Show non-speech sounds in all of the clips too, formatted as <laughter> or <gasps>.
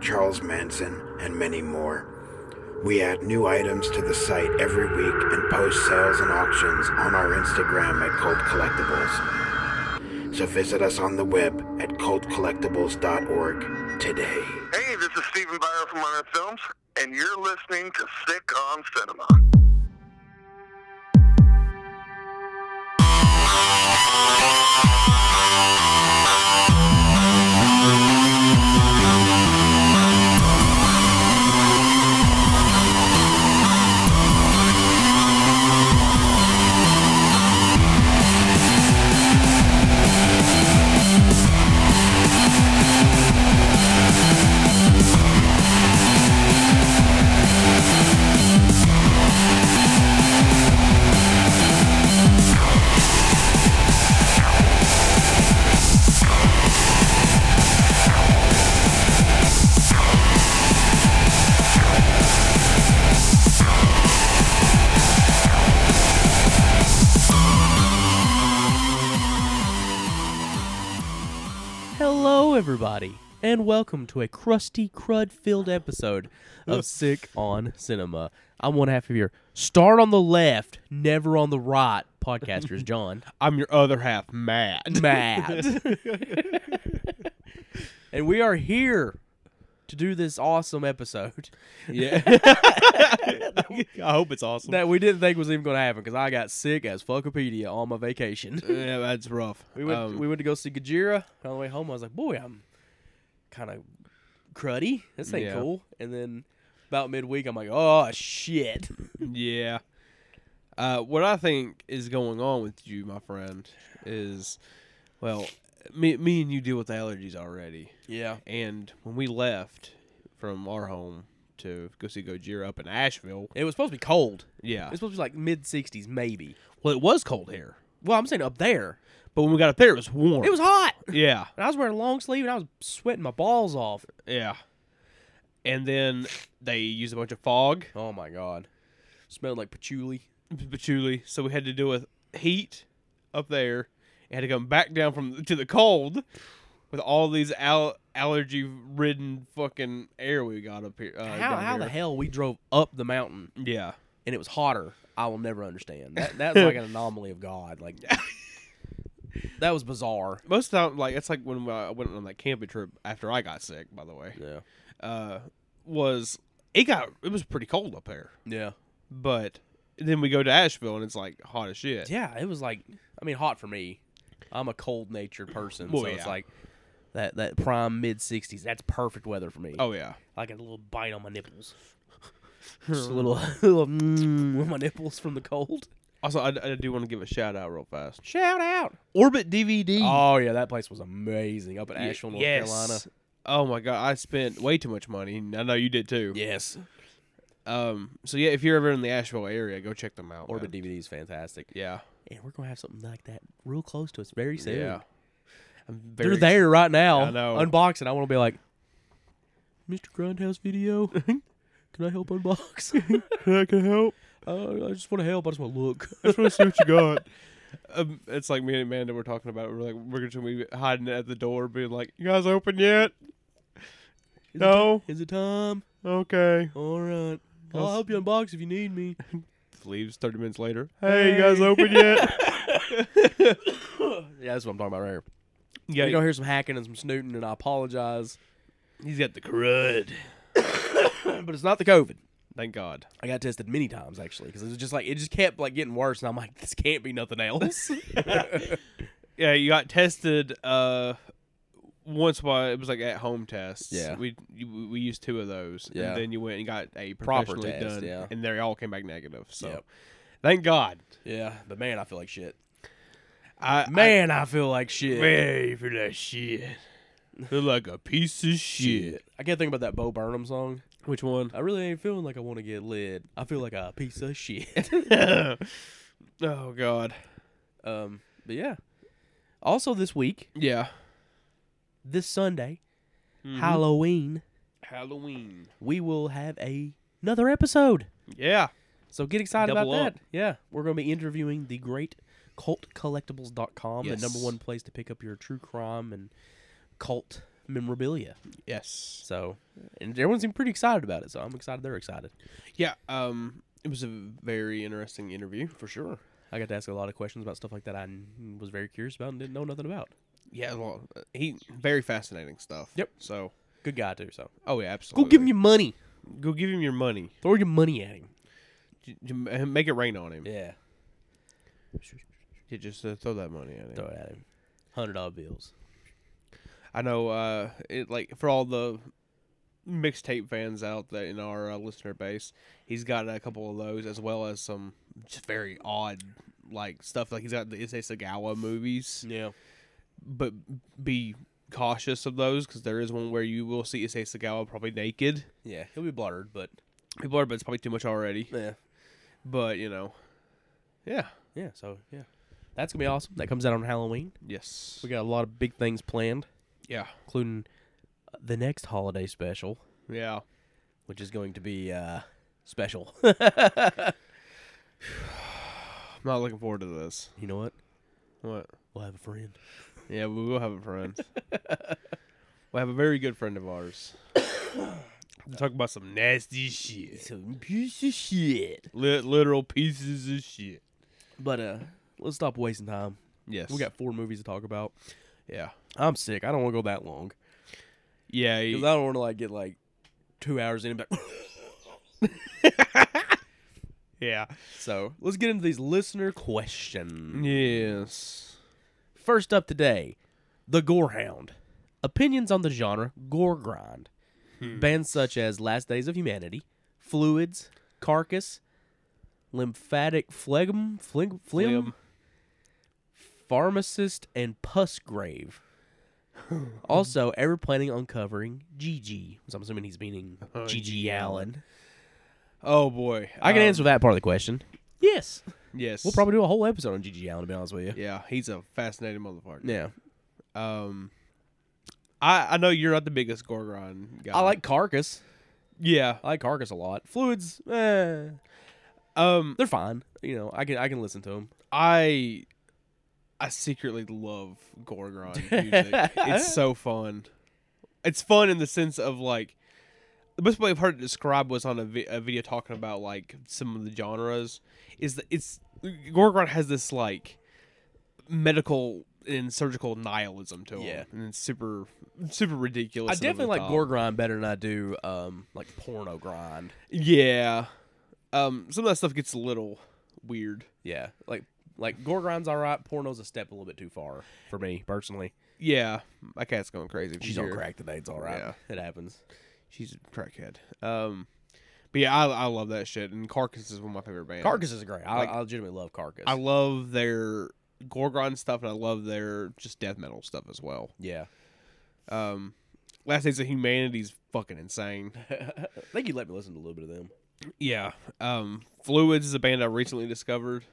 Charles Manson, and many more. We add new items to the site every week and post sales and auctions on our Instagram at Cult Collectibles. So visit us on the web at cultcollectibles.org today. Hey, this is Stephen Byer from Iron Films, and you're listening to Sick on Cinema. Hello, everybody, and welcome to a crusty, crud filled episode of Sick on Cinema. I'm one half of your start on the left, never on the right podcasters, John. I'm your other <laughs> half, Matt. Matt. and we are here to do this awesome episode Yeah. <laughs> I hope it's awesome. that we didn't think was even going to happen because I got sick as fuckopedia on my vacation. yeah, that's rough. We went Um, we went to go see Gajira. On the way home, I was like, "Boy, I'm kind of cruddy. This ain't Yeah. cool." And then about midweek, I'm like, "Oh shit!" yeah. Uh, what I think is going on with you, my friend, is well, me, me and you deal with allergies already. Yeah, And when we left from our home to go see Gojira up in Asheville, it was supposed to be cold. yeah. It's supposed to be like mid 60s, maybe. Well, it was cold here, Well, I'm saying up there, but when we got up there, it was warm. it was hot. Yeah. And I was wearing a long sleeve, and I was sweating my balls off. Yeah. And then they used a bunch of fog. Oh my god, smelled like patchouli. patchouli. So we had to deal with heat up there. and had to come back down from to the cold with all these al- allergy ridden fucking air we got up here. Uh, how down how the here. hell we drove up the mountain Yeah. and it was hotter? I will never understand. That, that's <laughs> like an anomaly of God. Like that was bizarre. Most of the time, like that's like when I went on that camping trip after I got sick. By the way, Yeah. uh, was it got it was pretty cold up there, Yeah. but then we go to Asheville and it's like hot as shit. Yeah, it was like I mean, hot for me. I'm a cold natured person, Well, so it's yeah. like that that prime mid sixties, that's perfect weather for me. Oh yeah. Like a little bite on my <laughs> nipples. Just a little <laughs> little mm, on my nipples from the cold. Also, I, I do want to give a shout out real fast. Shout out. Orbit DVD. Oh yeah, that place was amazing up in Ye- Asheville, North yes. Carolina. Oh my god, I spent way too much money. and I know you did too. Yes. Um. So yeah, if you're ever in the Asheville area, go check them out. man. Orbit DVD is fantastic. Yeah. And we're gonna have something like that real close to us very soon. Yeah. I'm They're very there right now. I know. Unboxing. I want to be like, Mr. Grindhouse <laughs> video. Can I help <laughs> unbox? I can help. uh, I just want to help. I just want to look. I just want to see what you got. Um, it's like me and Amanda were talking about. it. We're like, we're gonna be hiding at the door, being like, "You guys open yet? Is No. It, ti- <laughs> is it time? Okay." All right. I'll help you unbox if you need me. Leaves thirty minutes later. Hey, you guys open yet? Yeah, that's what I'm talking about right here. yeah. You're going to hear some hacking and some snooting, and I apologize. he's got the crud. <coughs> but it's not the COVID. Thank God. I got tested many times, actually, because it was just like, it just kept like getting worse, and I'm like, this can't be nothing <laughs> else. Yeah, you got tested uh once while it was like at home tests. Yeah. we you, we used two of those. Yeah. and then you went and got a Proper professionally test, done. yeah. and they all came back negative. So Yep. thank God. yeah, but man, I feel like shit. I Man, I, feel like I, shit. man, for that shit, feel like a piece of shit. I can't think about that Bo Burnham song. Which one? I really ain't feeling like I want to get lit. I feel like a piece of shit. <laughs> oh God. um, but yeah. Also this week, Yeah. this Sunday, Mhm. Halloween, Halloween. we will have a, another episode. Yeah. So get excited Double about up. that. Yeah, we're going to be interviewing the great cultcollectibles.com, the number Yes. one place to pick up your true crime and cult memorabilia. Yes. So, and everyone seemed pretty excited about it. So I'm excited they're excited. Yeah. Um. It was a very interesting interview for sure. I got to ask a lot of questions about stuff like that I n- was very curious about and didn't know nothing about. Yeah. Well, he very fascinating stuff. Yep. So. Good guy too. So Oh yeah. go Absolutely. give him your money. Go give him your money. Throw your money at him. J- j- Make it rain on him. Yeah. Yeah, just uh, throw that money at him. Throw it at him. Hundred dollar bills. I know, uh, it like for all the mixtape fans out there in our uh, listener base, he's got a couple of those as well as some just very odd like stuff. Like he's got the Issei Sagawa movies, Yeah. but be cautious of those because there is one where you will see Issei Sagawa probably naked. Yeah. He'll be blurred, but People are, but it's probably too much already. yeah. But you know, yeah, Yeah. So yeah, that's gonna be awesome. That comes out on Halloween. yes, We got a lot of big things planned, yeah, including uh, the next holiday special, yeah. which is going to be uh, special. <laughs> I'm not looking forward to this. you know what? What? We'll have a friend. Yeah, we will have <laughs> a friend. we have a very good friend of <coughs> ours. We'll talk about some nasty shit. Some piece of shit. Lit literal pieces of shit. But uh, let's stop wasting time. Yes. We got four movies to talk about. yeah. I'm sick. I don't want to go that long Yeah. because he- I don't want to like get like two hours in. And back. yeah. <laughs> so let's get into these listener questions. Yes. First up today, the Gorehound. Opinions on the genre gore grind. Bands such as Last Days of Humanity, Fluids, Carcass, Lymphatic Phlegm, Phlegm, phlegm Liam. Pharmacist, and <laughs> Pusgrave. also, ever planning on covering GG, so I'm assuming he's meaning Oh, GG G.G. Allen. Oh boy. I can Um, answer that part of the question. Yes, Yes. we'll probably do a whole episode on GG Allen. To be honest with you, Yeah, he's a fascinating motherfucker. yeah. Um I I know you're not the biggest Gorgon guy. I like Carcass. Yeah. I like Carcass a lot. Fluids, eh, Um they're fine. You know, I can I can listen to them. I I secretly love <laughs> Gorgon music. it's so fun. It's fun in the sense of like the best way I've heard it described was on a, vi- a video talking about like some of the genres. Is that it's Gorgon has this like medical and surgical nihilism to him, Yeah. and it's super super ridiculous. I and over definitely the like top. gore grind better than I do um like porno grind. Yeah, um, some of that stuff gets a little weird. Yeah, like like gore grind's all right. Porno's a step a little bit too far for me personally. Yeah, my cat's going crazy. if you She's on hear- crack today. It's all right. Yeah. It happens. She's a crackhead. Um, but yeah, I, I love that shit. And Carcass is one of my favorite bands. Carcass is great. I, Like- I legitimately love Carcass. I love their Gorgon stuff, and I love their just death metal stuff as well. yeah. Um, Last Days of Humanity is fucking insane. I think you let me listen to a little bit of them. Yeah. Um, Fluids is a band I recently discovered.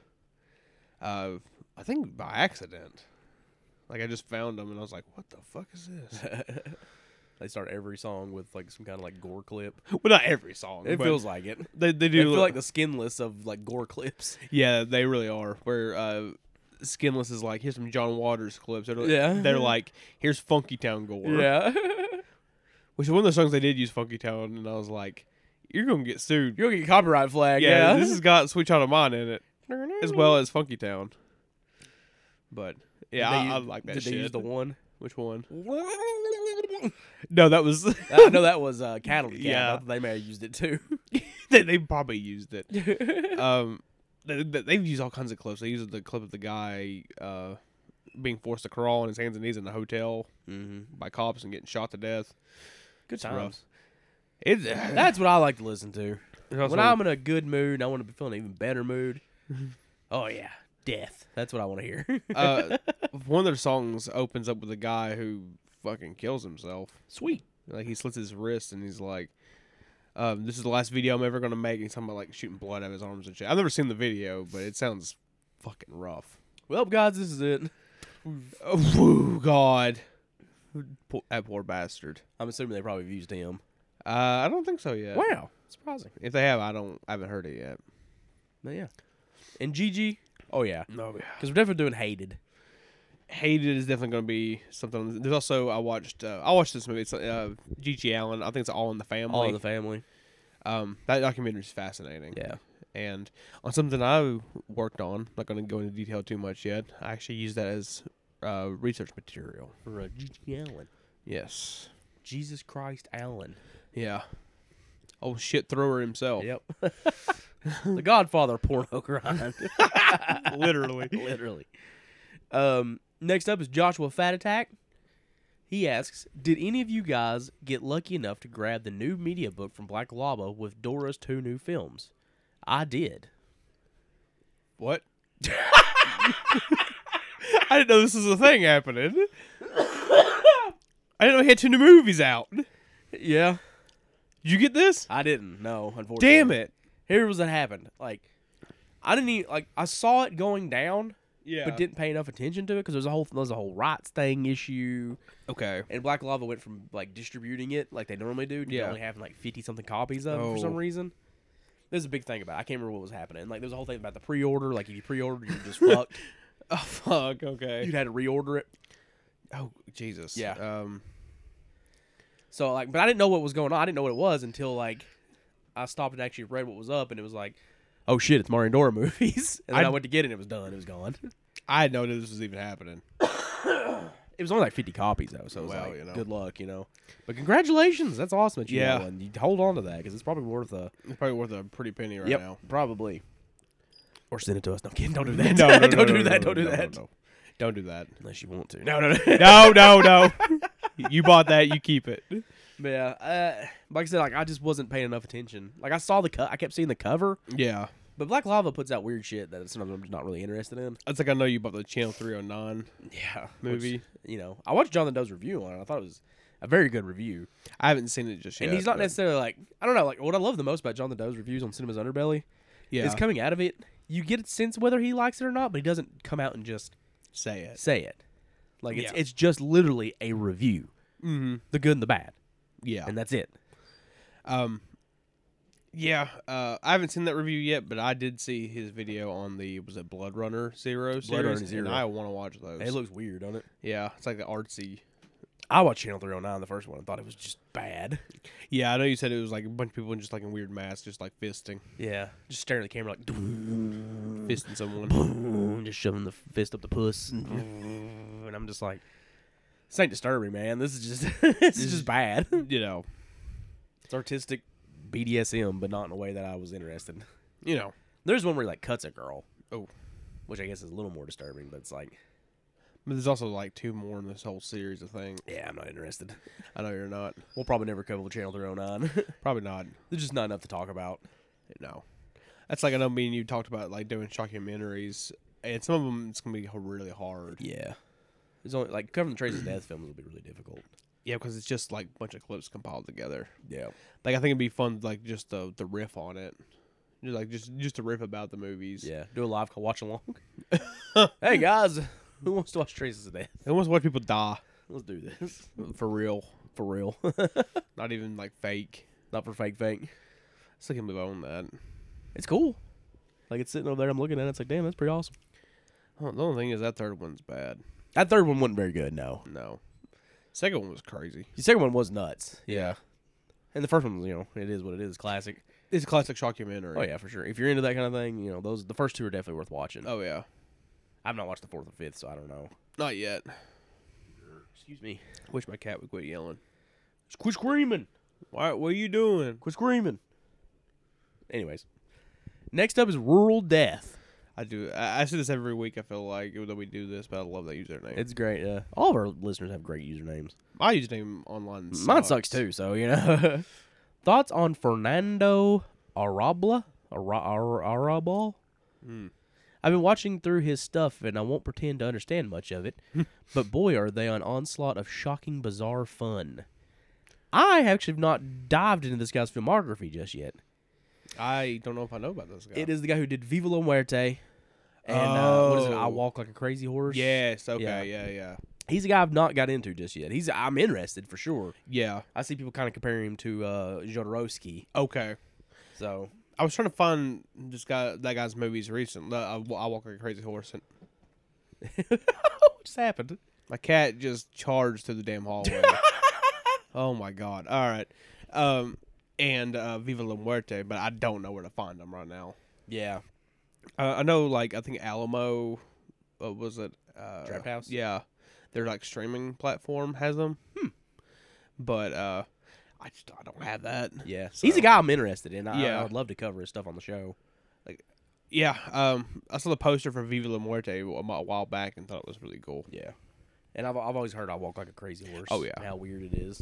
Uh, I think by accident. Like I just found them, and I was like, "What the fuck is this?" <laughs> They start every song with like some kind of like gore clip. well, not every song. It but feels like it. they they They do feel look- like the skinless of like gore <laughs> clips. Yeah, they really are. Where uh, Skinless is like, here's some John Waters clips. They're like, Yeah. they're like here's Funky Town Gore. Yeah. Which is one of the songs they did use Funky Town, and I was like, you're going to get sued. You'll get copyright flag. yeah, Yeah. this has got Sweet Child of Mine in it, as well as Funky Town. But yeah, I, Did they I u- like that Did shit. they use the <laughs> one? Which one? I No, that was. <laughs> know that was uh, cattle. Yeah. Yeah, they may have used it <laughs> too. they, they probably used <laughs> it. um, they, they- they've used all kinds of clips. They used the clip of the guy uh, being forced to crawl on his hands and knees in the hotel. mm-hmm. by cops and getting shot to death. Good rough. times. <laughs> It's That's what I like to listen to. That's when what- I'm in a good mood, and I want to be feeling an even better <laughs> mood. oh yeah, death. That's what I want to hear. uh, one of their songs opens up with a guy who fucking kills himself. Sweet. Like he slits his wrist and he's like, Um, this is the last video I'm ever gonna make. He's talking about like shooting blood out of his arms and shit. I've never seen the video, but it sounds fucking rough. Well, guys, this is it. Oh, woo, God, Po that poor bastard. I'm assuming they probably used him. Uh, I don't think so yet. Wow, surprising. If they have, I don't. I haven't heard it yet. But yeah, and Gigi. Oh yeah, No. yeah. because we're definitely doing hated. Hated is definitely going to be something. There's also I watched uh, I watched this movie. It's uh, G.G. Allen. I think it's All in the Family. All in the family. um, that documentary is fascinating. Yeah. And on something I worked on, not going to go into detail too much yet. I actually used that as uh, research material. For uh, Gigi Allen. Yes. Jesus Christ Allen. Yeah. Oh shit, thrower himself. <laughs> Yep. the Godfather porno <laughs> grind. Literally. Literally. Um, next up is Joshua Fat Attack. He asks, "Did any of you guys get lucky enough to grab the new media book from Black Lava with Dora's two new films? I did. What? I didn't know this was a thing happening. I didn't know he had two new movies out. Did Yeah, you get this? I didn't. No, unfortunately. Damn it. Here was what happened. Like, I didn't even like. I saw it going down, Yeah. but didn't pay enough attention to it because there's a whole there's a whole rights thing issue. okay. And Black Lava went from like distributing it like they normally do to Yeah. only having like fifty something copies of it for Oh. some reason. There's a big thing about. It. I can't remember what was happening. Like there was a whole thing about the pre-order. Like if you pre-ordered, you were <laughs> just fucked. Oh fuck. Okay. You'd had to reorder it. oh Jesus. Yeah. Um. So like, but I didn't know what was going on. I didn't know what it was until like I stopped and actually read what was up, and it was like, oh shit, it's Mario and Dora movies. <laughs> And then I, I- went to get it, and it was done. It was gone. I didn't know this was even happening. It was only like fifty copies though, so it was Well, like, you know. good luck, you know. But congratulations, that's awesome that you yeah. Yeah. got one. You hold on to that because it's probably worth a It's probably worth a pretty penny right now. probably. Or send it to us. No, kidding. Don't do that. <laughs> <laughs> No, no, no, don't no, do no, that. no, don't do no, no, that. no. Don't do that. Unless you want to. No, no, <laughs> no, no, no, no. you bought that. You keep it. But yeah, uh, like I said, like I just wasn't paying enough attention. Like I saw the co- I kept seeing the cover, Yeah. but Black Lava puts out weird shit that sometimes I'm just not really interested in. It's like I know you bought the Channel 309 Yeah, movie. you know, I watched Jonathan Doe's review on it. I thought it was a very good review. I haven't seen it just yet. and he's not but- necessarily like I don't know, like what I love the most about Jonathan Doe's reviews on Cinema's Underbelly Yeah. is coming out of it, you get a sense whether he likes it or not, but he doesn't come out and just say it. say it. Like it's Yeah. it's just literally a review. Mm-hmm. The good and the bad. Yeah. And that's it. Um. Yeah. Uh, I haven't seen that review yet, but I did see his video on the was it Blood Runner Zero series, Runner and Zero. I want to watch those. It looks weird, don't it? yeah, it's like the artsy. I watched Channel 309, the first one, and thought it was just bad. Yeah, I know you said it was like a bunch of people in just like in weird masks, just like fisting, Yeah. Just staring at the camera like, Mm. fisting someone. just shoving the fist up the puss. And, and I'm just like, this ain't disturbing, man. This is just, <laughs> this is just bad. <laughs> you know, It's artistic BDSM, but not in a way that I was interested in. <laughs> you know. There's one where he like cuts a girl. Oh. Which I guess is a little more disturbing, but it's like, But there's also like two more in this whole series. I think. yeah, I'm not <laughs> interested. I know you're not. We'll probably never cover Channel <laughs> 309. Probably not. There's just not enough to talk about. No. That's like I know me and you talked about like doing documentaries, and some of them it's gonna be h- really hard. Yeah. There's only like covering the <clears throat> Tracy's death films will be really difficult. Yeah, because it's just like a bunch of clips compiled together. Yeah. Like I think it'd be fun, like just the the riff on it, just, like just just to riff about the movies. Yeah. Do a live call watch <laughs> along. hey guys, who wants to watch Traces of Death? I almost watch people die Let's do this. for real, <laughs> For real. not even like fake. Not for fake fake. I still can't believe I own that. It's cool. Like it's sitting over there, I'm looking at it, it's like, damn, that's pretty awesome. Oh, The only thing is that third one's bad. That third one wasn't very good, no. No, second one was crazy. The second one was nuts. Yeah, And the first one, you know, it is what it is, classic. it's a classic documentary. Oh yeah, for sure. If you're into that kind of thing, you know, those the first two are definitely worth watching. oh yeah. I've not watched the fourth and fifth, so I don't know. Not yet. Excuse me. Wish my cat would quit yelling. Quit screaming. Why? What are you doing? Quit screaming. Anyways. Next up is Rural Death. I do. I, I see this every week. I feel like even though we do this, but I love that username. It's great. Yeah. All of our listeners have great usernames. my username online. Sucks. Mine sucks too, so you know. <laughs> Thoughts on Fernando Arabla? Ara- Ar- Arabal? Hmm. I've been watching through his stuff, and I won't pretend to <laughs> understand much of it. but boy, are they an onslaught of shocking, bizarre fun. I actually have not dived into this guy's filmography just yet. I don't know if I know about this guy. It is the guy who did Viva La Muerte and uh, what is it? I Oh. Walk Like a Crazy Horse. Yes. Okay. Yeah. Yeah. Yeah. Yeah. he's a guy I've not got into just yet. He's I'm interested for sure. yeah. I see people kind of comparing him to uh, Jodorowsky. Okay. <laughs> So I was trying to find this guy, that guy's movies recent. Uh, I, I walk like a crazy horse, and what's happened? my cat just charged through the damn <laughs> hallway. oh my god! All right, um, and uh, Viva La Muerte, but I don't know where to find them right now. Yeah, Uh, I know, like I think Alamo, uh, was it uh, Draft House? Yeah, their like streaming platform has them. Hmm. But uh, I just I don't have that. yeah. He's a guy I'm interested in. I, Yeah. I would love to cover his stuff on the show. Yeah, um, I saw the poster for Viva La Muerte a while back and thought it was really cool. Yeah, and I've I've always heard I walk like a crazy horse. Oh, yeah. and how weird it is.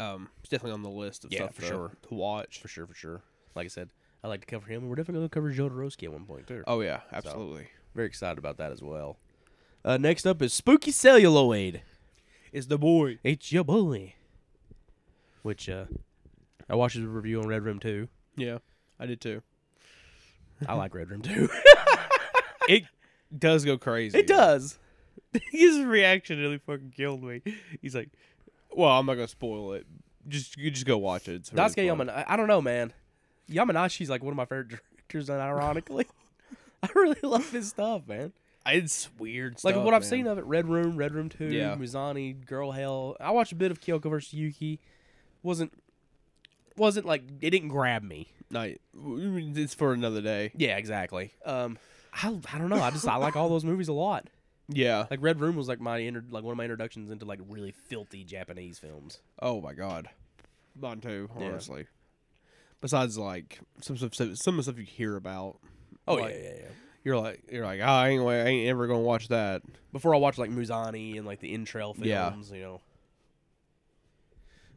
um, it's definitely on the list of Yeah, stuff for to, sure. to watch. For sure, for sure. Like I said, I like to cover him, and we're definitely going to cover Jodorowsky at one point too. Oh yeah, absolutely. Very excited about that as well. Uh, next up is Spooky Celluloid. It's the boy. It's your boy. Which uh, I watched his review on Red Room 2. Yeah, I <laughs> did too. I like Red Room 2. It does go <laughs> crazy. it does. <laughs> His reaction really fucking killed me. He's like, "Well, I'm not gonna spoil it. Just you just go watch it." It's really Daisuke fun. Yamanashi. I don't know, man. Yamanashi's like one of my favorite directors, and ironically, <laughs> I really love his stuff, man. It's weird. Like stuff, what I've man. seen of it, Red Room, Red Room Two, Yeah. Mizani, Girl Hell. I watched a bit of Kyoko versus Yuki. wasn't wasn't like it didn't grab me. Night. It's for another day. Yeah, exactly. Um, I I don't know. I just I like all those movies a lot. Yeah. Like Red Room was like my inter- like one of my introductions into like really filthy Japanese films. Oh my god. Mine too. Yeah. Honestly. Besides, like some stuff, some of the stuff you hear about. Oh, like, yeah. You're like, you're like, ah, anyway, I ain't ever gonna watch that. Before I watched like Muzani and like the Intrail Yeah. films, you know.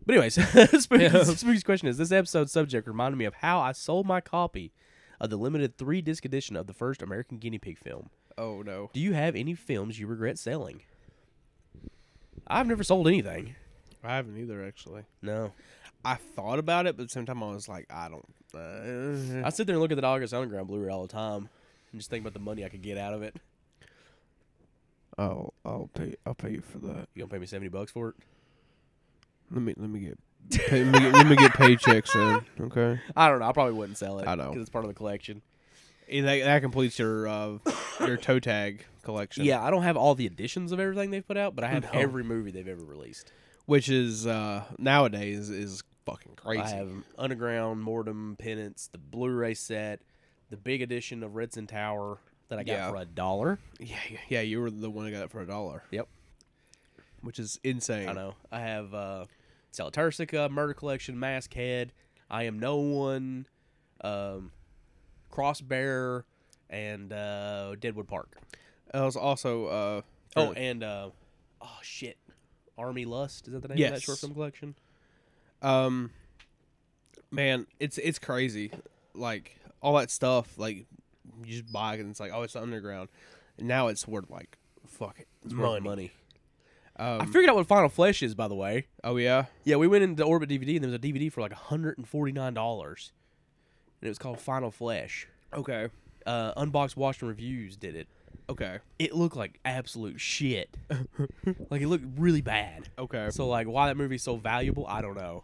But anyways, <laughs> Spooky's, Yeah. Spooky's question is: This episode's subject reminded me of how I sold my copy of the limited three disc edition of the first American Guinea Pig film. Oh no. Do you have any films you regret selling? I've never sold anything. I haven't either, actually. No, I thought about it, but at the same time, I was like, I uh, don't. I sit there and look at the August Underground Blu-ray all the time, and just think about the money I could get out of it. I'll I'll pay I'll pay you for that. You gonna pay me seventy bucks for it? Let me let me get pay, let, me get let me <laughs> get paychecks in. Okay. I don't know. I probably wouldn't sell it. I know. because it's part of the collection. that, that completes your uh, your toe tag collection. Yeah, I don't have all the editions of everything they've put out, but I have No. every movie they've ever released. Which is uh, nowadays is fucking crazy. I have Underground, Mortem, Penance, the Blu-ray set, the big edition of Redson Tower that I got Yeah. for a dollar. Yeah, yeah, yeah. You were the one who got it for a dollar. Yep. Which is insane. I know. I have uh, Sal Tersica, Murder Collection, Maskhead, I Am No One, um, Crossbearer, and uh, Deadwood Park. I was also uh, Oh, for- and uh, oh shit, Army Lust is that the name of that short Yes. film collection? um man it's it's crazy like all that stuff like you just buy it and it's like oh it's underground and now it's worth like fuck it it's Money. worth money. I um, figured out what Final Flesh is, by the way. Uh, oh yeah Yeah, we went into Orbit DVD and there was a DVD for like $149. And it was called Final Flesh. okay Uh, Unboxed, Watched, and Reviews did it. okay It looked like absolute <laughs> shit. like, it looked really bad. okay So, like, why that movie's so valuable, I don't know.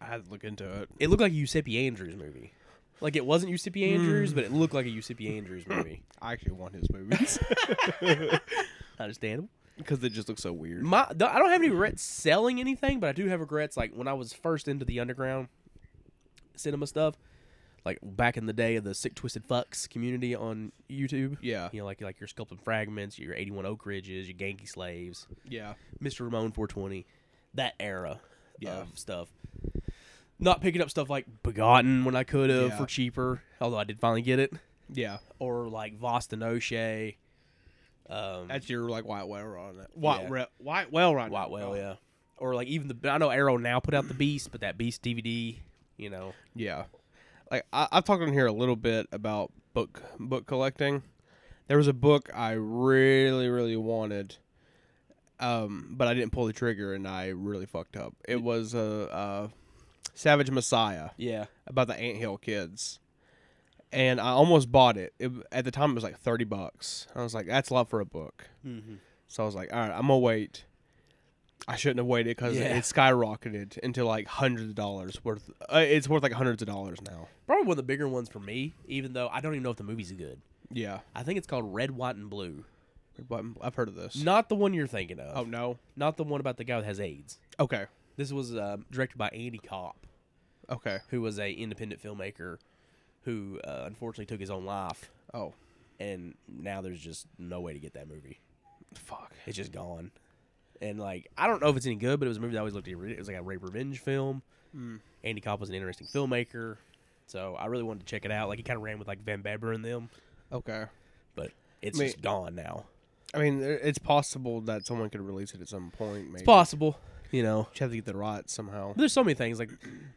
i had to look into it It looked like a Giuseppe Andrews movie. Like, it wasn't Giuseppe Mm. Andrews, but it looked like a Giuseppe Andrews <coughs> movie. i actually want <laughs> his movies <laughs> Understandable. because it just looks so weird My, th- I don't have any regrets selling anything, but I do have regrets. Like when I was first into the underground cinema stuff, like back in the day of the sick twisted fucks community on YouTube. yeah You know, like like your sculpting fragments, your eighty one Oak Ridges, your Yankee Slaves, yeah Mister Ramon four twenty, that era Yeah. of stuff. Not picking up stuff like Begotten when I could have Yeah. for cheaper, although I did finally get it, yeah or like Voston O'Shea. Um, that's your like white whale on it white Yeah. re- white whale right White Whale, yeah. Or like even the I know Arrow now put out the Beast, but that Beast DVD, you know. Yeah, like I, I've talked on here a little bit about book book collecting. There was a book I really really wanted, um, but I didn't pull the trigger and I really fucked up. It was a uh, uh, Savage Messiah Yeah. about the Ant Hill kids, and I almost bought it. it. At the time, it was like thirty bucks. I was like, that's a lot for a book. Mm-hmm. Mhm. So I was like, all right, I'm gonna wait. I shouldn't have waited because Yeah. it skyrocketed into like hundreds of dollars worth. Uh, it's worth like hundreds of dollars now. Probably one of the bigger ones for me, even though I don't even know if the movie's good. Yeah, I think it's called Red, White, and Blue. But I've heard of this. Not the one you're thinking of. Oh no. Not the one about the guy that has AIDS. Okay. This was um, directed by Andy Kopp, Okay. who was a independent filmmaker who uh, unfortunately took his own life, Oh, and now there's just no way to get that movie. fuck. It's just gone. And like, I don't know if it's any good, but it was a movie that I always looked at. It was like a rape revenge film. Mm. Andy Kopp was an interesting filmmaker, so I really wanted to check it out. Like, he kind of ran with like Van Beber and them, Okay. but it's I mean- just gone now. I mean, there- it's possible that someone could release it at some point. Maybe. It's possible, you know. You have to get the rights somehow. There's so many things like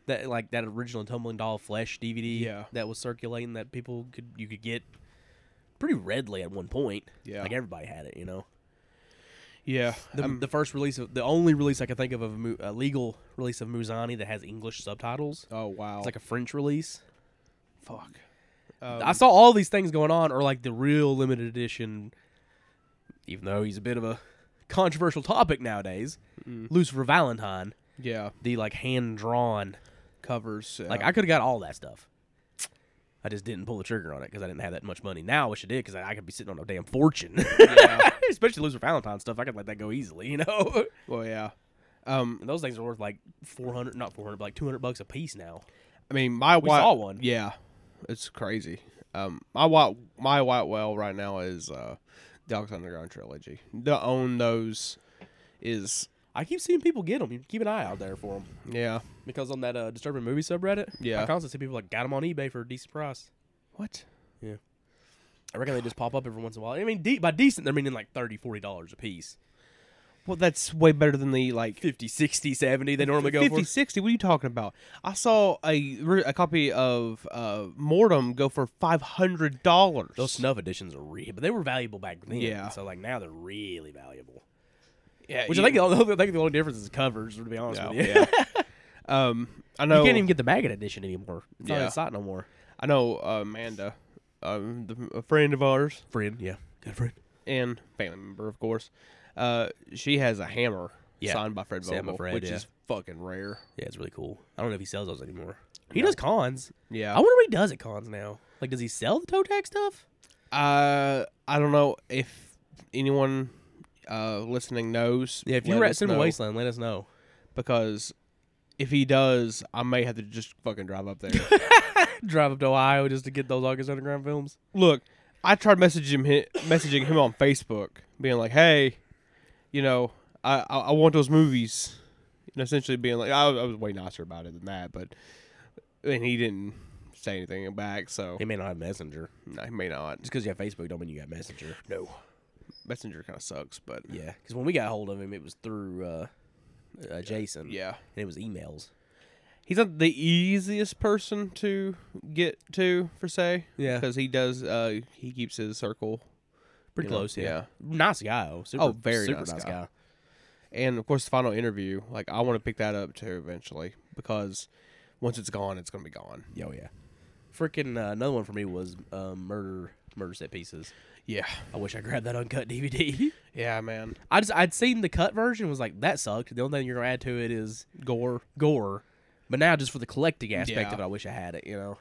that, like that original Tumbling Doll Flesh DVD Yeah. that was circulating that people could you could get pretty readily at one point. Yeah. like everybody had it, you know. Yeah. The, um, the first release, of, the only release I could think of of a, mu- a legal release of Muzani that has English subtitles. oh wow. It's like a French release. fuck. Um, I saw all these things going on, or like the real limited edition. Even though he's a bit of a controversial topic nowadays, Mm. Lucifer Valentine, Yeah. the like hand drawn Covers. Like I could have got all that stuff. I just didn't pull the trigger on it because I didn't have that much money. Now I wish I did because I, I could be sitting on a damn fortune. <laughs> Especially Loser Valentine stuff, I could let that go easily, you know. <laughs> Well, yeah. Um, And those things are worth like four hundred, not four hundred, but like two hundred bucks a piece now. I mean, my We white saw one. Yeah, it's crazy. Um, my white my white whale right now is uh, Dogs Underground trilogy. To own those is I keep seeing people get them. Keep an eye out there for them yeah. because on that uh, disturbing movie subreddit, Yeah. I constantly see people like got them on eBay for a decent price. What? I reckon they just pop up every once in a while. I mean, de- by decent, they're meaning like 30 dollars a piece, Well, that's way better than the like 50 60 70 They normally go 50, for. 60. What are you talking about? I saw a re- a copy of uh, Mortem go for five hundred dollars. Those snuff editions are real, but they were valuable back then. Yeah. Uh, So like now they're really valuable. yeah, Which I think the only, <laughs> I think the only difference is covers. To be honest No, with you, yeah. <laughs> um, I <laughs> know you can't even get the maggot edition anymore. It's not Yeah. in sight no more. I know uh, Amanda, um, the, a friend of ours Friend, yeah, good friend. and family member, of course. Uh, she has a hammer Yeah. signed by Fred Sam Vogel, Fred, which yeah. is fucking rare. Yeah, it's really cool. I don't know if he sells those anymore. He does cons. Yeah. I wonder what he does at cons now. Like, does he sell the toe tag stuff? Uh, I don't know if anyone uh, listening knows. Yeah, if you let were at us Cinema know, Wasteland, let us know. because if he does, I may have to just fucking drive up there. <laughs> Drive up to Ohio just to get those August Underground films. Look, I tried messaging him, messaging him on Facebook, being like, "Hey, you know, I I, I want those movies," and essentially being like, I, was- I was way nicer about it than that, but and he didn't say anything back, so He may not have Messenger. no, he may not. Just because you have Facebook, don't mean you got Messenger. No. Messenger kind of sucks, but Yeah, because when we got hold of him, it was through uh, uh, Jason. yeah. and it was emails. he's not the easiest person to get to for say, Yeah. because he does uh he keeps his circle Pretty you know, close, yeah. yeah. Nice guy, oh, super, Oh, very super nice guy. And of course, the final interview, like I want to pick that up too eventually because once it's gone, it's gonna be gone. Yeah, Oh yeah, freaking uh, another one for me was um, murder, murder set pieces. Yeah, I wish I grabbed that uncut <laughs> DVD. yeah, man. I just I'd seen the cut version, was like that sucked. The only thing you're gonna add to it is Gore. gore, but now just for the collecting aspect Yeah. of it, I wish I had it. You know,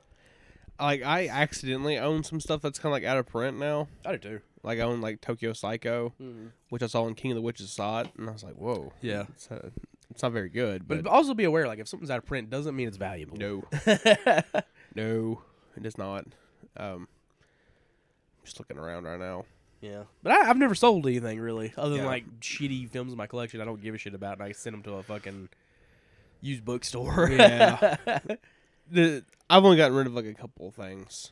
Like I accidentally own some stuff that's kind of like out of print now. I do too. Like I own like Tokyo Psycho, which I saw in King of the Witches saw it, and I was like, whoa, Mm-hmm. Yeah. it's, uh, it's not very good, But, but, also be aware, like if something's out of print, doesn't mean it's valuable. <laughs> no, no, it is not. Um, just looking around right now. Yeah, but I, I've never sold anything really, other than Yeah. like shitty films in my collection. I don't give a shit about, and I send them to a fucking used bookstore. Yeah. the I've only gotten rid of like a couple of things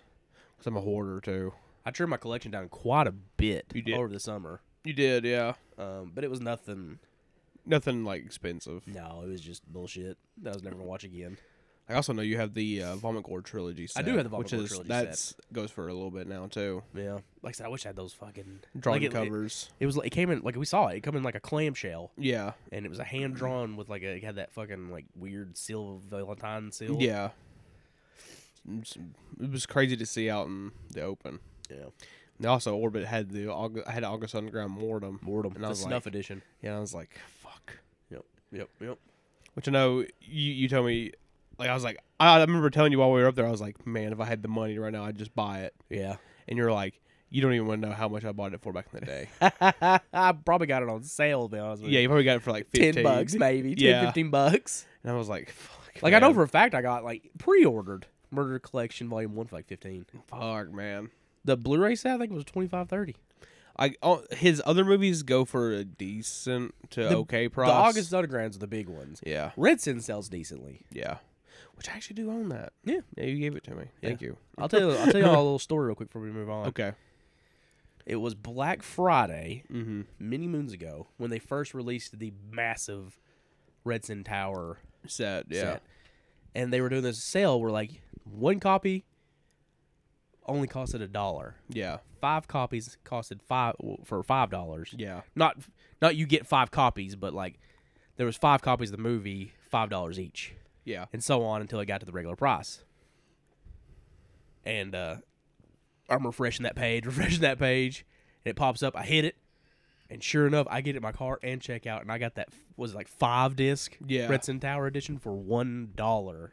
because I'm a hoarder too. <laughs> I trimmed my collection down quite a bit You did. over the summer, You did, yeah. um, but it was nothing. Nothing like expensive. No, it was just bullshit that I was never gonna watch again. I also know you have the uh, Vomit Gore trilogy. Set, do have the Vomit which Gore is, trilogy set. That's goes for a little bit now too. Yeah, like I said, I wish I had those fucking Drawing like it, It, covers. it was like it came in like we saw it. It come in like a clamshell, yeah, and it was a hand drawn with like a, it had that fucking like weird seal Valentine seal. yeah. It's- It was crazy to see out in the open. yeah. And also, Orbit had the August, had August Underground Mortem. Mortem, And I the was snuff like- edition. Yeah, I was like, fuck. Yep, yep, yep. Which I know you you told me. Like I was like I I remember telling you while we were up there I was like man if I had the money right now I'd just buy it Yeah, and you're like you don't even want to know how much I bought it for back in the day <laughs> I probably got it on sale. To be honest with yeah you, you probably got it for like 15. ten bucks maybe, 10, Yeah. 15 bucks. and I was like fuck Like I know man. for a fact I got like pre-ordered Murder Collection Volume One for like fifteen. Fuck, man. The Blu-ray set I think was twenty five thirty. I all, his other movies go for a decent to okay price. The August Undergrounds are the big ones. yeah, Red Sin sells decently. yeah. Which I actually do own that. Yeah. yeah. You gave it to me. Thank you. I'll tell you. I'll tell you all a little story real quick before we move on. Okay. It was Black Friday Mm-hmm. many moons ago when they first released the massive Red Sin Tower Set. Yeah. set, and they were doing this sale where like one copy only costed a dollar. Yeah. Five copies costed five for five dollars. Yeah. not not you get five copies, but like there was five copies of the movie, five dollars each, Yeah. and so on until it got to the regular price. And uh, I'm refreshing that page, <laughs> refreshing that page, and it pops up. I hit it, and sure enough, I get it in my car and check out, and I got that was it like five disc Yeah. Red Sin Tower edition for one dollar.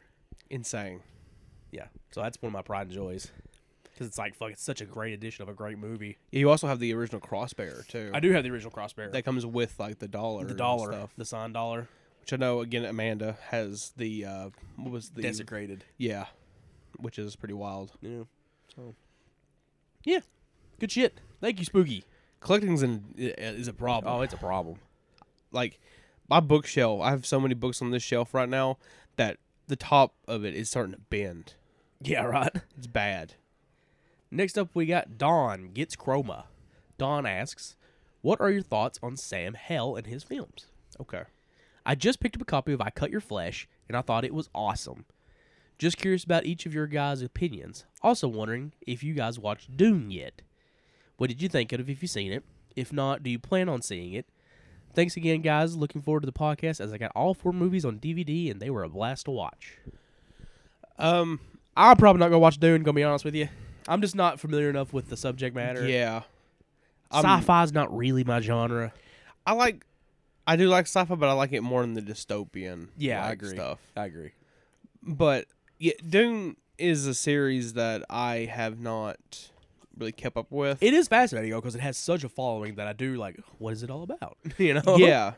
Insane. Yeah, so that's one of my pride and joys. Because it's like fuck, it's such a great edition of a great movie. You also have the original crossbearer too. I do have the original crossbearer, That comes with like the dollar. the and dollar, stuff. the signed dollar, Which I know again. Amanda has the uh, what was the desecrated. Yeah. Which is pretty wild. Yeah. So. Yeah. Good shit. Thank you, Spooky. Collecting's an, is a problem. Oh, it's a problem. <laughs> like my bookshelf. I have so many books on this shelf right now that the top of it is starting to bend. Yeah, right. It's bad. Next up, we got Don gets Chroma. Don asks, "What are your thoughts on Sam Hell and his films?" Okay. I just picked up a copy of I Cut Your Flesh, and I thought it was awesome. Just curious about each of your guys' opinions. Also wondering if you guys watched Dune yet. What did you think of it if you've seen it? If not, do you plan on seeing it? Thanks again, guys. Looking forward to the podcast as I got all four movies on DVD and they were a blast to watch. Um. I'm probably not gonna watch Dune. Gonna be honest with you, I'm just not familiar enough with the subject matter. Yeah. I'm- sci-fi's not really my genre. I like. I do like sci-fi, but I like it more than the dystopian. Yeah, I like, agree. Stuff, I agree. but yeah, Dune is a series that I have not really kept up with. It is fascinating though because it has such a following that I do like. What is it all about? <laughs> You know? yeah,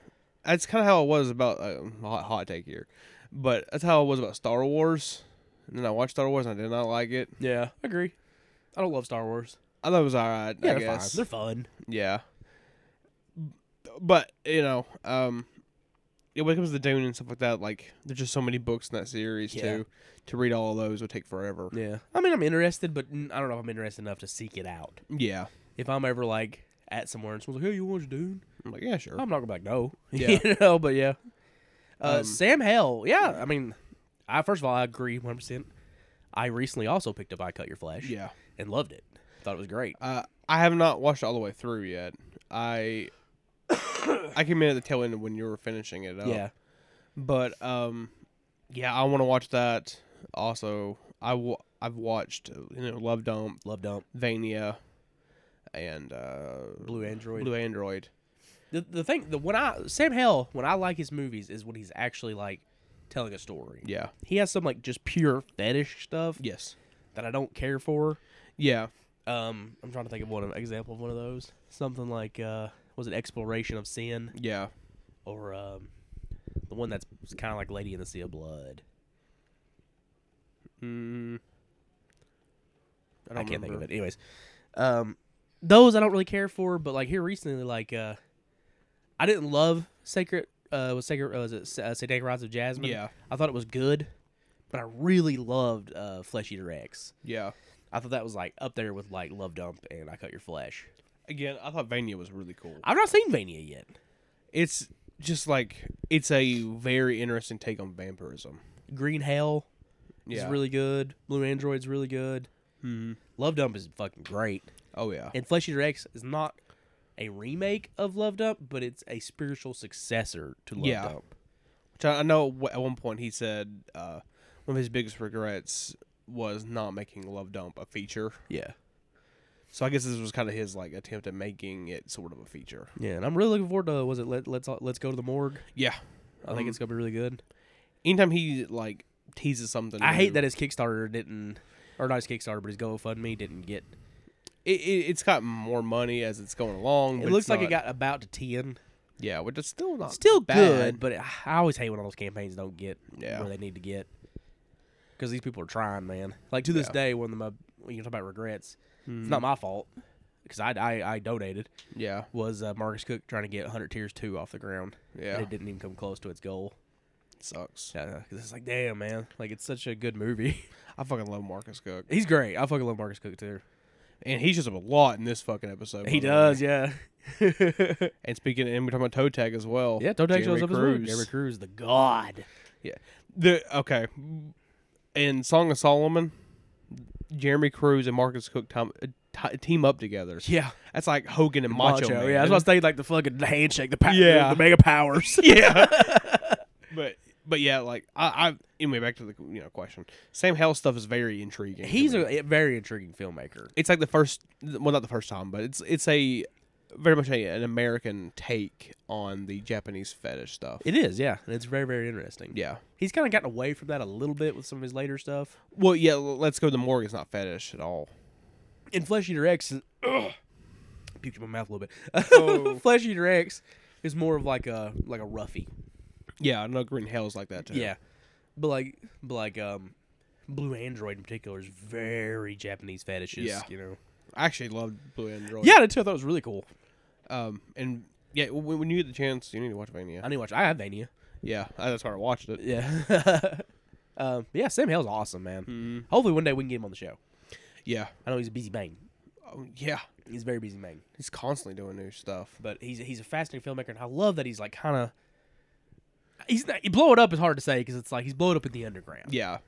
that's kind of how it was about uh, hot, hot take here, but that's how it was about Star Wars. And then I watched Star Wars and I did not like it. Yeah, I agree. I don't love Star Wars. I thought it was all right. Yeah, I they're guess. fine. They're fun. Yeah. But, you know, um yeah, when it comes to Dune and stuff like that, like there's just so many books in that series Yeah. too. To read all of those would take forever. Yeah. I mean, I'm interested, but n- I don't know if I'm interested enough to seek it out. Yeah. If I'm ever like at somewhere and someone's like, "Hey, you watch Dune?" I'm like, yeah, sure. I'm not gonna be like, "No." <laughs> Yeah. you know, but yeah. Uh, Um, Sam Hell. Yeah, I mean, I first of all I agree 100. percent I recently also picked up "I Cut Your Flesh." yeah. and loved it. Thought it was great. Uh I have not watched it all the way through yet. <coughs> I I came in at the tail end of when you were finishing it up. yeah, But um yeah, I want to watch that also. I w- I've watched uh, you know Love Dump, love dump. Vania and uh Blue Android. Blue Android. The, the thing, the when I Sam Hell, when I like his movies, is when he's actually like telling a story. Yeah. He has some like just pure fetish stuff Yes. that I don't care for. Yeah. Um, I'm trying to think of one of, example of one of those. Something like uh, was it Exploration of Sin Yeah. or um, the one that's kind of like Lady in the Sea of Blood. Mm. I, can't think of remember. it. Anyways, um, those I don't really care for, but like here recently, like uh, I didn't love Sacred. Uh, was Sacred? Uh, was it Sa- uh, Satanic Rites of Jasmine? Yeah. I thought it was good, but I really loved uh, Flesh Eater X. Yeah. I thought that was like up there with like Love Dump and I Cut Your Flesh. Again, I thought Vania was really cool. I've not seen Vania yet. It's just like it's a very interesting take on vampirism. Green Hell. is Yeah. really good. Blue Android's really good. hmm Love Dump is fucking great. Oh yeah. And Flesh Eater X is not a remake of Love Dump, but it's a spiritual successor to Love Yeah. Dump. Which I I know w- at one point he said uh, one of his biggest regrets was not making Love Dump a feature. Yeah. So I guess this was kind of his like attempt at making it sort of a feature. Yeah, and I'm really looking forward to was it let, let's let's go to the morgue. Yeah. I think Um, it's gonna be really good. Anytime he like teases something, I new, hate that his Kickstarter didn't, or not his Kickstarter, but his GoFundMe didn't get. it, it, has got more money as it's going along. It but looks it's like it not- got about to ten. yeah, which is still not Still bad. good, but it, I always hate when all those campaigns don't get Yeah. where they need to get. Because these people are trying, man. Like to this Yeah. Hmm. day, one of my when you talk about regrets, it's not my fault because I, I I donated yeah, was uh, Marcus Cook trying to get 100 Tears two off the ground. yeah, and it it didn't even come close to its goal. sucks. Because it's like, damn, man, like it's such a good movie. <laughs> I fucking love Marcus Cook, He's great. I fucking love Marcus Cook too. and he shows up a lot in this fucking episode. He by the does, way. yeah. And speaking, and we're talking about Toe Tag as well. yeah, Toe Tag Jeremy shows up as well. Crews. Jerry Cruz, the god. The okay, in Song of Solomon, Jeremy Cruz and Marcus Cook time, t- team up together. Yeah, That's like Hogan and Macho, Man. Yeah, that's why I stayed like the fucking handshake, the power, Yeah. the mega <laughs> powers. yeah. but but yeah, like I, I anyway back to the you know question. Sam Hell stuff is very intriguing. to He's me. a very intriguing filmmaker. it's like the first well not the first time, but it's it's a very much a, an American take on the Japanese fetish stuff. It is, yeah, and it's very, very interesting. yeah. he's kind of gotten away from that a little bit with some of his later stuff. Well, yeah. l- Let's go. to The morgue is not fetish at all. In Flesh Eater X, is- ugh, puked in my mouth a little bit. Oh. <laughs> Flesh Eater X is more of like a like a roughie. Yeah, I know Green Hell's like that too. Yeah, but like, but like, um, Blue Android in particular is very Japanese fetishes. Yeah. you know. I actually loved Blue Android. Yeah, I did too. I thought it was really cool. Um, and yeah, w- when, when you get the chance, you need to watch Vania. I need to watch. I have Vania. Yeah, I- that's why I watched it. Yeah. <laughs> um, yeah, Sam Hale's awesome, man. Hopefully one day we can get him on the show. Yeah, I know he's a busy man. oh, yeah. He's a very busy man, He's constantly doing new stuff. but he's he's a fascinating filmmaker, and I love that he's like kind of. He's not, he blow it up is hard to say because it's like he's blowing up in the underground, Yeah,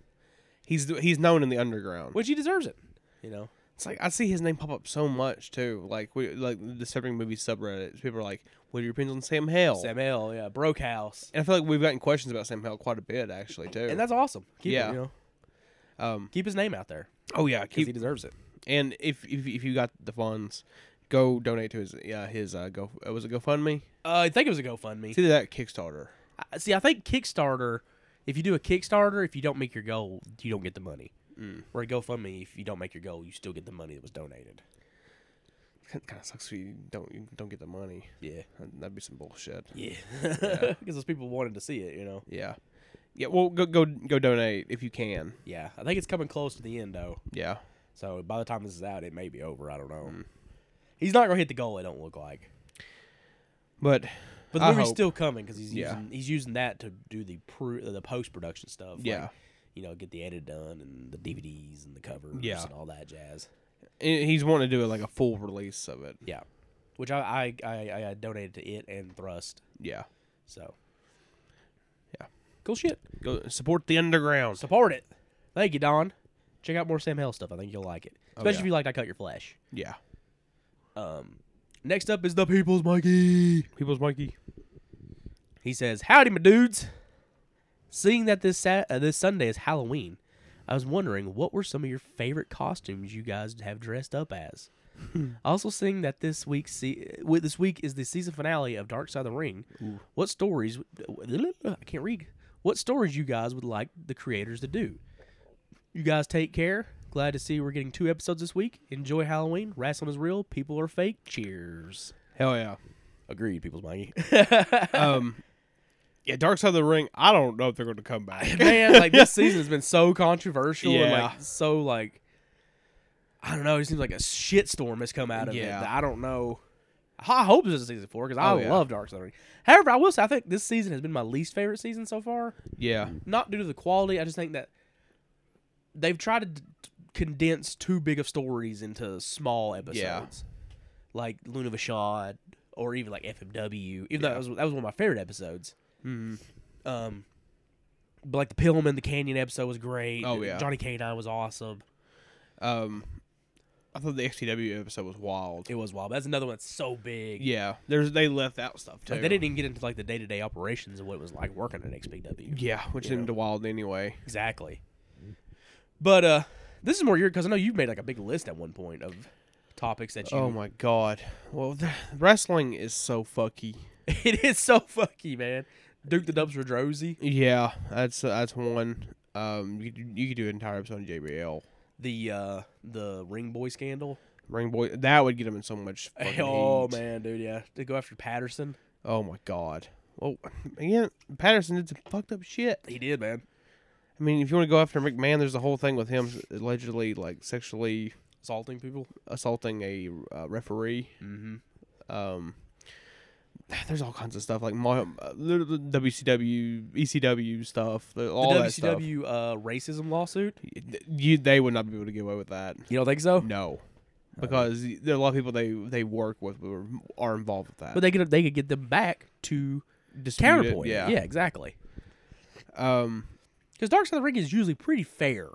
he's he's known in the underground. which he deserves it. You know, It's like I see his name pop up so much too. Like we like the Disturbing Movie subreddit. People are like, "What are your opinions on Sam Hale?" Sam Hale, yeah, Brokehouse, And I feel like we've gotten questions about Sam Hale quite a bit actually too. and that's awesome. Keep yeah, Yeah. it, you know, um, keep his name out there oh yeah, because keep he deserves it. and if, if if you got the funds, go donate to his uh, his uh, go uh, was it GoFundMe? Uh, I think it was a GoFundMe. It's either that or Kickstarter. I- See, I think Kickstarter. If you do a Kickstarter, if you don't make your goal, you don't get the money. Mm. Or a GoFundMe, if you don't make your goal, you still get the money that was donated. Kind of sucks if you don't you don't get the money. Yeah, That'd that'd be some bullshit. yeah. <laughs> Because those people wanted to see it, you know. Yeah, yeah. Well, go go go donate if you can. Yeah, I think it's coming close to the end though. Yeah, So by the time this is out, it may be over. I don't know. Mm. He's not gonna hit the goal. It don't look like. but But the I movie's hope. still coming because he's Yeah. using he's using that to do the pro, the post production stuff. like, Yeah. you know, get the edit done and the DVDs and the covers Yeah. and all that jazz. he- he's wanting to do like a full release of it. Yeah, which I I, I I donated to it and Thrust. Yeah. So Yeah. cool shit. Go support the underground. Support it. Thank you, Don. Check out more Sam Hell stuff. I think you'll like it, especially Oh, yeah. if you liked I Cut Your Flesh. Yeah. Um, next up is the People's Mikey. People's Mikey. He says, "Howdy, my dudes. Seeing that this Sat- uh, this Sunday is Halloween, I was wondering what were some of your favorite costumes you guys have dressed up <laughs> as. also, seeing that this week se- with this week is the season finale of Dark Side of the Ring, what stories? uh, I can't read. What stories you guys would like the creators to do? You guys take care. Glad to see we're getting two episodes this week. Enjoy Halloween. Wrestling is real. People are fake. Cheers. Hell yeah. Agreed, people's <laughs> Maggie. Um <laughs> Yeah, Dark Side of the Ring, I don't know if they're gonna come <laughs> back. man, like this season has been so controversial and Yeah. like so like I don't know. It seems like a shitstorm has come out of it. Yeah. that I don't know. I hope this is season four because I Oh, yeah. love Dark Side. of the Ring. However, I will say I think this season has been my least favorite season so far. yeah. Not due to the quality. I just think that they've tried to d- condense too big of stories into small episodes, like Luna Vashon or Mm-hmm. even like FMW. Even though that was that was one of my favorite episodes. Mhm. Um, But like the Pillman the Canyon episode was great. Oh, yeah. Johnny Canine was awesome. Um, I thought the XTW episode was wild. It was wild. That's another one that's so big. yeah, there's they left out stuff too. Like they didn't even get into like the day to day operations of what it was like working at XPW. Yeah, which you seemed know. wild anyway. Exactly. But uh this is more your because I know you made like a big list at one point of topics that you Oh my god. Well, the, wrestling is so fucky. <laughs> It is so fucky, man. Duke the Dumpster Drozy. Yeah, that's that's one. Um, you could, you could do an entire episode on JBL. The uh the ring boy scandal. Ring boy, that would get him in so much. <laughs> Fucking Oh heat. man, dude, yeah. They go after Patterson. Oh my god. Well, <laughs> again, Patterson did some fucked up shit. He did, man. I mean, if you want to go after McMahon, there's the whole thing with him allegedly like sexually Assaulting people. assaulting a uh, referee. Mm-hmm. Um, <sighs> there's all kinds of stuff like my, uh, the the WCW, ECW E stuff, the, all the that stuff. WCW uh, racism lawsuit. You, they would not be able to get away with that. You don't think so? No, Uh-huh. because there are a lot of people they they work with who are are involved with that. But they could they could get them back to Dispute it, counterpoint. it. yeah, yeah, exactly. Um, Because Dark Side of the Ring is usually pretty fair.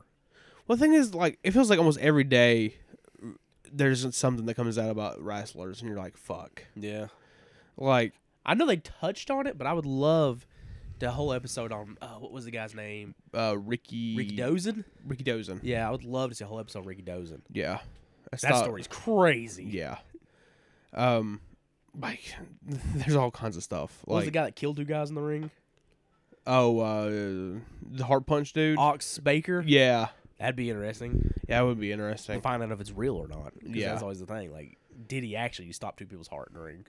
well, the thing is, like, it feels like almost every day there's something that comes out about wrestlers, and you're like, fuck, Yeah. like, I know they touched on it, but I would love the whole episode on uh, what was the guy's name? uh, Ricky Ricky Dozen. Ricky Dozen, Yeah, I would love to see a whole episode on Ricky Dozen. yeah, I That thought- story's crazy. yeah, um, like, <laughs> there's all kinds of stuff, What was the like, guy that killed two guys in the ring? oh, uh, the heart punch dude, Ox Baker. yeah, That'd be interesting yeah, that would be to interesting. find out if it's real or not. 'cause Yeah. that's always the thing. Like, did he actually stop two people's heart in the ring?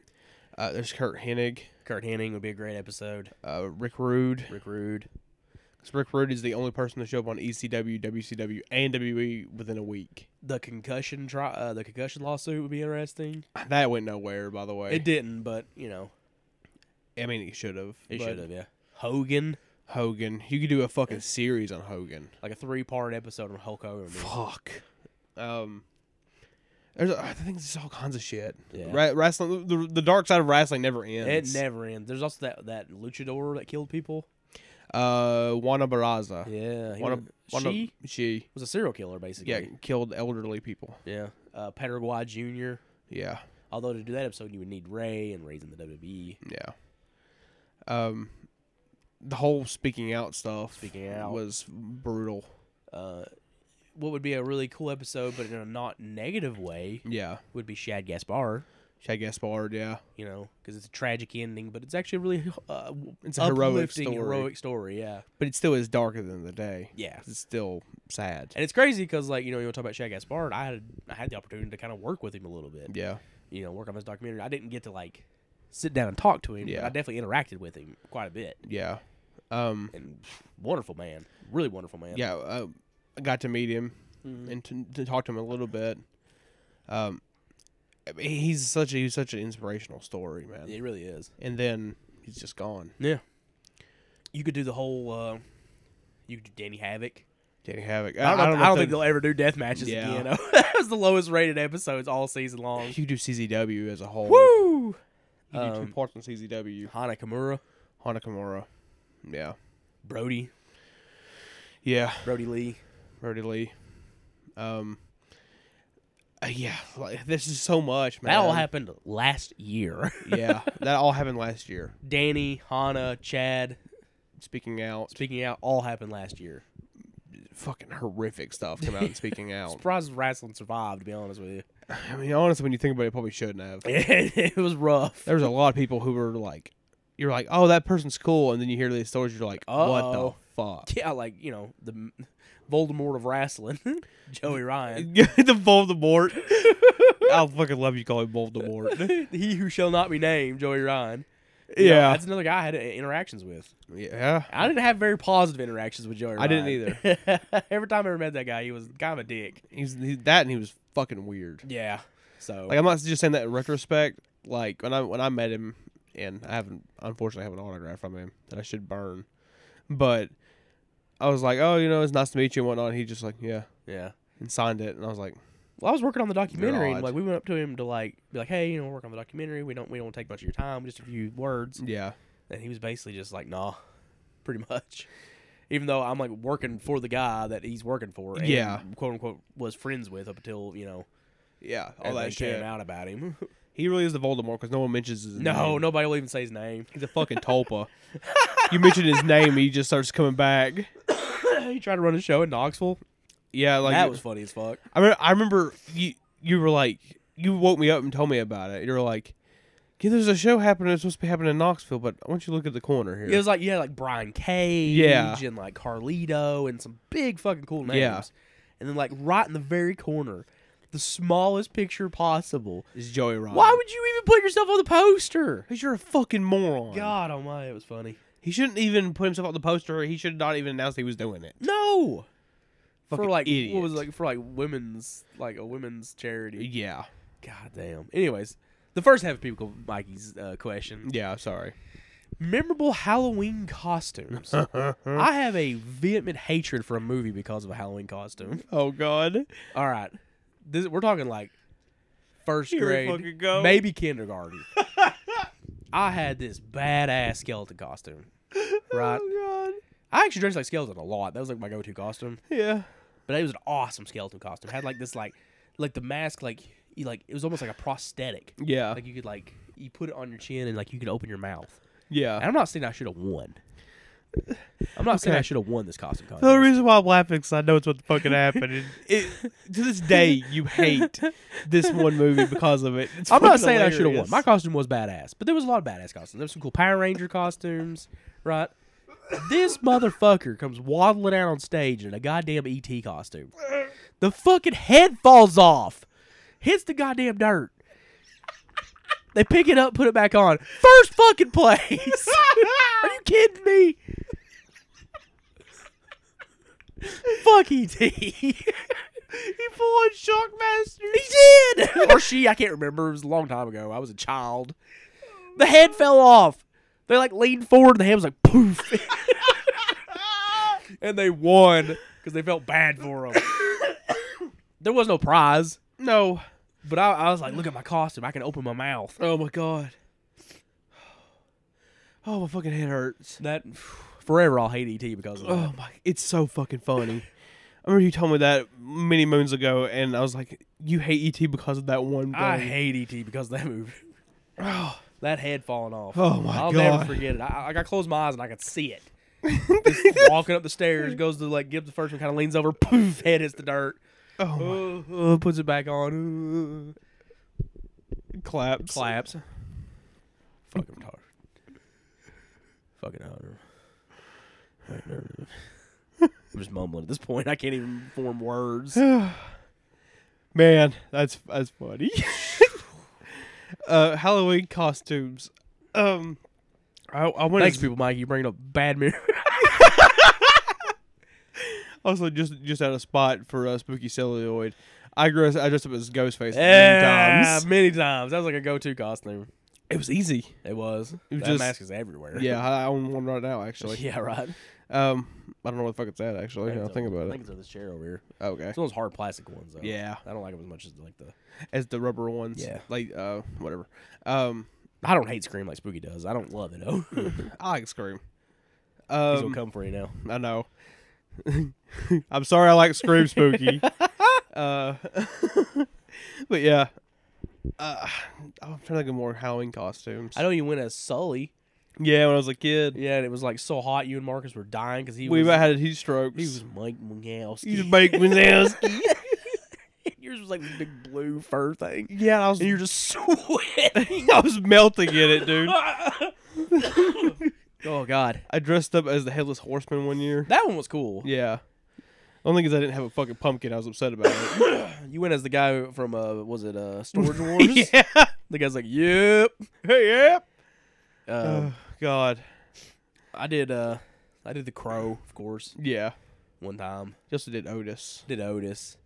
Uh, there's Kurt Hennig, Kurt Hennig would be a great episode. uh, Rick Rude. Rick Rude. Because Rick Rude is the only person to show up on E ECW, WCW, and WWE within a week. The concussion tri- uh, the concussion lawsuit would be interesting. That went nowhere, by the way. It didn't, but you know, I mean, it should have. it but should have. Yeah. Hogan, Hogan. You could do a fucking series on Hogan. like a three part episode on Hulk Hogan. would be- Fuck. Um. There's, I think there's all kinds of shit. Yeah. Ra- wrestling, the, the dark side of wrestling never It ends. never ends. There's also that that luchador that killed people. uh, Juana Barraza. Yeah. he Juana, was- Juana, she she, was a serial killer, yeah, basically. killed elderly people. Yeah. Uh, Paraguay Junior. Yeah, Although to do that episode, you would need Ray and Ray's in the E. WWE. yeah. Um, the whole speaking out stuff. Speaking out. was brutal. Uh, what would be a really cool episode, but in a not negative way, Yeah. would be Shad Gaspar. Shad Gaspard, yeah. You know, because it's a tragic ending, but it's actually a really uh, It's a heroic uplifting, story. heroic story. Yeah, But it still is darker than the day. yeah. It's still sad. And it's crazy because, like, you know, you want to talk about Shad Gaspard. I had I had the opportunity to kind of work with him a little bit. Yeah. You know, work on his documentary. I didn't get to like sit down and talk to him, but Yeah. I definitely interacted with him quite a bit. Yeah. Um And wonderful man, really wonderful man. yeah, uh, I got to meet him Mhm. and to, to talk to him a little bit. Um I mean, he's such a he's such an inspirational story, man. it really is. And then he's just gone. Yeah. You could do the whole. Uh, you could do Danny Havoc. Danny Havoc. I don't, know, I don't, know if think they'll ever do death matches Yeah. again. <laughs> that was the lowest rated episodes all season long. you could do CZW as a whole. Woo! You could do Um, two parts on CZW. Hana Kimura, Hanakamura. Yeah. Brody, Yeah. Brody Lee. Brody Lee. Um, uh, yeah, like, this is so much, man. That all happened last year. <laughs> yeah, that all happened last year. Danny, Hana, Chad, Speaking out, speaking out, all happened last year. fucking horrific stuff come out and speaking out. Surprised wrestling survived. To be honest with you, I mean, honestly, when you think about it, it probably shouldn't have. <laughs> it was rough. There was a lot of people who were like, you're like, oh, that person's cool, and then you hear these stories, you're like, what the Uh-oh. fuck? <laughs> Yeah, like you know the m- Voldemort of wrestling, <laughs> Joey Ryan, the Voldemort. I fucking love you calling Voldemort. <laughs> <laughs> he who shall not be named, Joey Ryan. You know, Yeah, that's another guy I had uh, interactions with. yeah. I didn't have very positive interactions with Joey. I didn't Ryan. <laughs> Every time I ever met that guy, he was kind of a dick. He's he, that, and he was fucking weird. Yeah. So Like I'm not just saying that in retrospect. Like when I when I met him, and I haven't unfortunately I have an autograph from him that I should burn, but I was like, oh, you know, it's nice to meet you and whatnot. And he just like, yeah, yeah. and signed it, and I was like, Well, I was working on the documentary, and odd. like we went up to him to like be like, hey, you know, work on the documentary. We don't we don't take much of your time, just a few words. yeah. And he was basically just like, nah, <laughs> pretty much. Even though I'm like working for the guy that he's working for, and Yeah. quote unquote, was friends with up until you know Yeah, all all that came shit. out about him. <laughs> He really is the Voldemort because no one mentions his name. no, nobody will even say his name. He's <laughs> a fucking tulpa. you mention his name, he just starts coming back. he tried to run a show in Knoxville. Yeah, like that was funny as fuck. I remember, I remember you you were like you woke me up and told me about it. You were like, "Yeah, there's a show happening. It's supposed to be happening in Knoxville, but I want you to look at the corner here." It was like you had like Brian Cage Yeah. and like Carlito and some big fucking cool names. Yeah. And then like right in the very corner, the smallest picture possible. It's Joey Ryan. Why would you even put yourself on the poster? Because you're a fucking moron. God almighty, it was funny. He shouldn't even put himself on the poster. He should not even announce he was doing it. No. for Fucking like idiot. what was it, like for like women's like a women's charity. Yeah. God damn. Anyways, the first half of people Mikey's uh, question. Yeah. Sorry. Memorable Halloween <laughs> costumes. I have a vehement hatred for a movie because of a Halloween costume. Oh God. All right, this we're talking like first Here we grade, fucking go. maybe kindergarten. <laughs> I had this badass skeleton costume, right? Oh I actually dressed like skeleton a lot. That was like my go-to costume, God. Yeah. but it was an awesome skeleton costume. It had like this like like the mask like you like it was almost like a prosthetic. Yeah. Like you could like you put it on your chin and like you could open your mouth. And yeah. I'm not saying I should have won. I'm not saying Okay. I should have won this costume contest. The reason why I'm laughing is I know it's what fucking <laughs> happened. It, to this day, you hate this one movie because of it. It's I'm not fucking saying I should have won. hilarious. My costume was badass, but there was a lot of badass costumes. There was some cool Power Ranger costumes, right? This motherfucker comes waddling out on stage in a goddamn ET costume. The fucking head falls off, hits the goddamn dirt. They pick it up, put it back on. First fucking place. Are you kidding me? Fuck E <laughs> ET. He full on Shockmaster. He did, <laughs> or she. I can't remember. It was a long time ago. I was a child. The head fell off. They like leaned forward, and the head was like poof. <laughs> and they won because they felt bad for him. there was no prize, No. but I, I was like, "Look at my costume. I can open my mouth." Oh my God. <sighs> Oh my fucking head hurts. That <sighs> forever, I'll hate ET because <laughs> of that. Oh my! It's so fucking funny. I remember you told me that many moons ago, and I was like, "You hate ET because of that one." Thing. I hate ET because of that movie. <sighs> Oh, That head falling off. Oh, my I'll never God. forget it. I, I, I closed my eyes and I could see <laughs> it. Just walking up the stairs, goes to like give the first one, kind of leans over, <laughs> poof, head hits the dirt, oh my! Oh, oh, puts it back on, uh, Claps. claps. Uh, Fucking retarded. Fucking harder. I'm just mumbling at this point. I can't even form <sighs> words. Man, that's that's funny. <laughs> uh, Halloween costumes. Um, I I want Thanks, to people, Mike. You bringing up bad memories. also just just out of spot for uh, spooky celluloid. I dressed I dressed up as Ghostface many Yeah, times. many times. That was like a go-to costume. It was easy. It was. It was that just- mask is everywhere. <laughs> Yeah, I I own one right now actually. yeah, right. Um, I don't know what the fuck it's at actually. Now I think I about think it. it's on this chair over here. Okay. It's one of those hard plastic ones though. Yeah, I don't like them as much as like the. as the rubber ones. Yeah. like uh, whatever. Um, I don't hate Scream like Spooky does. I don't love it though. <laughs> I like Scream. He's gonna Um, come for you now. I know. <laughs> I'm sorry, I like <laughs> Scream Spooky. uh, <laughs> but yeah, uh, I'm trying to think of more Halloween costumes. I know you went as Sully. yeah, when I was a kid, Yeah, and it was like so hot. You and Marcus were dying because he we was. about had a heat stroke. he was Mike Mungowski. <laughs> He's Mike Wazowski. Yours was like this big blue fur thing, yeah, I was. and you're just <laughs> sweating. <laughs> <laughs> I was melting in it, dude. oh God, I dressed up as the headless horseman one year. that one was cool. Yeah. Only because I didn't have a fucking pumpkin, I was upset about it. <laughs> You went as the guy from uh, was it <laughs> uh, Storage Wars? <laughs> The guy's like, yep. Hey, yeah. <laughs> Uh, Oh, God. I did. Uh, I did the Crow, of course, Yeah. one time. Justin did Otis. Did Otis.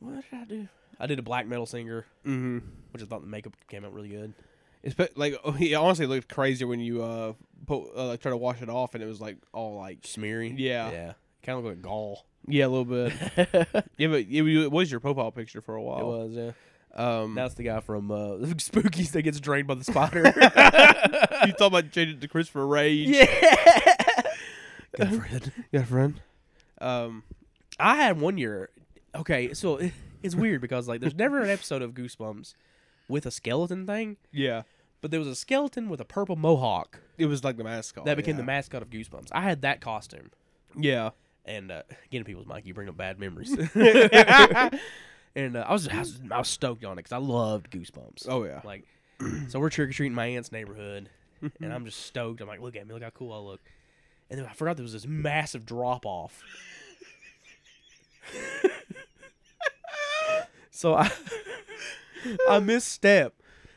What did I do? I did a black metal singer, Mm-hmm. which I thought the makeup came out really good. It's pe- like <laughs> oh, he honestly looked crazier when you uh put uh, like try to wash it off and it was like all like Smeary. Yeah. Yeah. Kind of looked like gall. yeah a little <laughs> bit it yeah but it, wa- it was your profile picture for a while was. Yeah. um <laughs> That's the guy from uh, <laughs> Spookies that gets drained by the <laughs> spider. <laughs> you thought about changing it to Christopher Rage yeah. Yeah, Fred. Yeah, friend. Um, I had one year. Okay, so <laughs> it, it's weird because like there's never an episode of Goosebumps with a skeleton thing, Yeah. but there was a skeleton with a purple mohawk It was like the mascot. that became Oh, yeah. the mascot of Goosebumps. I had that costume, Yeah. and uh, again, people's Mike, you bring up bad <laughs> memories. <laughs> and uh, I, was, I was I was stoked on it because I loved Goosebumps. Oh yeah. Like, so we're trick or treating my aunt's neighborhood, and I'm just stoked. I'm like, look at me, look how cool I look. And then I forgot there was this massive drop off. so I, I misstep,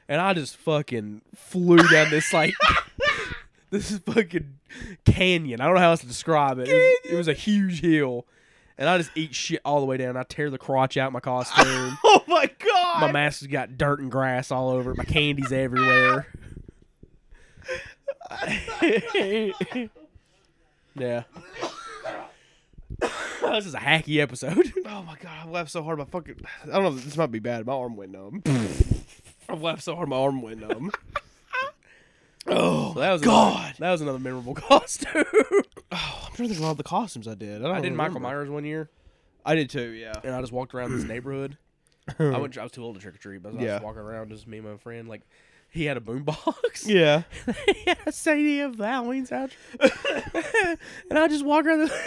and I just fucking flew down this like. <laughs> This is fucking canyon. I don't know how else to describe it. It was, it was a huge hill, and I just eat shit all the way down. I tear the crotch out my costume. <laughs> oh my god. My mask has got dirt and grass all over it. My candy's everywhere. <laughs> yeah. this is a hacky episode. oh my god. I laughed so hard. My fucking. I don't know. This might be bad. My arm went <laughs> numb. I've laughed so hard. My arm went numb. <laughs> Oh, that was God. that was another memorable <laughs> costume. <laughs> I'm trying to think of all the costumes I did. I, don't I did Michael remember. Myers one year, I did too. Yeah. and I just walked around this neighborhood. I, went, I was too old to trick or treat, but I was Yeah. just walking around, just me and my friend. Like, he had a <laughs> boombox. Yeah. <laughs> he had a CD of the Halloween soundtrack. <laughs> and I just walk around the <laughs>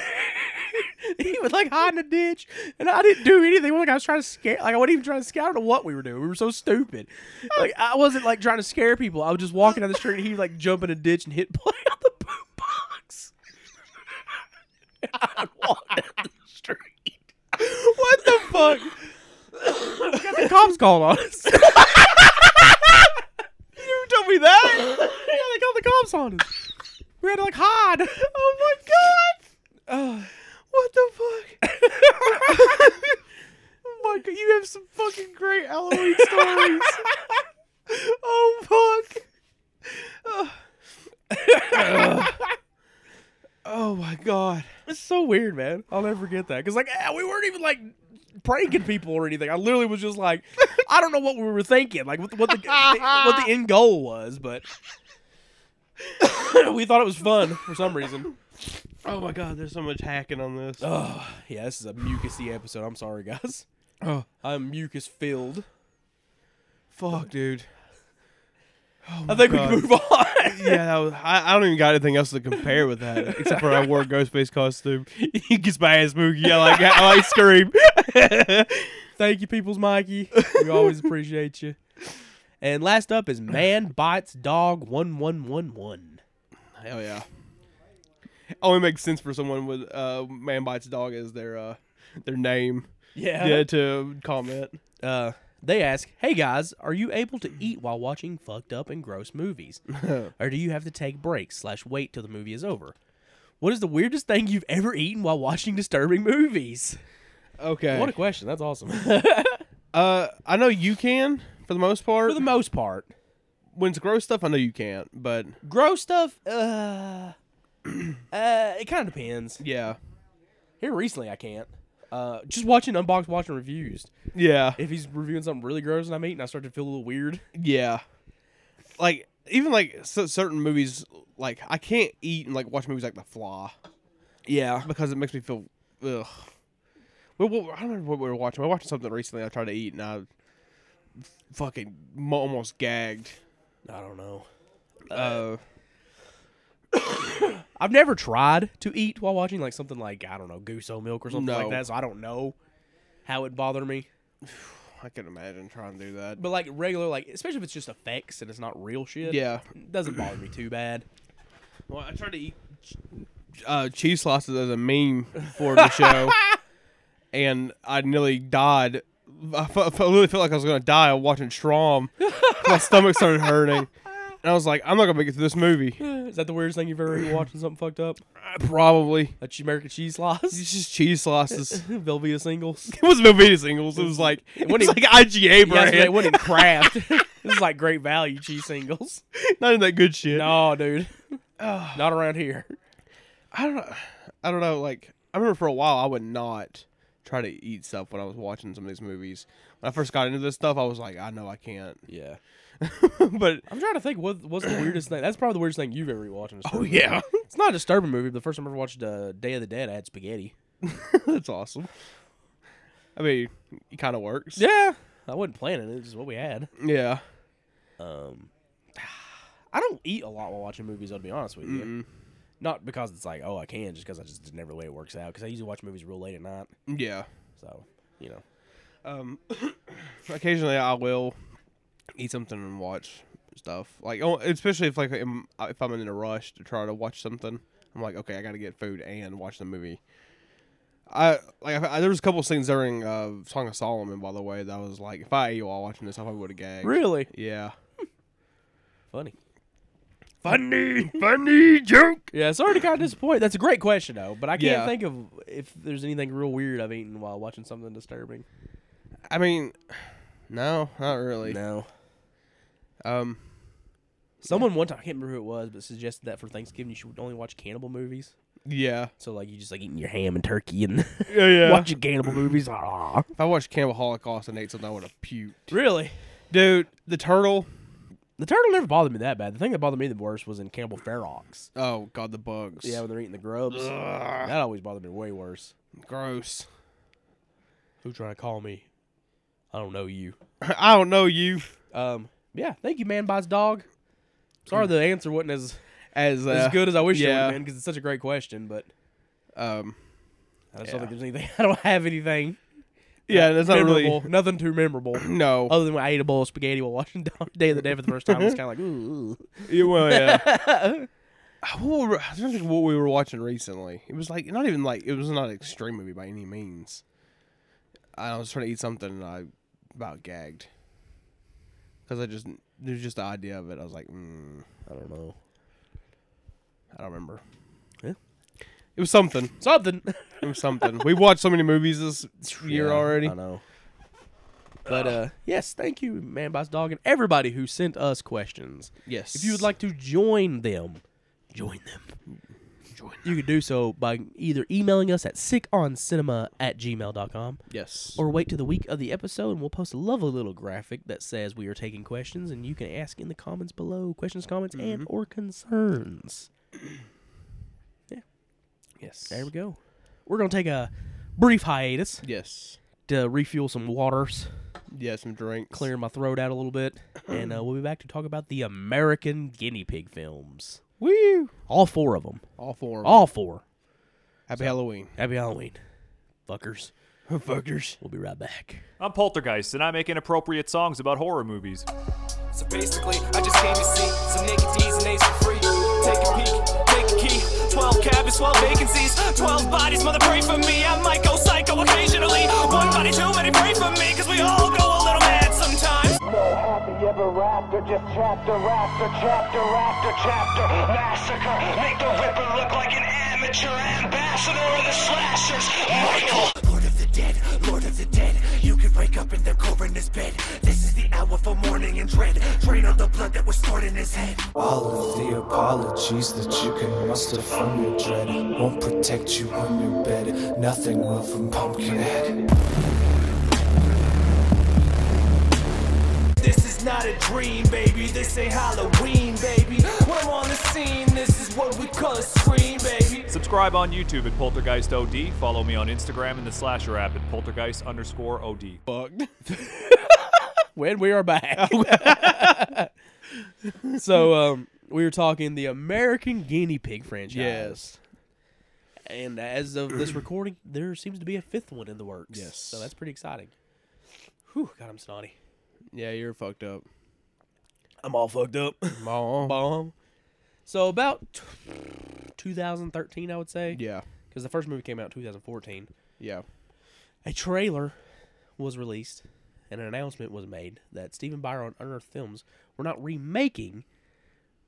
He was like hide in a ditch and I didn't do anything. It wasn't Like I was trying to scare like I wasn't even trying to scare I don't know what we were doing. We were so stupid. Like I wasn't like trying to scare people. I was just walking down the street and he would like jump in a ditch and hit <laughs> play on the boombox. And I'd walk down the street. What the fuck? Got the cops called on <laughs> us. You told me that? yeah, they called the cops on us. We had to like hide. Oh my god! what the <laughs> fuck? oh my god, you have some fucking great Halloween <laughs> stories. oh fuck! Oh my god. It's so weird, man. I'll never forget that because like ah, we weren't even like pranking people or anything. I literally was just like, I don't know what we were thinking, like what the, what the <laughs> what the end goal was, but <laughs> we thought it was fun for some reason. Oh my god. There's so much hacking on this. Oh, yeah, this is a mucusy episode. I'm sorry, guys. Oh. I'm mucus filled. Fuck, dude. I think God. we can move on. Yeah, that was, I, I don't even got anything else to compare with that, except for <laughs> I wore a Ghostface costume. he gets my ass moogie. I like, I like scream. <laughs> Thank you, Peoples Mikey. We always appreciate you. And last up is Man Bites Dog 1111. Hell yeah. Only makes sense for someone with uh, man bites dog as their uh, their name. Yeah, to comment. Uh, they ask, Hey guys, are you able to eat while watching fucked up and gross movies? or do you have to take breaks slash wait till the movie is over? What is the weirdest thing you've ever eaten while watching disturbing movies? Okay. What a question. That's <laughs> awesome. uh, I know you can for the most part. For the most part. when it's gross stuff, I know you can't. But Gross stuff, uh, <clears throat> uh, it kind of depends. yeah, Here recently, I can't. Uh, just watching unboxed, watching reviews. yeah, If he's reviewing something really gross and I'm eating, I start to feel a little weird. yeah. Like even like c- certain movies, like I can't eat and like watch movies like The Fly. Yeah, because it makes me feel ugh. Well, well, I don't remember what we were watching. We were watching something recently. I tried to eat and I fucking mo- almost gagged. I don't know. Uh, I've never tried to eat while watching like something like I don't know Guso milk or something like No. that, so I don't know how it bothered me. I can imagine trying to do that. But like regular, like especially if it's just effects and it's not real shit. yeah, it doesn't bother me too bad. well, I tried to eat uh, cheese slices as a meme for the show, and I nearly died. I fe- I really felt like I was gonna die watching Strom. <laughs> My stomach started hurting, and I was like, "I'm not gonna make it through this movie." <laughs> Is that the weirdest thing you've ever eaten watching something fucked up? Probably. A che- American cheese slice, It's just cheese <laughs> slices. <laughs> Velveeta <laughs> singles. It was Velveeta singles. It was like it wasn't was like IGA Yeah, brand. it wasn't <laughs> craft. <laughs> this is like great value cheese singles. Not in that good shit. No, dude, not around here. I don't. know. I don't know. Like I remember for a while I would not try to eat stuff when I was watching some of these movies. When I first got into this stuff, I was like, I know I can't. Yeah. <laughs> but I'm trying to think what what's the weirdest thing. That's probably the weirdest thing you've ever watched. In a disturbing oh movie. yeah, <laughs> It's not a disturbing movie. But the first time I ever watched uh, Day of the Dead, I had spaghetti. that's awesome. I mean, it kind of works. Yeah. I wasn't planning it. It's just what we had. Yeah. Um, I don't eat a lot while watching movies. I'll be honest with you. Mm-mm. Not because it's like, oh, I can, just because I just it's never the way it works out. Because I usually watch movies real late at night, Yeah. so you know. Um, <coughs> occasionally I will eat something and watch stuff. Like, oh, especially if like I'm- uh, if I'm in a rush to try to watch something, I'm like, okay, I got to get food and watch the movie. I like I, there was a couple scenes during uh, Song of Solomon, by the way, that I was like, if I ate while watching this, I probably would have gagged. Really Yeah. funny. Funny, funny <laughs> joke. Yeah, sorry to kind of disappoint. That's a great question though, but I can't Yeah. think of if there's anything real weird I've eaten while watching something disturbing. I mean, <sighs> no, not really. No. Um, Someone one time I can't remember who it was, but suggested that for Thanksgiving you should only watch cannibal movies. yeah, So like you just like eating your ham and turkey and <laughs> yeah, yeah. watching cannibal movies. <laughs> Ah. If I watched Cannibal Holocaust and ate something, I would have puked. really? Dude, the turtle. The turtle never bothered me that bad. The thing that bothered me the worst was in Cannibal Ferox. Oh God, the bugs. Yeah, when they're eating the grubs. Ugh, That always bothered me way worse. gross. <laughs> Who trying to call me? I don't know you. I don't know you Um, yeah, thank you, man. Buys dog. Sorry, the answer wasn't as as uh, as good as I wish it would yeah. have been because it's such a great question. But Um, I just Yeah. don't think there's anything. <laughs> I don't have anything. yeah, that's not memorable. really Uh, Nothing too <coughs> memorable. <laughs> no. Other than when I ate a bowl of spaghetti while watching <laughs> Dog Day of the Dead for the first time, it's kind of like ooh. Yeah, well, yeah. What were- <laughs> I don't think what we were watching recently. It was like not even like it was not an extreme movie by any means. I was trying to eat something and I about gagged because I just there's just the idea of it. I was like, mm, I don't know. I don't remember. Yeah. It was something. Something. <laughs> It was something. We've watched so many movies this year Yeah, already. I know. But uh, yes, thank you, Man Boss Dog, and everybody who sent us questions. Yes. If you would like to join them, join them. Join them. You can do so by either emailing us at sickoncinema at gmail.com yes, or wait to the week of the episode and we'll post a lovely little graphic that says we are taking questions and you can ask in the comments below questions, comments, Mm-hmm. and or concerns. yes, There we go. We're going to take a brief hiatus yes, to refuel some waters. yeah, some drinks. clearing my throat out a little bit, and uh, we'll be back to talk about the American guinea pig films. Woo! All four of them. All four. Of 'em. All four. Happy Halloween. Happy Halloween, fuckers. <laughs> Fuckers. We'll be right back. I'm Poltergeist, and I make inappropriate songs about horror movies. So basically, I just came to see some naked D's and A's for free. Take a peek, take a key. 12 cabins, 12 vacancies, 12 bodies, mother, pray for me. I might go psycho occasionally. One body too many, pray for me, cause we all go a little mad sometimes. No happy ever after, just chapter after chapter after chapter. Massacre, make the Ripper look like an amateur ambassador of the slashers. Michael! Lord of the dead, Lord of the dead. You could wake up in the coroner's bed. This is the hour for mourning and dread. Drain out the blood that was stored in his head. All of the apologies that you can muster from your dread won't protect you on your bed. Nothing will from Pumpkinhead. This is not a dream, baby. This ain't Halloween, baby. We're on the scene. This is what we call a scream, baby. Subscribe on YouTube at Poltergeist OD. Follow me on Instagram and the Slasher app at Poltergeist underscore OD. Fucked. When we are back. <laughs> so, um, we were talking the American guinea pig franchise. Yes. And as of this recording, there seems to be a fifth one in the works. Yes. So that's pretty exciting. Whew, God, I'm snotty. <laughs> Yeah, you're fucked up. I'm all fucked up. <laughs> Mom. Bomb. So about t- 2013, I would say. Yeah. because the first movie came out in 2014. Yeah. A trailer was released, and an announcement was made that Stephen Byron and Unearthed Films were not remaking,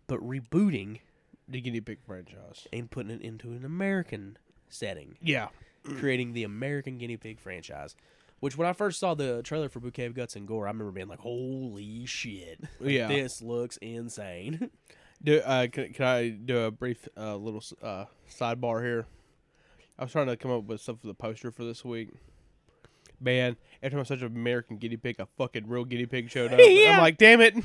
but rebooting The guinea pig franchise. and putting it into an American setting, Yeah. creating the American guinea pig franchise. Which, when I first saw the trailer for Bouquet of Guts and Gore, I remember being like, "Holy shit! Like, Yeah. this looks insane." <laughs> Do uh, can, can I do a brief uh, little s- uh, sidebar here? I was trying to come up with stuff for the poster for this week, man, every time I such an American guinea pig, a fucking real guinea pig showed <laughs> up. I'm like, damn it.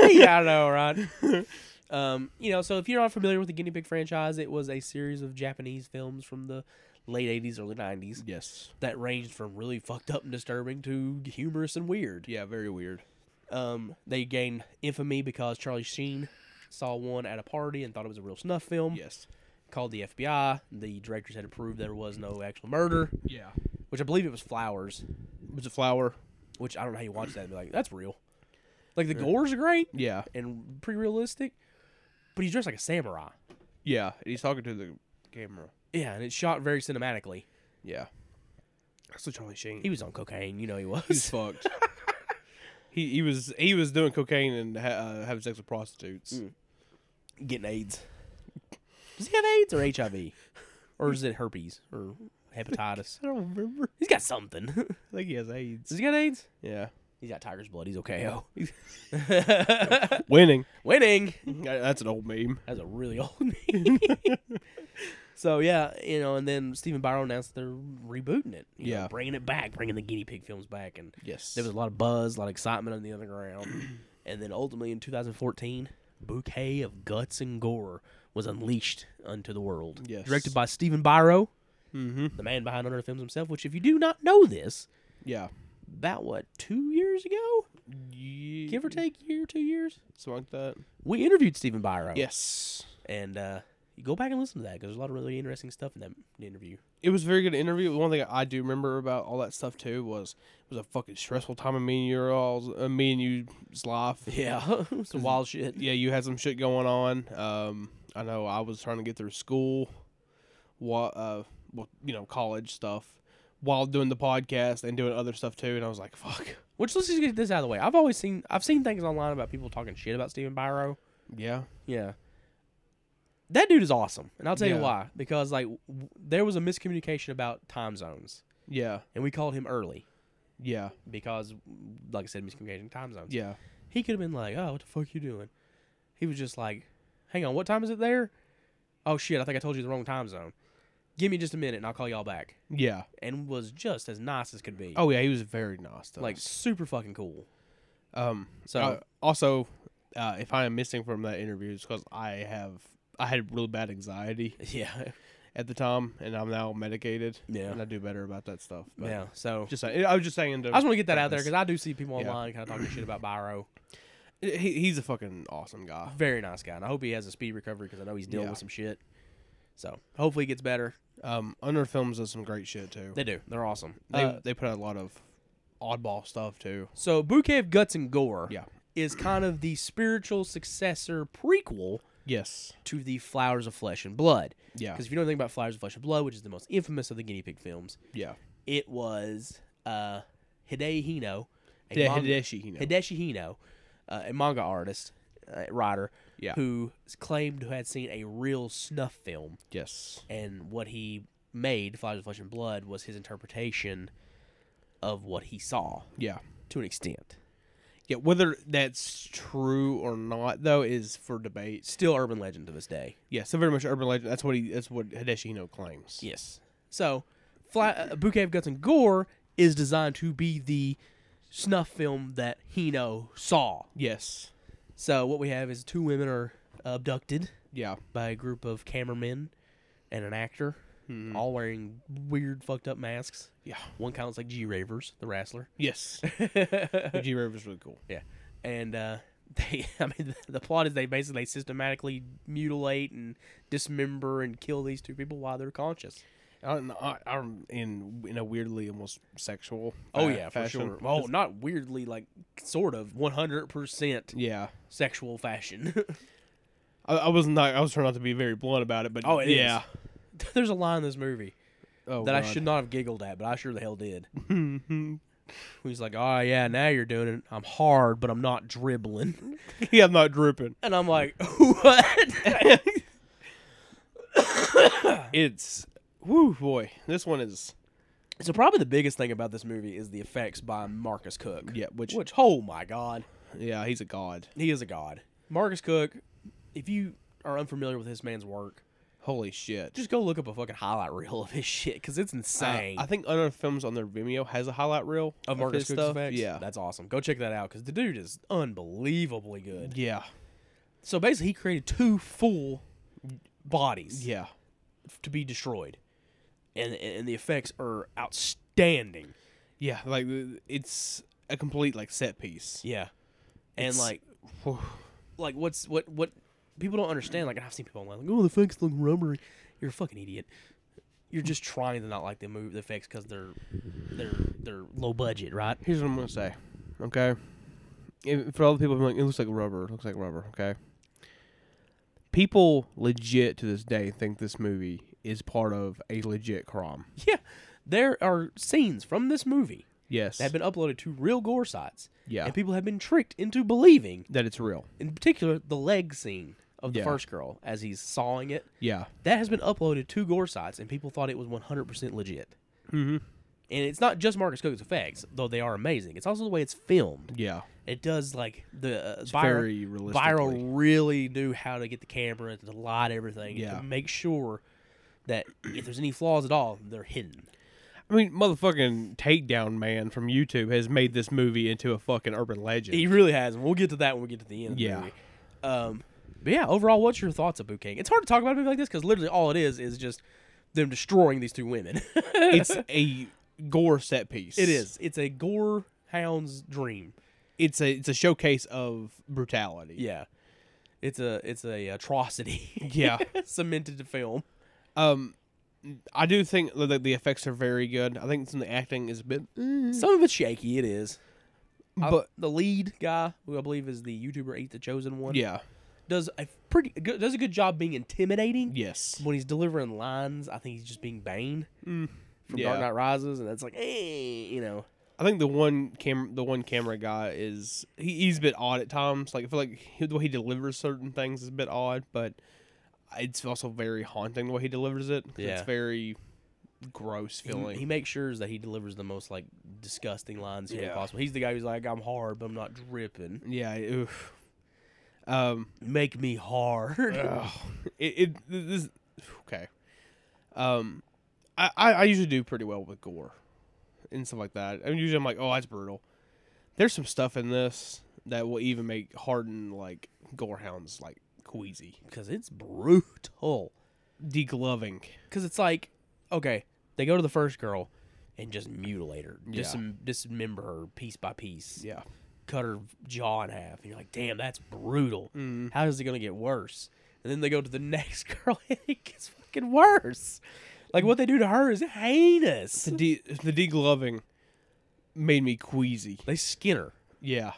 <laughs> yeah, I know, right? <laughs> um, you know, so if you're not familiar with the guinea pig franchise, it was a series of Japanese films from the late 80s, early 90s yes. that ranged from really fucked up and disturbing to humorous and weird. Yeah, very weird. Um, they gained infamy because Charlie Sheen saw one at a party and thought it was a real snuff film. Yes. Called the FBI. The directors had to prove there was no actual murder, Yeah. which I believe it was Flowers, Was it flower? which I don't know how you watch that and be like, that's real. Like Uh, the gore's great Yeah. and pretty realistic, but he's dressed like a samurai. Yeah. And he's talking to the camera. Yeah, and it's shot very cinematically. Yeah. That's what Charlie Sheen. He was on cocaine, you know he was. <laughs> He's <laughs> fucked. he he was he was doing cocaine and ha- uh, having sex with prostitutes. Getting AIDS. Does he have AIDS or HIV? Or is it herpes or hepatitis? I don't remember. <laughs> He's got something. <laughs> Does I think he has AIDS. he got AIDS? Yeah. He's got tiger's blood. He's okay. <laughs> Oh. Winning. Winning. Yeah, That's an old meme. That's a really old <laughs> name. so yeah, you know, and then Stephen Byron announced they're rebooting it. you know, Yeah. bringing it back, bringing the guinea pig films back, and Yes. there was a lot of buzz, a lot of excitement on the underground, <clears throat> and then ultimately in 2014, Bouquet of Guts and Gore was unleashed unto the world. Yes. Directed by Stephen Byro, Mm-hmm. the man behind Under the Films himself. Which, if you do not know this, Yeah. about what two years ago, Ye- give or take year, two years, something like that. we interviewed Stephen Byro. Yes. and uh, you go back and listen to that because there's a lot of really interesting stuff in that interview. It was a very good interview. One thing I do remember about all that stuff too was it was a fucking stressful time in me and your all's uh, me and you's life. <laughs> Yeah, some wild shit. yeah, you had some shit going on. Um, I know I was trying to get through school, what, uh, well, you know, college stuff, while doing the podcast and doing other stuff too. And I was like, fuck, Which let's just get this out of the way. I've always seen I've seen things online about people talking shit about Stephen Byro. yeah, Yeah, that dude is awesome, and I'll tell Yeah. you why. Because like w- there was a miscommunication about time zones, yeah, and we called him early yeah, because, like I said, miscommunication time zones. yeah, He could have been like, "Oh, what the fuck you doing?" He was just like, "Hang on, what time is it there?" Oh shit, I think I told you the wrong time zone. Give me just a minute, and I'll call y'all back. yeah. and was just as nice as could be. Oh yeah, he was very nice. to like us. super fucking cool. um, so- uh, also, uh, if I am missing from that interview, it's because I have I had really bad anxiety <laughs> Yeah, at the time, and I'm now medicated. Yeah. and I do better about that stuff. But yeah. So Just saying, I was just saying. To I just want to get that out there because I do see people Yeah. online kind of talking shit about Byro. he, he's a fucking awesome guy. Very nice guy, and I hope he has a speed recovery because I know he's dealing Yeah. with some shit. So hopefully he gets better. Um, Under Films does some great shit too. They do. They're awesome. They, Uh, they put out a lot of oddball stuff too. so Bouquet of Guts and Gore Yeah. is kind of the spiritual successor prequel Yes. to the Flowers of Flesh and Blood. Yeah. Because if you know anything about Flowers of Flesh and Blood, which is the most infamous of the guinea pig films, Yeah. it was uh, Hideo Hino. a Yeah, manga- Hideshi, you know. Hideshi Hino, uh, a manga artist, uh, writer, Yeah. who s- claimed to had seen a real snuff film, yes. and what he made, Flowers of Flesh and Blood, was his interpretation of what he saw Yeah. to an extent. Yeah. Whether that's true or not, though, is for debate. Still urban legend to this day. Yeah. So very much urban legend. That's what he. That's what Hideshi Hino claims. Yes. So, Fly, uh, Bouquet of Guts and Gore is designed to be the snuff film that Hino saw. Yes. So, what we have is two women are abducted Yeah. by a group of cameramen and an actor, all wearing weird, fucked up masks. Yeah. One kind of looks like G Ravers, the wrestler. <laughs> Yes. G Rave is really cool. Yeah, and uh, <laughs> they, I mean, the plot is they basically systematically mutilate and dismember and kill these two people while they're conscious. I don't know, I, I'm in in a weirdly almost sexual. Oh fa- yeah, for fashion. sure. Oh, not weirdly, like sort of one hundred percent Yeah. sexual fashion. <laughs> I, I was not. I was trying not to be very blunt about it, but Oh, it is. yeah. There's a line in this movie Oh, that I God. should not have giggled at, but I sure the hell did. He's like, "Oh yeah, now you're doing it. I'm hard, but I'm not dribbling." yeah, I'm not drooping. And I'm like, <laughs> "What?" It's whoo boy. This one is so probably the biggest thing about this movie is the effects by Marcus Cook. Yeah, which- which oh my god, yeah, he's a god. he is a god. Marcus Cook. If you are unfamiliar with this man's work, Holy shit. Just go look up a fucking highlight reel of his shit because it's Uh, insane. I think other films on their Vimeo has a highlight reel of Marcus his Cook's stuff. effects. Yeah. that's awesome. Go check that out because the dude is unbelievably good. yeah. So basically, he created two full bodies Yeah. to be destroyed, and and the effects are outstanding. Yeah. Like th- it's a complete like set piece. Yeah, and It's- like, like what's what what people don't understand. Like I've seen people online, like, oh, the effects look rubbery. You're a fucking idiot. You're just trying to not like the move the effects because they're they're they're low budget, right? Here's what I'm gonna say. Okay. If- for all the people who are like, it looks like rubber. It looks like rubber. Okay. <laughs> People legit to this day think this movie is part of a legit crime. Yeah, there are scenes from this movie Yes. that have been uploaded to real gore sites. Yeah. and people have been tricked into believing, that it's real. in particular, the leg scene of the Yeah. first girl as he's sawing it. Yeah. That has been uploaded to gore sites, and people thought it was 100% legit. Mm-hmm. And it's not just Marcus Cook's effects, though they are amazing. It's also the way it's filmed. Yeah. It does like the uh, very viral, realistically. viral really knew how to get the camera and to light everything, and Yeah. to make sure that if there's any flaws at all, they're hidden. I mean, motherfucking takedown man from YouTube has made this movie into a fucking urban legend. <laughs> He really has, and we'll get to that when we get to the end. Of the Yeah. Movie. Um, but yeah, overall, what's your thoughts of Boot King? It's hard to talk about a movie like this because literally all it is is just them destroying these two women. <laughs> it's a gore set piece. it is. It's a gore hound's dream. It's a it's a showcase of brutality. Yeah. It's a it's a atrocity. <laughs> Yeah. cemented to film. Um, I do think that the effects are very good. I think some of the acting is a bit, eh, Some of it's shaky. It is. I- but the lead guy, who I believe is the YouTuber Eight the Chosen One, yeah, does a pretty good, does a good job being intimidating. yes, when he's delivering lines, I think he's just being Bane from yeah. Dark Knight Rises, and that's like, eh, you know, I think the one cam the one camera guy is he, he's a bit odd at times. Like I feel like he, the way he delivers certain things is a bit odd, but it's also very haunting the way he delivers it. 'cause Yeah. It's very gross feeling. he, he makes sure that he delivers the most like disgusting lines humanly Yeah. possible. He's the guy who's like, I'm hard, but I'm not dripping. yeah. Oof. Um. Make me <laughs> hard. It. it this. Okay. Um. I, I I usually do pretty well with gore, and stuff like that. I mean, usually I'm like, oh, that's brutal. There's some stuff in this that will even make hardened like gore hounds like queasy, Because it's brutal. degloving. Because it's like, okay, they go to the first girl and just mutilate her, dismem- dismember her piece by piece. Yeah. cut her jaw in half. And you're like, damn, that's brutal. How is it going to get worse? And then they go to the <laughs> next girl and it gets fucking worse. Like what they do to her is heinous. The de- the degloving made me queasy. They skin her. <laughs> Yeah.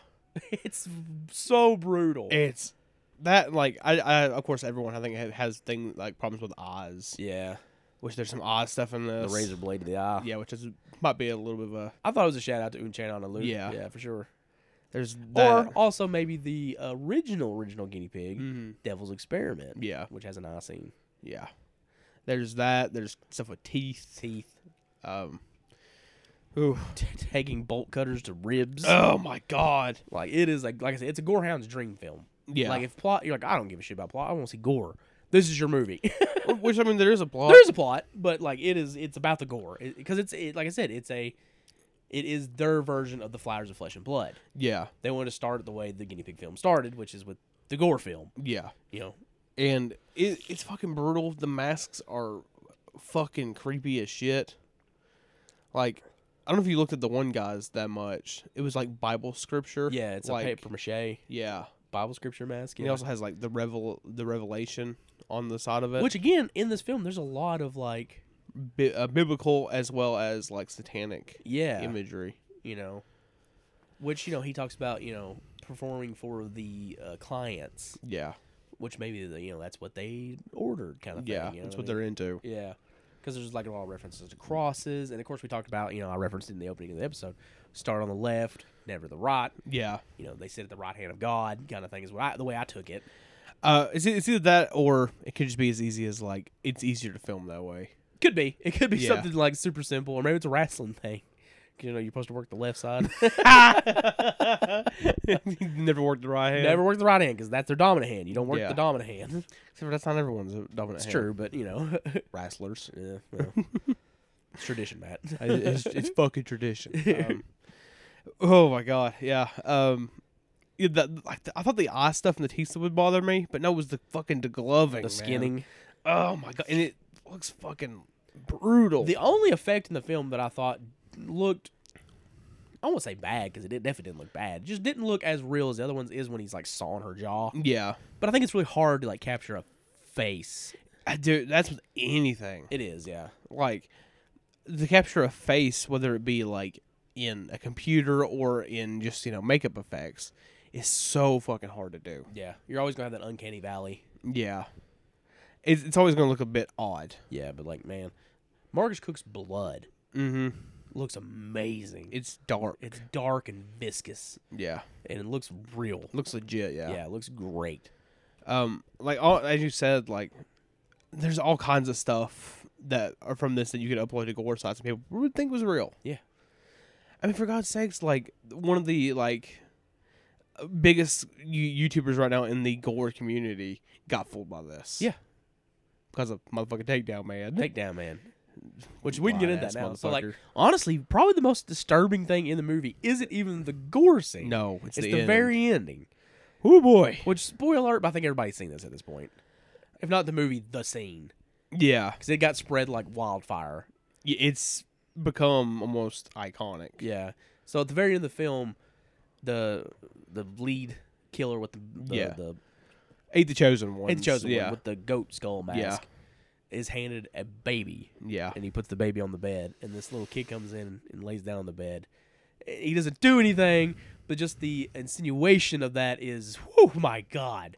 It's so brutal. It's that like I, I of course everyone I think ha- has thing like problems with eyes, yeah. which there's some odd stuff in The this. razor blade to the eye. Yeah, which is might be a little bit of a I thought it was a shout out to Unchan on a loop. Yeah. Yeah, for sure. there's Or that. Mm-hmm. also maybe the original original guinea pig, Devil's Experiment. Yeah. Which has an eye scene. <laughs> yeah. There's that. There's stuff with teeth. Teeth. Um. Ooh. T- taking bolt cutters to ribs. Oh my god. Like it is like like I said, it's a gorehound's dream film. Yeah. Like if plot, you're like I don't give a shit about plot. I want to see gore. This is your movie. <laughs> Which I mean, there is a plot. There's a plot, but like it is, it's about the gore because it's it, like I said, it's a, it is their version of the Flowers of Flesh and Blood. yeah. They wanted to start it the way the guinea pig film started, which is with the gore film. Yeah. You know, And it, it's fucking brutal. The masks are fucking creepy as shit. Like. I don't know if you looked at the one guys that much. It was like Bible scripture. yeah, it's like a paper mache yeah. Bible scripture mask. And yeah. It also has like the revel the revelation on the side of it, which again, in this film, there's a lot of like, bi- uh, biblical as well as like satanic yeah, imagery. you know, which you know he talks about, you know, performing for the uh, clients. Yeah, which maybe the, you know that's what they ordered kind of thing. yeah, you know that's what what I mean? they're into. yeah. Because there's like a lot of references to crosses, and of course we talked about you know I referenced it in the opening of the episode. Start on the left, never the right. Yeah, You know they sit at the right hand of God, kind of thing is what I, the way I took it. uh, it's, it's either that or it could just be as easy as like it's easier to film that way. <laughs> Could be it could be Yeah. something like super simple, or maybe it's a wrestling thing. You know, you're supposed to work the left side. Never worked the right hand. Never work the right hand because that's their dominant hand. You don't work Yeah. the dominant <laughs> hand. Except for that's not everyone's dominant It's hand. true, but you know, <laughs> Wrestlers. yeah, well, it's tradition, Matt. <laughs> it's, it's fucking tradition. Um, oh my god, yeah. Um, yeah, the, I, th- I thought the eye stuff and the teeth stuff would bother me, but no, it was the fucking the gloving, the man. skinning. Oh my god, and it looks fucking brutal. The only effect in the film that I thought looked, I won't say bad because it did- definitely didn't look bad. It just didn't look as real as the other ones is when he's like sawing her jaw. yeah, But I think it's really hard to like capture a face. I, dude, that's with anything. It is, yeah. like to capture a face, whether it be like in a computer or in just you know makeup effects, is so fucking hard to do. Yeah. You're always going to have that uncanny valley. Yeah, it's, it's always gonna look a bit odd. Yeah, but like, man, Marcus Cook's blood Mm-hmm. looks amazing. It's dark. it's dark and viscous, yeah, and it looks real. looks legit. Yeah. Yeah, it looks great. Um, like all as you said, like there's all kinds of stuff that are from this that you could upload to gore sites and people would think was real. Yeah. I mean, for God's sakes, like one of the like biggest you- YouTubers right now in the gore community got fooled by this. Yeah. because of motherfucking takedown man. Takedown Man. Which we can get into that Lying-ass now. So like motherfucker. honestly, probably the most disturbing thing in the movie isn't even the gore scene. no, it's, It's, the, the, end. very ending. oh boy. Which spoiler alert, but I think everybody's seen this at this point. If not the movie, the scene. Yeah, Because it got spread like wildfire. Y- it's become almost iconic. Yeah. So at the very end of the film, the the lead killer with the the, Yeah. the Ate the chosen one. and chosen yeah. one with the goat skull mask Yeah. is handed a baby. Yeah. and he puts the baby on the bed, and this little kid comes in and lays down on the bed. He doesn't do anything, but just the insinuation of that is, oh my god,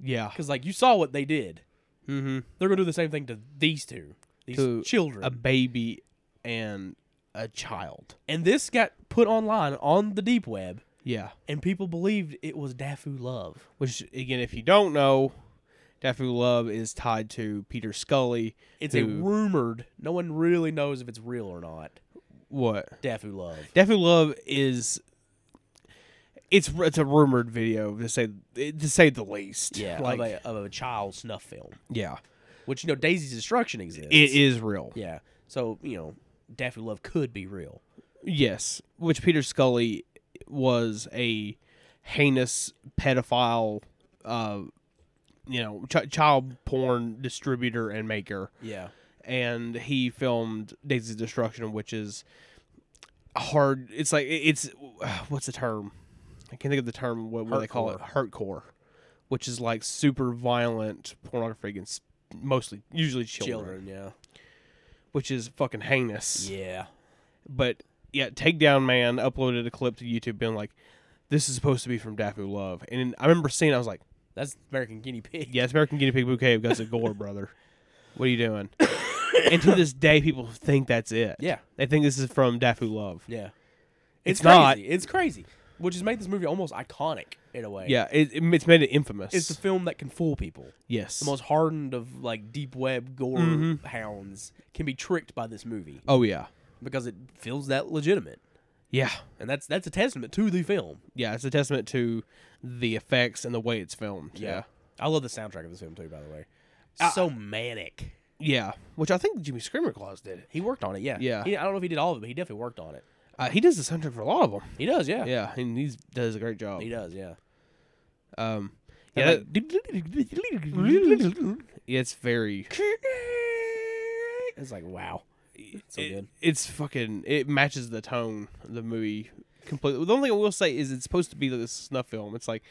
Yeah. because like you saw what they did. Mm-hmm. They're gonna do the same thing to these two, these To children, a baby and a child. and this got put online on the deep web, Yeah. and people believed it was Dafu Love. Which again, if you don't know, Daffy Love is tied to Peter Scully. It's a who- rumored. No one really knows if it's real or not. what? Dafu Love. Daffy Love is. It's it's a rumored video to say to say the least. Yeah, Like of, a, of a child snuff film, yeah, which you know Daisy's Destruction exists. it is real. Yeah. So, you know, Daffy Love could be real. Yes, which Peter Scully was a heinous pedophile, uh, you know, ch- child porn distributor and maker. Yeah. and he filmed Days of Destruction, which is hard. It's like it- it's <sighs> what's the term? I can't think of the term. What, what do they call it? Hurtcore, which is like super violent pornography against mostly usually children, Children, yeah. which is fucking heinous. Yeah. But yeah, Takedown Man uploaded a clip to YouTube being like, "This is supposed to be from Daffy Love," and I remember seeing. it, I was like, That's American Guinea Pig. "Yeah, it's American Guinea Pig Bouquet of Guts of Gore, brother. What are you doing?" and to this day, people think that's it. Yeah. They think this is from Daffy Love. Yeah. It's It's, not. crazy. It's crazy. Which has made this movie almost iconic in a way. Yeah, it, it- it's made it infamous. It's the film that can fool people. yes. The most hardened of like deep web gore hounds can be tricked by this movie oh yeah, because it feels that legitimate. yeah, And that's that's a testament to the film. yeah. It's a testament to the effects and the way it's filmed. Yeah, I love the soundtrack of this film too, by the way. so manic. yeah. Which I think Jimmy Screamer Claus did it. He worked on it, yeah. Yeah. He, I don't know if he did all of it, but he definitely worked on it. Uh, he does the soundtrack for a lot of them. He does, yeah. Yeah, and he does a great job. He does, yeah. Um, Yeah, yeah, that- that- yeah, it's very. it's like wow, so it- good. It's fucking. It matches the tone of the movie completely. The only thing I will say is it's supposed to be like this snuff film. It's like,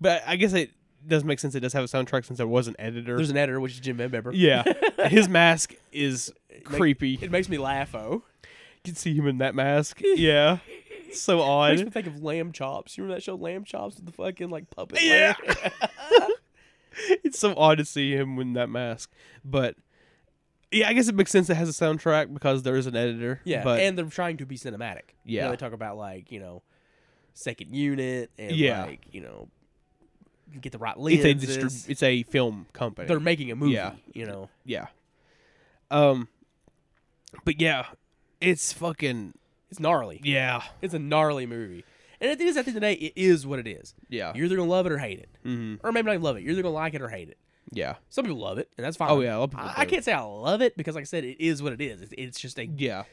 but I guess it does make sense. It does have a soundtrack since there was an editor. There's an editor, which is Jim Van Beber. <laughs> yeah, his mask <laughs> is creepy. It makes me laugh. Oh, you can see him in <laughs> that mask. Yeah, It's so makes me odd. think of Lamb Chops. You remember that show Lamb Chops with the fucking like puppet? Yeah. lamb? <laughs> <laughs> It's so odd to see him in that mask. But yeah, I guess it makes sense. It has a soundtrack because there is an editor. yeah. but and they're trying to be cinematic. You know, Yeah. they talk about like you know, second unit and Yeah. like you know, get the right it's a lenses. distrib- it's a film company. they're making a movie. Yeah. You know, yeah. Um, but yeah, it's fucking It's gnarly. Yeah. It's a gnarly movie. And it is at the end of the day, it is what it is. Yeah. You're either gonna love it or hate it, mm-hmm. or maybe not even love it. You're either gonna like it or hate it. Yeah. Some people love it, and that's fine. Oh, yeah, a lot of people I, do. I can't say I love it because, like I said, it is what it is. It's, it's just a Yeah.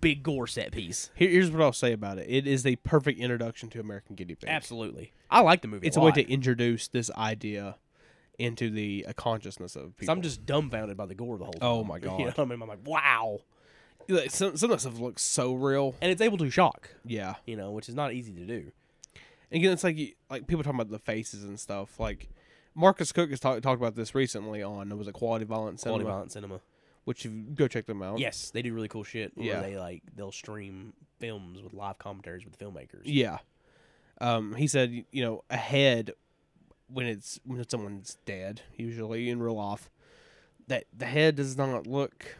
big gore set piece. Here, here's what I'll say about it. It is the perfect introduction to American Guinea Pig. Absolutely, I like the movie. It's a a way lot. to introduce this idea into the uh, consciousness of people. So I'm just dumbfounded by the gore the whole time. Oh, my God. <laughs> You know what I mean? I'm like, wow, like, some some of that stuff looks so real. and it's able to shock. Yeah. You know, which is not easy to do. And again, it's like you- like people talking about the faces and stuff. Like Marcus Cook has talk, talked about this recently on was it Quality Violence Quality Cinema, violent cinema. which you go check them out. Yes, they do really cool shit. Where Oh. Yeah. they like they'll stream films with live commentaries with the filmmakers. Yeah. Um, he said, y- you know, a head when it's when someone's dead, usually in real life, that the head does not look.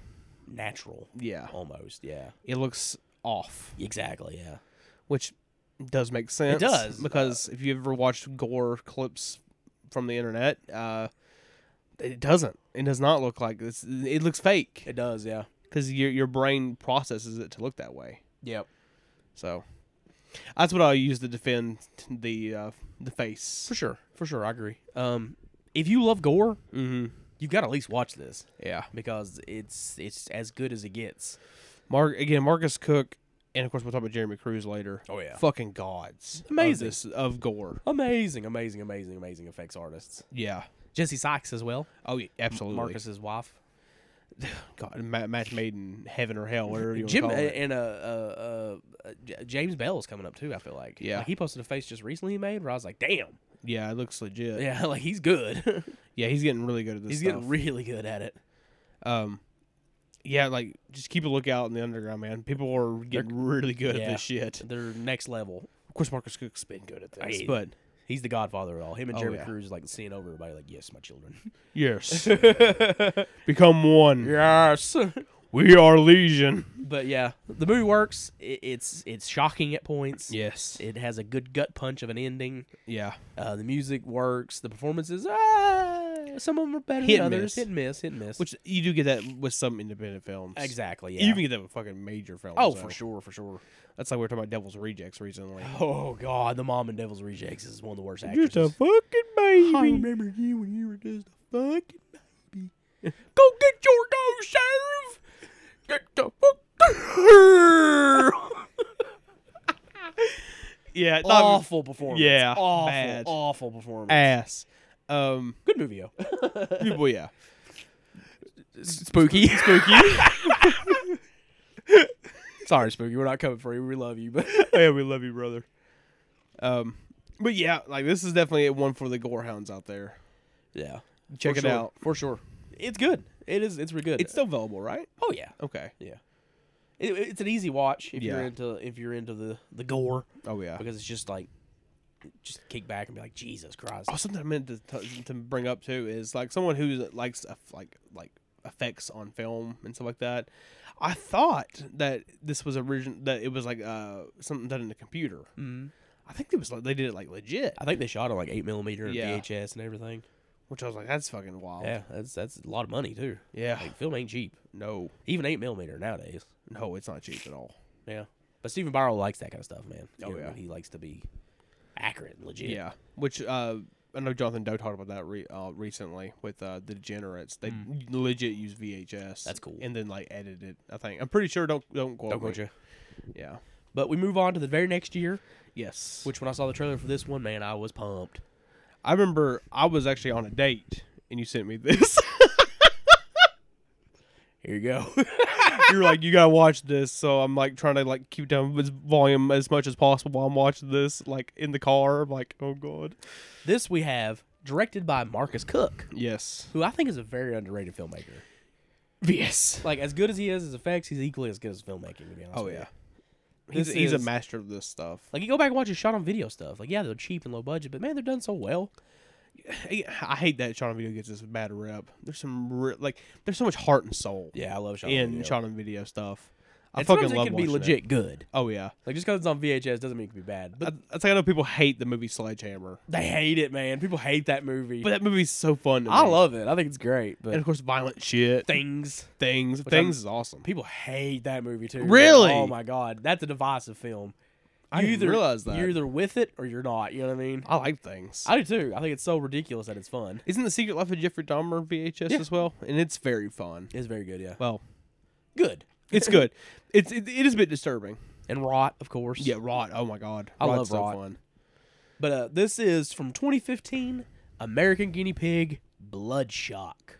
Natural, Yeah, almost. Yeah, it looks off, exactly. Yeah, which does make sense. does, uh, because if you ever watched gore clips from the internet, uh, it doesn't. It does not look like this. It looks fake it does. Yeah. because your your brain processes it to look that way. Yep. So that's what I use to defend the uh, the face For sure, for sure, I agree. Um, if you love gore, Mm-hmm. you've got to at least watch this Yeah. because it's it's as good as it gets. Mark again, Marcus Cook, and of course we'll talk about Jeremy Cruz later. Oh, yeah. fucking gods, Amazing. of, this- of gore. Amazing, amazing, amazing, amazing effects artists. Yeah. Jesse Sykes as well, Oh yeah, absolutely. Marcus's wife. God, ma- match made in heaven or hell, whatever you Jim want uh, to call it. and uh, uh, uh, J- James Bell is coming up too. I feel like Yeah. like he posted a face just recently he made where I was like, damn, <laughs> Yeah, it looks legit. Yeah, yeah, like he's good. <laughs> he's getting really good at this. he's stuff. getting really good at it. um, yeah, like just keep a lookout in the underground, man. People are getting really good at yeah. this shit. They're next level. Of course, Marcus Cook's been good at this, Hey. but He's the godfather of it all. Him and Oh, Jeremy yeah. Cruz like seeing over everybody like, yes, my children. <laughs> yes, <laughs> become one. yes. We are legion. But yeah, the movie works. It, it's it's shocking at points. Yes. It has a good gut punch of an ending. Yeah. Uh, the music works. The performances, ah, some of them are better Hit than and others. miss. Hit and miss, hit and miss. Which you do get that with some independent films. exactly, yeah. You can get that with fucking major films. oh, though. for sure, for sure. That's like we were talking about Devil's Rejects <gasps> recently. Oh God, the mom in Devil's Rejects is one of the worst actresses. fucking baby. I remember you when you were just a fucking baby. <laughs> Go get your dog, sheriff. Get the fuck out of here. Yeah. <laughs> not- awful performance. yeah, awful, bad. awful performance. Ass. Um. Good movie though. Well, yeah. spooky, <laughs> <laughs> spooky. Sorry, <laughs> spooky. We're not coming for you. We love you, but <laughs> yeah, we love you, brother. Um. But yeah, like this is definitely one for the gore hounds out there. yeah, Check For it sure. out for sure. it's good. It is. It's really good. It's still available, right? oh yeah, Okay. yeah. It, it's an easy watch if you're Yeah. into if you're into the the gore Oh yeah. because it's just like just kick back and be like Jesus Christ. Oh, something I meant to, t- to bring up too is like someone who likes uh, like like effects on film and stuff like that. I thought that this was original that it was like uh something done in a computer. Mhm. I think it was like they did it like legit, I think they shot on like eight millimeter and Yeah. VHS and everything. which I was like, that's fucking wild. Yeah, that's that's a lot of money too. Yeah. Like film ain't cheap. no, Even eight millimeter nowadays. no, it's not cheap at all. Yeah. But Stephen Barrow likes that kind of stuff, man. You Oh, know, yeah. He likes to be accurate and legit. Yeah, which uh. I know Jonathan Doe talked about that re- uh, recently with uh, the Degenerates. They legit use VHS. Mm. That's cool. And then like edit it. I think I'm pretty sure. Don't don't quote Don't me. quote you. Yeah. But we move on to the very next year, Yes. which when I saw the trailer for this one, man, I was pumped. I remember I was actually on a date and you sent me this. <laughs> Here you go. you were like, you gotta watch this. So I'm like trying to like keep down this volume as much as possible while I'm watching this, like in the car. I'm like, oh god. <laughs> this we have directed by Marcus Cook, Yes. who I think is a very underrated filmmaker. Yes. Like as good as he is as effects, he's equally as good as filmmaking. To be honest. Oh with you. yeah. He's, This he's a is- master of this stuff. Like you go back and watch his shot on video stuff. Like yeah, they're cheap and low budget, but man, they're done so well. I I hate that Sean on Video gets this bad rep. There's some re- like there's so much heart and soul Yeah, I love shot in Sean on Video stuff. I And fucking sometimes love it could be watching legit good. Oh yeah, Like just because it's on VHS doesn't mean it could be bad. I, But I think I know people hate the movie Sledgehammer, they hate it, man. People hate that movie. but that movie's so fun. To I me. love it. I think it's great. But and of course violent shit. things, things, I'm- things is awesome. people hate that movie too. Really? Oh my god, that's a divisive film. I didn't realize that. You're either with it or you're not. You know what I mean? I like things. I do too. I think it's so ridiculous that it's fun. Isn't the Secret Life of Jeffrey Dahmer VHS as well? And it's very fun. It's very good. Yeah. Well, Good. it's good. <laughs> It's it, it is a bit disturbing. And rot, of course. Yeah, Rot. Oh my God, I Rot's love so Rot. fun. But uh, this is from 2015, American Guinea Pig Bloodshock.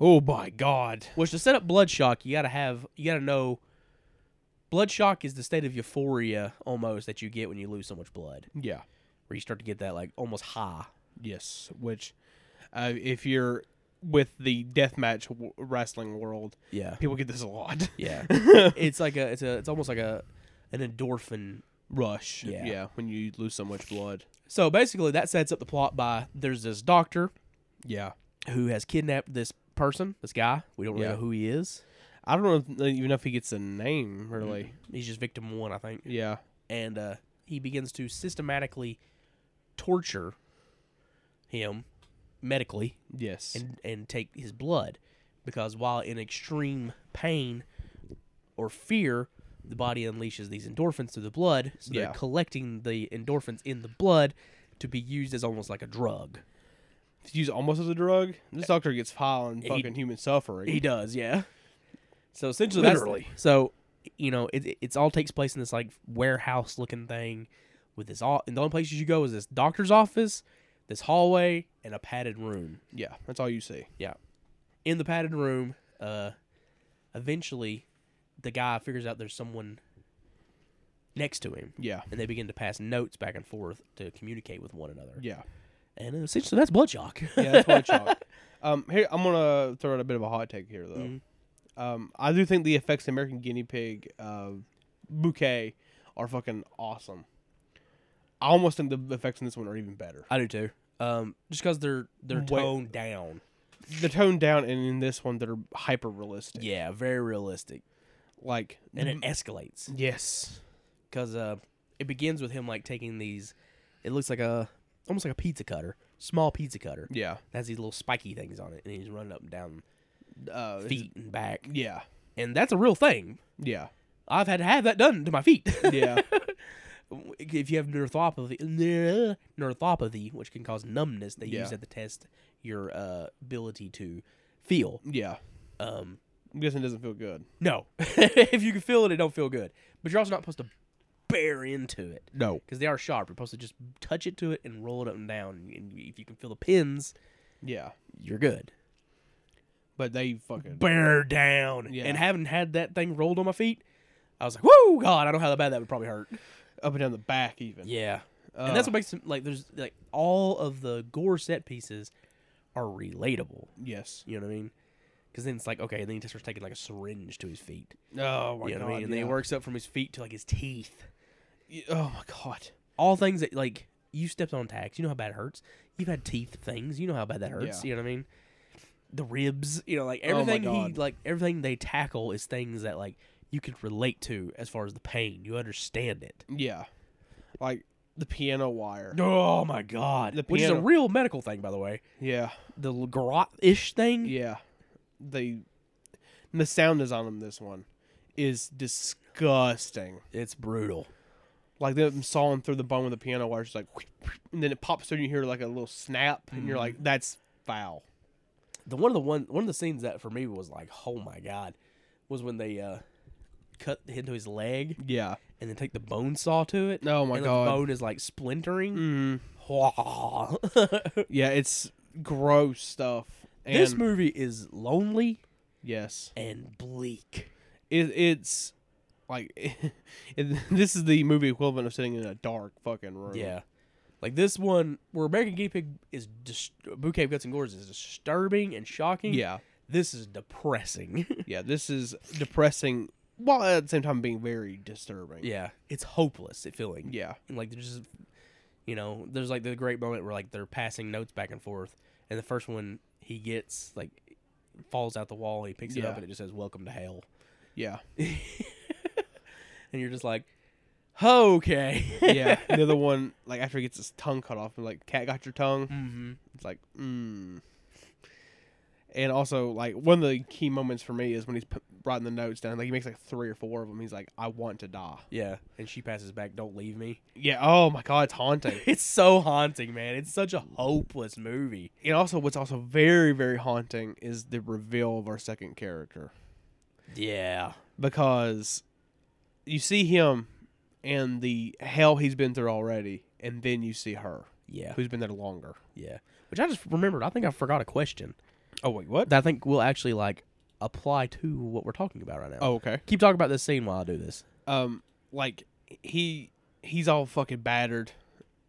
Oh my God. Which to set up Bloodshock, you gotta have you gotta know. Bloodshock is the state of euphoria almost that you get when you lose so much blood, Yeah. where you start to get that like almost high. Yes. Which, uh, if you're with the deathmatch w- wrestling world, Yeah, people get this a lot. yeah. it's like a it's a it's almost like a an endorphin <laughs> Rush. Yeah. yeah. When you lose so much blood. So basically, that sets up the plot by there's this doctor Yeah. who has kidnapped this person, this guy. We don't really Yeah. know who he is. I don't know if, even if he gets a name really. He's just victim one, I think. Yeah. And uh, he begins to systematically torture him medically Yes. and, and take his blood because while in extreme pain or fear, the body unleashes these endorphins through the blood. So Yeah. they're collecting the endorphins in the blood to be used as almost like a drug. It's used almost as a drug. This doctor gets high on fucking human suffering. He does, yeah. So essentially, Literally. That's, so you know, it it- it's all takes place in this like warehouse looking thing with this all. And the only places you go is this doctor's office, this hallway, and a padded room. yeah, that's all you see. Yeah. In the padded room, uh, eventually, the guy figures out there's someone next to him, Yeah. and they begin to pass notes back and forth to communicate with one another. Yeah. And essentially, that's Bloodshock. Yeah, that's blood shock. Um, here I'm gonna throw out a bit of a hot take here though. Mm-hmm. Um, I do think the effects of American guinea pig uh, bouquet are fucking awesome. I almost think the effects in this one are even better. <laughs> I do too. Um, just because they're they're Way- toned down. They're toned down, and in this one they're hyper realistic. Yeah, very realistic. Like and it escalates yes, because uh, it begins with him like taking these. It looks like a almost like a pizza cutter, small pizza cutter. yeah, It has these little spiky things on it, and he's running up and down uh, it's- feet and back, yeah, and that's a real thing. yeah, I've had to have that done to my feet. <laughs> yeah, if you have neuropathy, neuropathy, which can cause numbness, they Yeah. use that to test your uh, ability to feel. yeah. Um, I'm guessing it doesn't feel good. no, <laughs> if you can feel it, it don't feel good. But you're also not supposed to bear into it. No. because they are sharp. You're supposed to just touch it to it and roll it up and down. And if you can feel the pins, Yeah, you're good. but they fucking Bear down. Yeah. And having had that thing rolled on my feet, I was like, "Whoa, God! I don't know how bad that would probably hurt." up and down the back even. Yeah, and that's Uh. what makes them like. There's like all of the gore set pieces are relatable. Yes. You know what I mean? Because then it's like, okay, and then he starts taking like a syringe to his feet. Oh my You know what god. I mean? And then he yeah. works up from his feet to like his teeth. Y- Oh my god. all things that like you stepped on tags, you know how bad it hurts. You've had teeth things, you know how bad that hurts. Yeah. You know what I mean? The ribs, you know, like Oh my everything he God. like everything they tackle is things that like you could relate to as far as the pain. You understand it. Yeah. Like the piano wire. Oh my god! The Which is a piano. real medical thing, by the way. Yeah. The l- garrote-ish thing. Yeah. They and the sound design on this one is disgusting. It's brutal. Like them sawing through the bone with the piano wire, just like and then it pops through and you hear like a little snap and you're like, That's foul. The one of the one one of the scenes that for me was like, oh my god, was when they uh cut into his leg Yeah. and then take the bone saw to it. Oh my and God. The bone is like splintering. Mm. <laughs> this Yeah, it's gross stuff. Mm-hmm. And movie is lonely yes. and bleak. It, it's like <laughs> it, this is the movie equivalent of sitting in a dark fucking room. Yeah. Like this one, where American Guinea Pig is dis- Bouquet of Guts and Gores is disturbing and shocking. Yeah. This is depressing. <laughs> Yeah, this is depressing while at the same time being very disturbing. yeah. It's hopeless, it feeling. Yeah. And like there's just you know, there's like the great moment where like they're passing notes back and forth and the first one he gets like falls out the wall, he picks it <laughs> Yeah. up and it just says, Welcome to hell. Yeah. and you're just like, okay, yeah. The other one, like after he gets his tongue cut off, and like cat got your tongue. mm-hmm. It's like, mm. And also, like one of the key moments for me is when he's p- writing the notes down. Like he makes like three or four of them. He's like, "I want to die." <laughs> Yeah, and she passes back. Don't leave me. Yeah. Oh my god, <laughs> it's haunting. It's so haunting, man. It's such a hopeless movie. and also, what's also very very haunting is the reveal of our second character. Yeah, because you see him and the hell he's been through already, and then you see her, yeah, who's been there longer. yeah. Which I just remembered. I think I forgot a question Oh wait, what? that I think will actually like apply to what we're talking about right now. Oh okay. keep talking about this scene while I do this. Um, like he he's all fucking battered,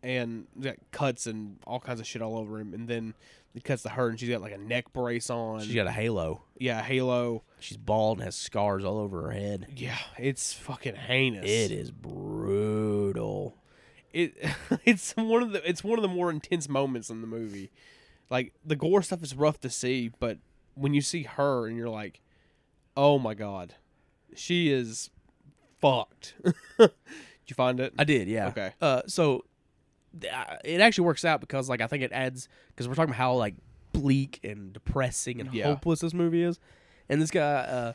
and he's got cuts and all kinds of shit all over him, and then it cuts to her, and she's got like a neck brace on. She's got a halo. yeah, a halo. She's bald and has scars all over her head. Yeah, it's fucking heinous. It is brutal. it <laughs> it's one of the it's one of the more intense moments in the movie. Like the gore stuff is rough to see, but when you see her and you're like, "Oh my god, she is fucked." <laughs> Did you find it? I did, yeah. Okay. Uh, so th- I- it actually works out because, like, I think it adds because we're talking about how like bleak and depressing and Yeah. hopeless this movie is, and this guy, uh,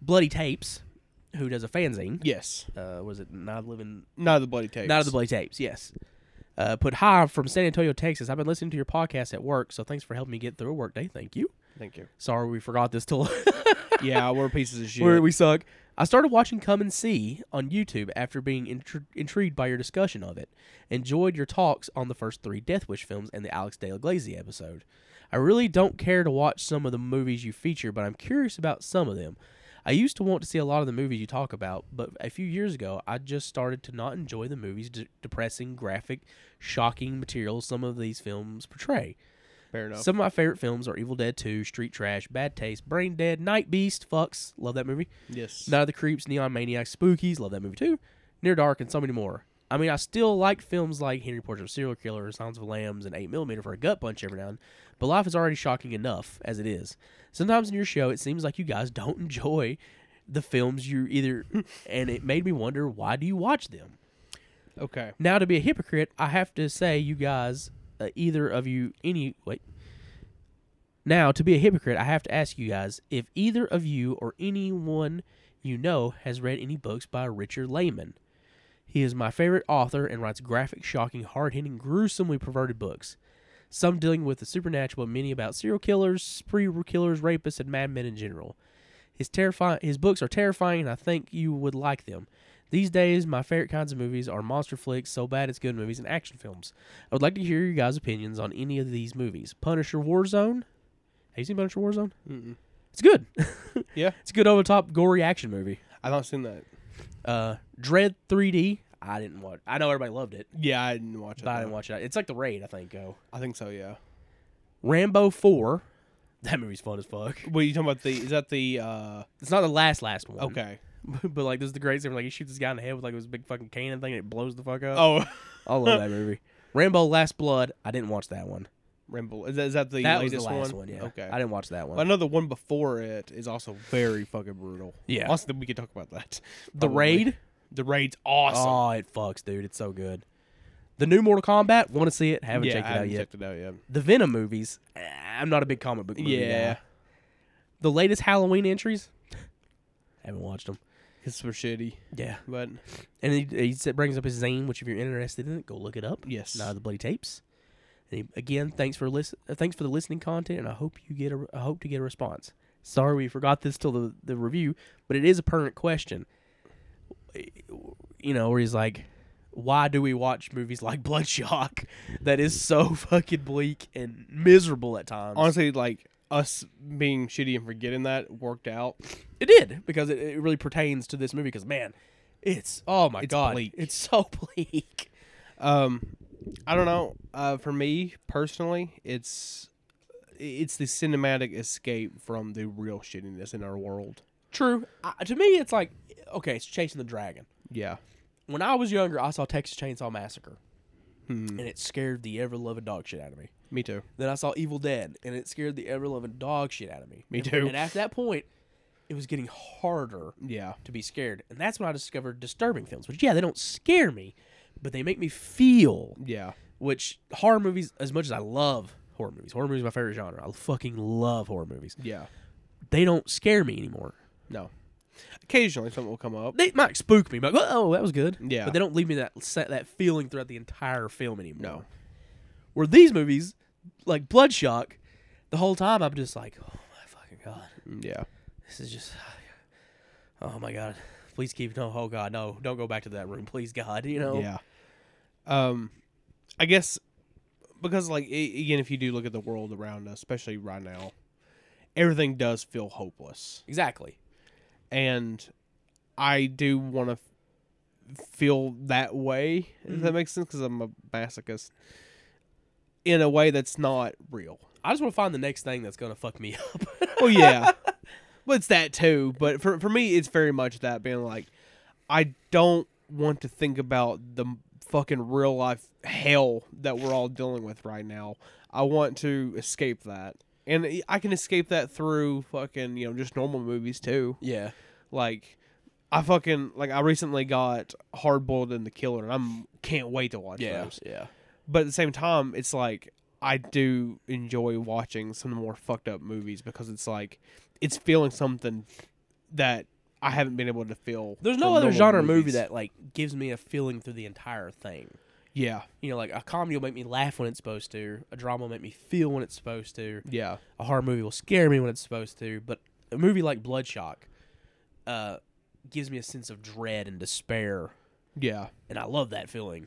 Bloody Tapes, who does a fanzine, yes. uh, was it Not Living, Not of the bloody tapes. Not of the Bloody Tapes, yes. Uh, put hi from San Antonio, Texas. I've been listening to your podcast at work, so thanks for helping me get through a work day. Thank you. Thank you. Sorry we forgot this till <laughs> Yeah, we're pieces of shit. where we suck. I started watching Come and See on YouTube after being intri- intrigued by your discussion of it. Enjoyed your talks on the first three Death Wish films and the Alex De La Glaze episode. I really don't care to watch some of the movies you feature, but I'm curious about some of them. I used to want to see a lot of the movies you talk about, but a few years ago, I just started to not enjoy the movies' de- depressing, graphic, shocking materials some of these films portray. Fair enough. Some of my favorite films are Evil Dead 2, Street Trash, Bad Taste, Brain Dead, Night Beast, Fucks, love that movie. yes. Night of the Creeps, Neon Maniacs, Spookies, love that movie too. Near Dark, and so many more. I mean, I still like films like Henry Portrait of a Serial Killer, Sounds of Lambs, and 8mm for a gut punch every now and but life is already shocking enough as it is. Sometimes in your show, it seems like you guys don't <laughs> enjoy the films you either, and it made me wonder why do you watch them? okay. Now, to be a hypocrite, I have to say, you guys, uh, either of you, any, wait. Now, to be a hypocrite, I have to ask you guys if either of you or anyone you know has read any books by Richard Lehman. He is my favorite author and writes graphic, shocking, hard hitting, gruesomely perverted books. Some dealing with the supernatural, but many about serial killers, spree killers, rapists, and madmen in general. His terrifying his books are terrifying and I think you would like them. These days my favorite kinds of movies are monster flicks, so bad it's good movies and action films. I would like to hear your guys' opinions on any of these movies. Punisher Warzone. Have you seen Punisher Warzone? Mm-mm. It's good. Yeah. It's a good over the top gory action movie. I've not seen that. Uh Dread 3D. I didn't watch I know everybody loved it, Yeah, I didn't watch it. but I didn't no. watch it. It's like the raid, I think, go. I think so. Yeah. Rambo 4. <laughs> That movie's fun as fuck. What are you talking about? The is that the uh It's not the last last one. okay? <laughs> but like this is the great scene where like he shoots this guy in the head with like this big fucking cannon thing and it blows the fuck up. Oh, <laughs> I love that movie. Rambo: Last Blood. I didn't watch that one. Ramble. Is that, is that the that was latest the last one. yeah. Okay. I didn't watch that one. I know the one before it is also very fucking brutal. Yeah. Honestly, we could talk about that. the Probably. Raid. The raid's awesome. Oh, it fucks, dude. It's so good. The new Mortal Kombat. Want to see it? Oh, Haven't yeah, checked I it out haven't yet. checked it out yet. The Venom movies. eh, I'm not a big comic book movie Yeah. guy. The latest Halloween entries. haven't watched them. It's super shitty, Yeah. but And he, he said- brings up his zine, which if you're interested in it, go look it up. Yes. Not the bloody tapes. And he, again, thanks for listen, uh, thanks for the listening content, and I hope you get a, I hope to get a response. Sorry we forgot this till the, the review, but it is a pertinent question. You know, where he's like, why do we watch movies like Bloodshock <laughs> that is so <laughs> fucking bleak and miserable at times? honestly, like us being shitty and forgetting that worked out. It did because it, it really pertains to this movie. Because man, it's oh my It's god, bleak. it's so <laughs> bleak. Um, I don't know. Uh, for me personally, it's it's the cinematic escape from the real shittiness in our world. True. I, to me, it's like okay, it's chasing the dragon. Yeah. When I was younger, I saw Texas Chainsaw Massacre, Hmm. and it scared the ever loving dog shit out of me. Me too. Then I saw Evil Dead, and it scared the ever loving dog shit out of me. Me And- too. And after that point, it was getting harder Yeah. to be scared. And that's when I discovered disturbing films, which, yeah, they don't scare me, but they make me feel. Yeah. Which horror movies, as much as I love horror movies, horror movies is my favorite genre. I fucking love horror movies. Yeah. They don't scare me anymore. No. Occasionally something will come up. They might spook me, but oh, that was good. Yeah. but they don't leave me that set, that feeling throughout the entire film anymore. No. Where these movies, like Bloodshock, the whole time I'm just like, oh my fucking god, Yeah. this is just, oh my god, please keep no, oh god, no, don't go back to that room, please God, you know. Yeah. Um, I guess because like a- again, if you do look at the world around us, especially right now, everything does feel hopeless, exactly. and I do want to feel that way. If that makes sense, because I'm a masochist in a way that's not real. I just want to find the next thing that's gonna fuck me <laughs> up. Well, Oh, yeah, but it's that too. But for for me, it's very much that being like, I don't want to think about the m- fucking real life hell that we're all dealing with right now. I want to escape that, and I- I can escape that through fucking you know just normal movies too. yeah, Like, I fucking like I recently got Hard Boiled and The Killer, and I'm can't wait to watch those. yeah. But at the same time, it's like I do enjoy watching some of the more fucked up movies because it's like it's feeling something that I haven't been able to feel. There's from no other normal genre movie movies. that like gives me a feeling through the entire thing. Yeah, You know, like a comedy will make me laugh when it's supposed to. A drama will make me feel when it's supposed to. yeah, a horror movie will scare me when it's supposed to, but a movie like Bloodshock uh, gives me a sense of dread and despair, yeah, and I love that feeling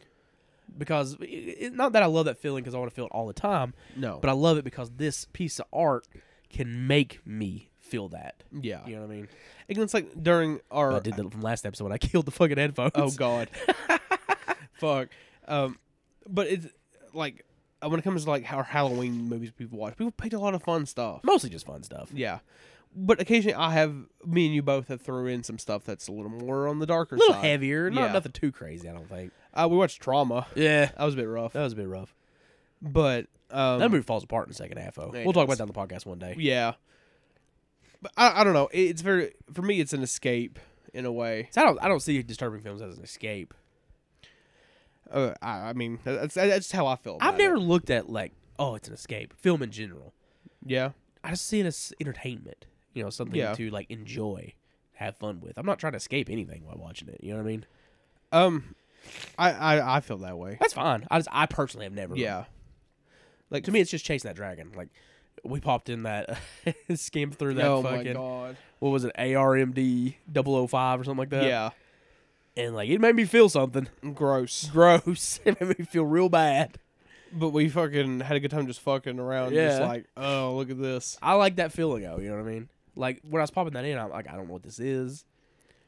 because it, it- not that I love that feeling because I want to feel it all the time, no, but I love it because this piece of art can make me feel that. yeah. You know what I mean? And it's like during our I did that from last episode when I <laughs> killed the fucking headphones. Oh <laughs> God, fuck. Um, but it's like when it comes to like how Halloween movies people watch, people picked a lot of fun stuff. mostly just fun stuff. Yeah. But occasionally I have me and you both have threw in some stuff that's a little more on the darker A little side. heavier, not Yeah. nothing too crazy. I don't think. Uh, we watched Trauma. Yeah, That was a bit rough. that was a bit rough. But um, That movie falls apart in the second half. though. It We'll talk about does. that on the podcast one day. yeah. But I, I don't know. It's very for me. It's an escape in a way. So I don't. I don't see disturbing films as an escape. Uh, I, I mean, that's that's how I feel. About I've never It. looked at like, oh, it's an escape film in general. Yeah. I just see it as entertainment, you know, something Yeah. to like enjoy, have fun with. I'm not trying to escape anything while watching it. You know what I mean? Um, I I, I feel that way. That's fine. I just, I personally have never. Yeah. Like to me, it's just chasing that dragon. Like we popped in that, <laughs> skimmed through that oh my fucking god. what was it, ARMD 005 or something like that. yeah. And like it made me feel something Gross. <laughs> gross. it made me feel real bad. But we fucking had a good time just fucking around. Just Yeah. like, oh, look at this. I like that feeling though. You know what I mean? Like when I was popping that in, I'm like, I don't know what this is.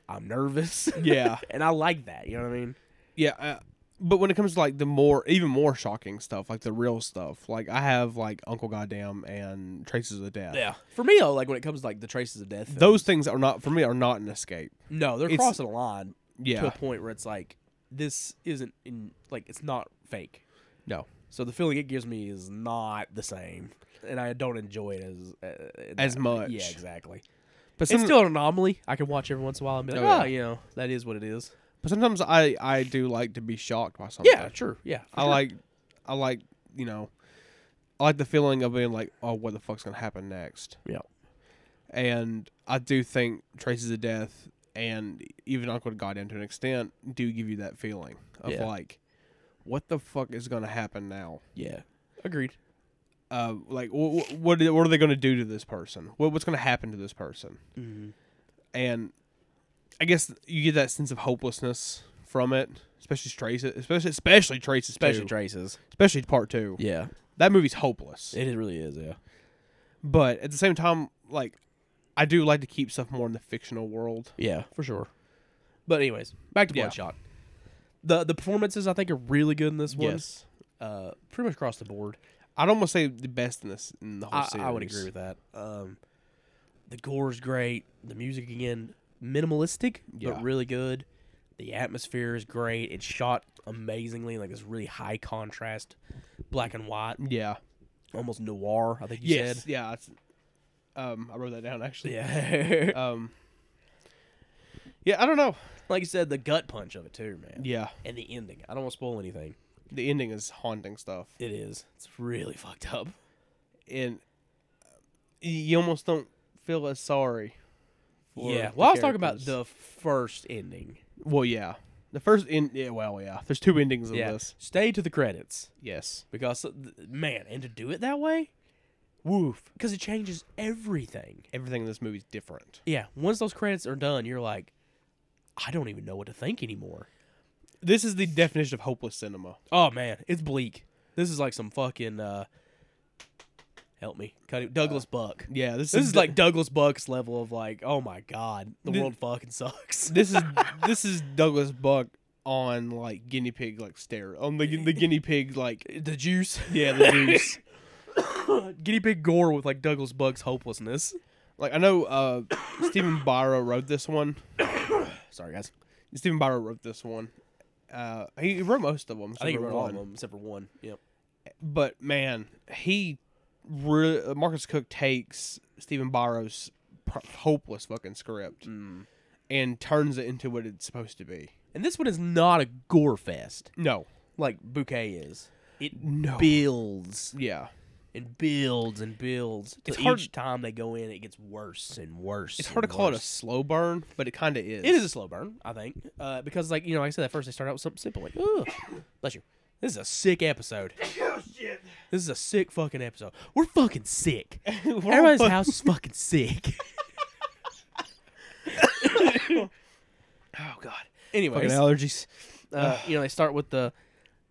I'm nervous. <laughs> Yeah. and I like that. You know what I mean? Yeah, uh, but when it comes to like the more, even more shocking stuff, like the real stuff, like I have like Uncle Goddamn and Traces of Death. For me though, like when it comes to like the traces of death, films, those things are not for me are not an escape. no, they're it's- crossing a line to Yeah, a point where it's like this isn't in like it's not fake. no, So the feeling it gives me is not the same, and I don't enjoy it as uh, in As that- much. Yeah, exactly. but It's some, still an anomaly. I can watch every once in a while and be like, Oh, yeah. oh, you know, that is what it is. but sometimes I I do like to be shocked by something. Yeah, sure. Yeah, I like I like you know, I like the feeling of being like, oh, what the fuck's gonna happen next? Yeah. And I do think Traces of Death and even Uncle Goddamn to an extent do give you that feeling of Yeah. like, what the fuck is gonna happen now? Yeah. Agreed. uh, like wh- wh- what are- what are they going to do to this person? What what's going to happen to this person? Mm-hmm. And I guess you get that sense of hopelessness from it, especially Traces, especially especially Traces, Especially two, traces. especially part two. Yeah. That movie's hopeless, It really is. Yeah. but at the same time, like I do like to keep stuff more in the fictional world. Yeah, for sure. But anyways, back to Yeah. Bloodshot. The the performances I think are really good in this one. Yes. Uh, pretty much across the board. I'd almost say the best in this in the whole I, series. I would agree with that. Um, the gore's great. The music again, minimalistic Yeah. but really good. The atmosphere is great. It's shot amazingly, like this really high contrast, black and white, Yeah. almost noir. I think you Yes. said. Yeah. It's, Um, I wrote that down actually. Yeah. <laughs> Um, yeah, I don't know. like you said, the gut punch of it too, man. Yeah, And the ending. I don't want to spoil anything. the ending is haunting stuff, It is. It's really fucked up. and uh, you almost don't feel as sorry. for yeah. the Well, I was talking about characters. the first ending. Well, yeah, the first end. Yeah, well, yeah. There's two endings of this. Stay to the credits Yes. because uh, th- man, and to do it that way, woof, because it changes everything. Everything in this movie's different. Yeah. Once those credits are done, you're like, I don't even know what to think anymore. This is the definition of hopeless cinema. Oh man, it's bleak. This is like some fucking uh help me. Cut it. Douglas Buck. Yeah, this, This is d- like Douglas Buck's level of like, oh my god, the Thi- world fucking sucks. <laughs> this is this is Douglas Buck on like guinea pig like stare on the <laughs> gu- the guinea pig like the juice. yeah <laughs> the juice. Guinea pig gore with like Douglas Buck's hopelessness. Like I know uh Stephen Byro wrote this one. <coughs> Sorry guys. Stephen Byro wrote this one. Uh he he wrote most of them. I think it except wrote for all of one. them except for one. Yep. But man, he re- Marcus Cook takes Stephen Byro's pr- hopeless fucking script Mm. and turns it into what it's supposed to be. And this one is not a gore fest No. like Bouquet is. It No. builds Yeah. and builds and builds. It's Till hard- each time they go in, it gets worse and worse. It's hard to and call it a worse. slow burn, but it kind of is. It is a slow burn, I think, uh, because like you know, like I said, at first they start out with something simple. Like, Ooh, bless you. This is a sick episode. This is a sick fucking episode. We're fucking <laughs> sick. Everybody's fuck- house is fucking sick. <laughs> <laughs> Oh god. Fucking Anyways, allergies. uh, <sighs> you know, they start with the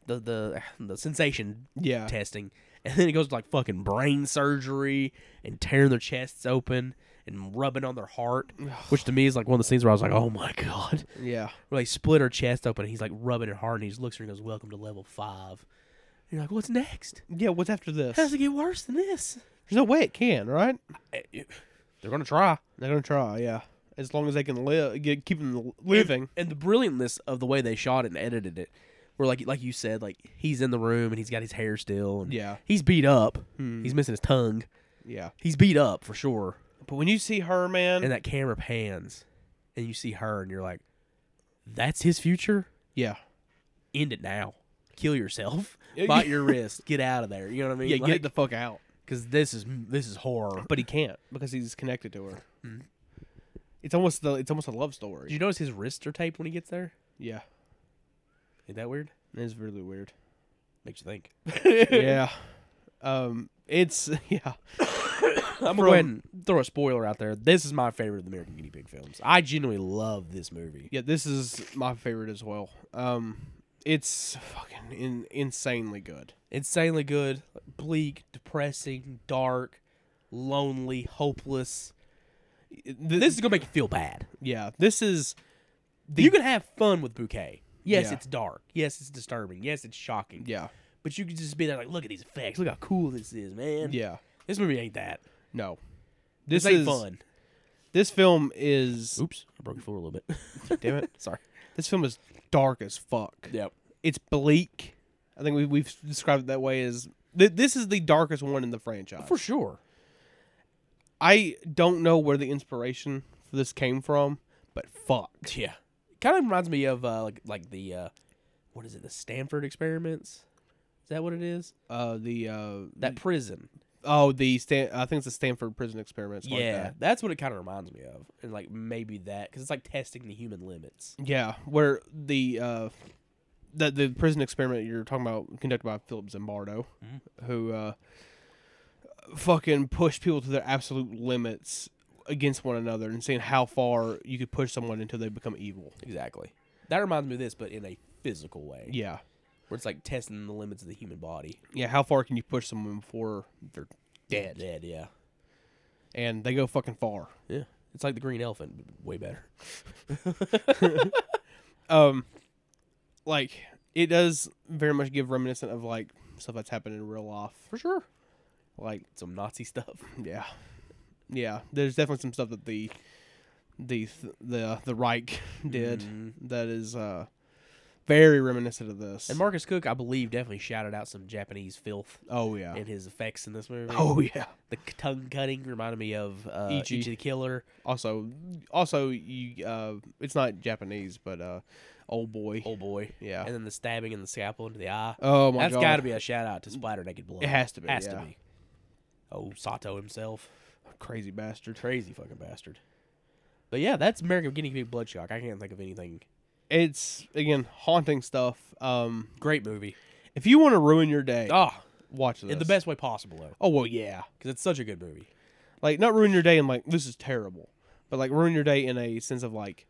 the the <sighs> the sensation Yeah. testing, <laughs> and then it goes to like fucking brain surgery and tearing their chests open and rubbing on their <sighs> heart, which to me is like one of the scenes where I was like, oh my god. Yeah. where they split her chest open and he's like rubbing it hard and he just looks at her and goes, Welcome to level five. And you're like, What's next? Yeah, what's after this? How does There's it get worse than this? no way it can, right? They're gonna try. They're going to try, yeah. As long as they can live get, keep them l- living. And the brilliantness of the way they shot it and edited it. Where like like you said, like he's in the room and he's got his hair still and Yeah. he's beat up. He's missing his tongue. Yeah. He's beat up for sure. But when you see her, man, And that camera pans and you see her and you're like, That's his future? yeah, End it now. Kill yourself. <laughs> Bite your wrist. Get out of there. You know what I mean? yeah, Like- get the fuck out. Cause this is this is horror. But he can't because he's connected to her. It's almost the it's almost a love story. Did you notice his wrists are taped when he gets there? yeah, Is that weird? it's really <laughs> weird. Makes you think. yeah, um, it's <laughs> yeah. I'm gonna go ahead and throw a spoiler out there. This is my favorite of the American Guinea Pig films. I genuinely love this movie. Yeah, this is my favorite as well. Um, it's fucking in, insanely good. Insanely good, bleak, depressing, dark, lonely, hopeless. This is gonna make you feel bad. Yeah, this is you can have fun with Bouquet. Yes, Yeah. it's dark. Yes, it's disturbing. Yes, it's shocking. yeah, But you could just be there like, look at these effects. Look how cool this is, man. yeah. This movie ain't that. No, This, this ain't is fun. This film is Oops, I broke the floor a little <laughs> bit. damn <laughs> it. Sorry. This film is dark as fuck. Yep. it's bleak. I think we, we've described it that way as th- this is the darkest one in the franchise. For sure. I don't know where the inspiration for this came from, but fuck. Yeah, kind of reminds me of uh, like like the uh, what is it? The Stanford experiments. Is that what it is? Uh, the uh, That prison. oh the Stan- I think it's the Stanford prison experiment. something yeah, like that's what it kind of reminds me of, and like maybe that because it's like testing the human limits. that. yeah, where the uh, the the prison experiment you're talking about conducted by Philip Zimbardo, who uh, fucking pushed people to their absolute limits against one another and seeing how far you could push someone until they become evil. Exactly. That reminds me of this, but in a physical way, Yeah. where it's like testing the limits of the human body. yeah, how far can you push someone before they're dead? Dead. Yeah. And they go fucking far. Yeah. It's like the green elephant, but way better. <laughs> Um, like it does very much give reminiscent of like stuff that's happened in real life for sure. Like Some Nazi stuff. yeah, yeah. There's definitely some stuff that the the the the Reich did that is uh very reminiscent of this. Mm-hmm. And Marcus Cook, I believe, definitely shouted out some Japanese filth oh yeah. in his effects in this movie. <laughs> Oh yeah. The c- tongue cutting reminded me of uh, Ichi. Ichi. the Killer. Also, also you. Uh, it's not Japanese, but uh, old boy. Old boy. Yeah. And then the stabbing and the scalpel into the eye. Oh my That's god. got to be a shout out to Splatter Naked Blood. It has to be, Has yeah. to be. Oh, Sato himself. crazy bastard. Crazy fucking bastard. But yeah, that's American Guinea Pig Bloodshock. I can't think of anything. It's again haunting stuff. Um, Great movie. if you want to ruin your day, Oh, watch this in the best way possible, though. Oh well, yeah. Because it's such a good movie. Like not ruin your day and like this is terrible, but like ruin your day in a sense of like,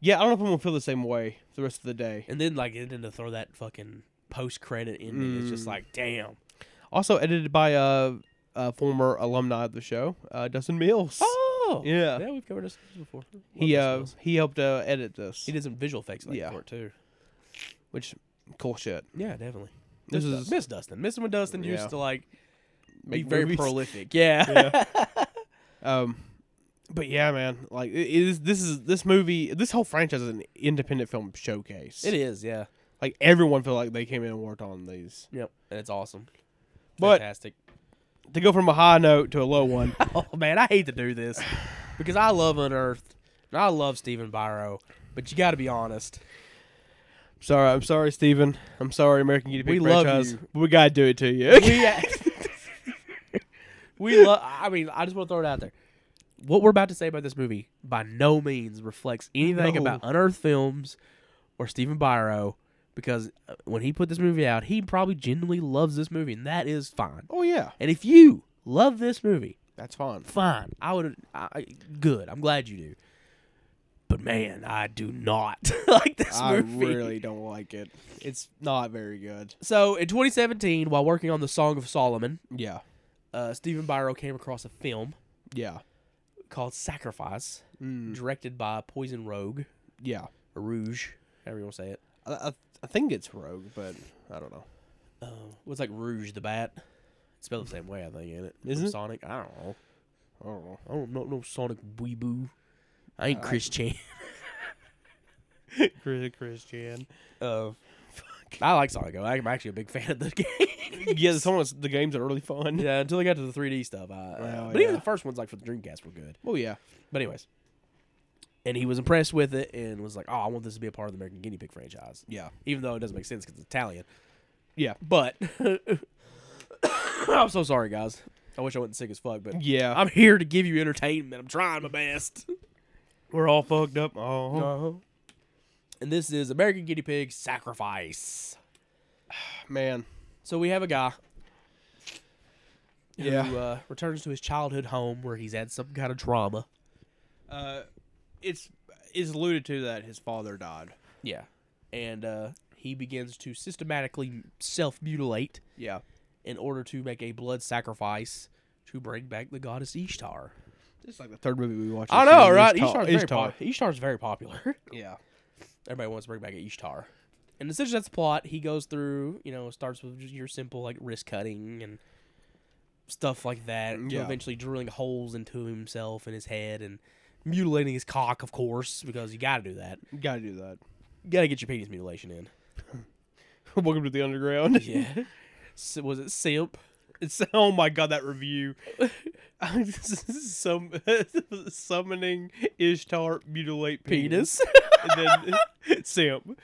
yeah, I don't know if I'm gonna feel the same way the rest of the day. And then, like, and then to throw that fucking post credit ending, it's Mm. just like, damn. Also edited by uh, a former alumni of the show, uh, Dustin Mills. Oh! Yeah. Yeah, we've covered this before. Love he this uh, Wills. he helped uh, edit this, he did some visual effects like Yeah. for it, too. which cool shit. Yeah, definitely. This Miss Du- is- Miss Dustin. Miss him when Dustin Yeah. used to, like, be Make very movies. <laughs> prolific. Yeah. Um, but yeah, man, like it is. This is this movie. This whole franchise is an independent film showcase. it is, yeah. Like everyone feel like they came in and worked on these. Yep. And it's awesome. But- Fantastic. To go from a high note to a <laughs> low one. Oh man, I hate to do this because I love Unearthed and I love Steven Biro, but you got to be <laughs> honest. sorry, I'm sorry, Steven. I'm sorry, American Guinea We Pig love franchise. you. but We gotta do it to you. We we love. I mean, I just want to throw it out there. What we're about to say about this movie by no means reflects anything No. about Unearthed Films or Steven Biro, because uh, when he put this movie out, he probably genuinely loves this movie, and that is fine. oh yeah, And if you love this movie, that's fine. fine. I would. I, I- good. I'm glad you do. But man, I do not <laughs> like this I movie. really don't like it. It's not very good. So in 2017, while working on the Song of Solomon, Yeah, uh, Stephen Biro came across a film yeah, called Sacrifice, Hmm. directed by Poison Rogue yeah. or Rouge, however you want to say it. I, I, I think it's Rogue, but I don't know. Oh, it was like Rouge the Bat. It's spelled the same way, I think, ain't it? Isn't it? Sonic? I don't know. I don't know. I don't know no Sonic weeboo. I Uh, ain't Chris Chan. Chris, Christian. Uh, I like Sonic. though. I'm actually a big fan of the <laughs> game. Yeah, the, some of the games are really fun. Yeah, until they got to the 3D stuff. I, uh, Well, but even yeah. the first ones, like for the Dreamcast, were good. Oh yeah. But anyways, and he was impressed with it and was like, "Oh, I want this to be a part of the American Guinea Pig franchise." Yeah. even though it doesn't make sense because it's Italian. Yeah. But <coughs> I'm so sorry, guys. I wish I wasn't sick as fuck, but Yeah. I'm here to give you entertainment. I'm trying my best. we're all fucked up. Oh. And this is American Guinea Pig Sacrifice. Man. So we have a guy who Yeah. uh, returns to his childhood home where he's had some kind of trauma. Uh, it's it's alluded to that his father died. Yeah. And uh, he begins to systematically self mutilate Yeah. in order to make a blood sacrifice to bring back the goddess Ishtar. It's like the third movie we watched. I this know, year, right? Ishtar- Ishtar's, very Ishtar. pop- Ishtar's very popular. <laughs> Yeah. Everybody wants to bring back Ishtar. And essentially, that's the plot. He goes through, you know, starts with just your simple, like, wrist cutting and stuff like that, to Yeah. eventually drilling holes into himself and his head and mutilating his cock, of course, because you got to do that. You gotta do that. You got to get your penis mutilation in. <laughs> Welcome to the underground. Yeah. <laughs> S was it Simp? It's <laughs> oh my god that review. <laughs> this is <laughs> sum, summoning Ishtar mutilate penis, Penis? and then Sam.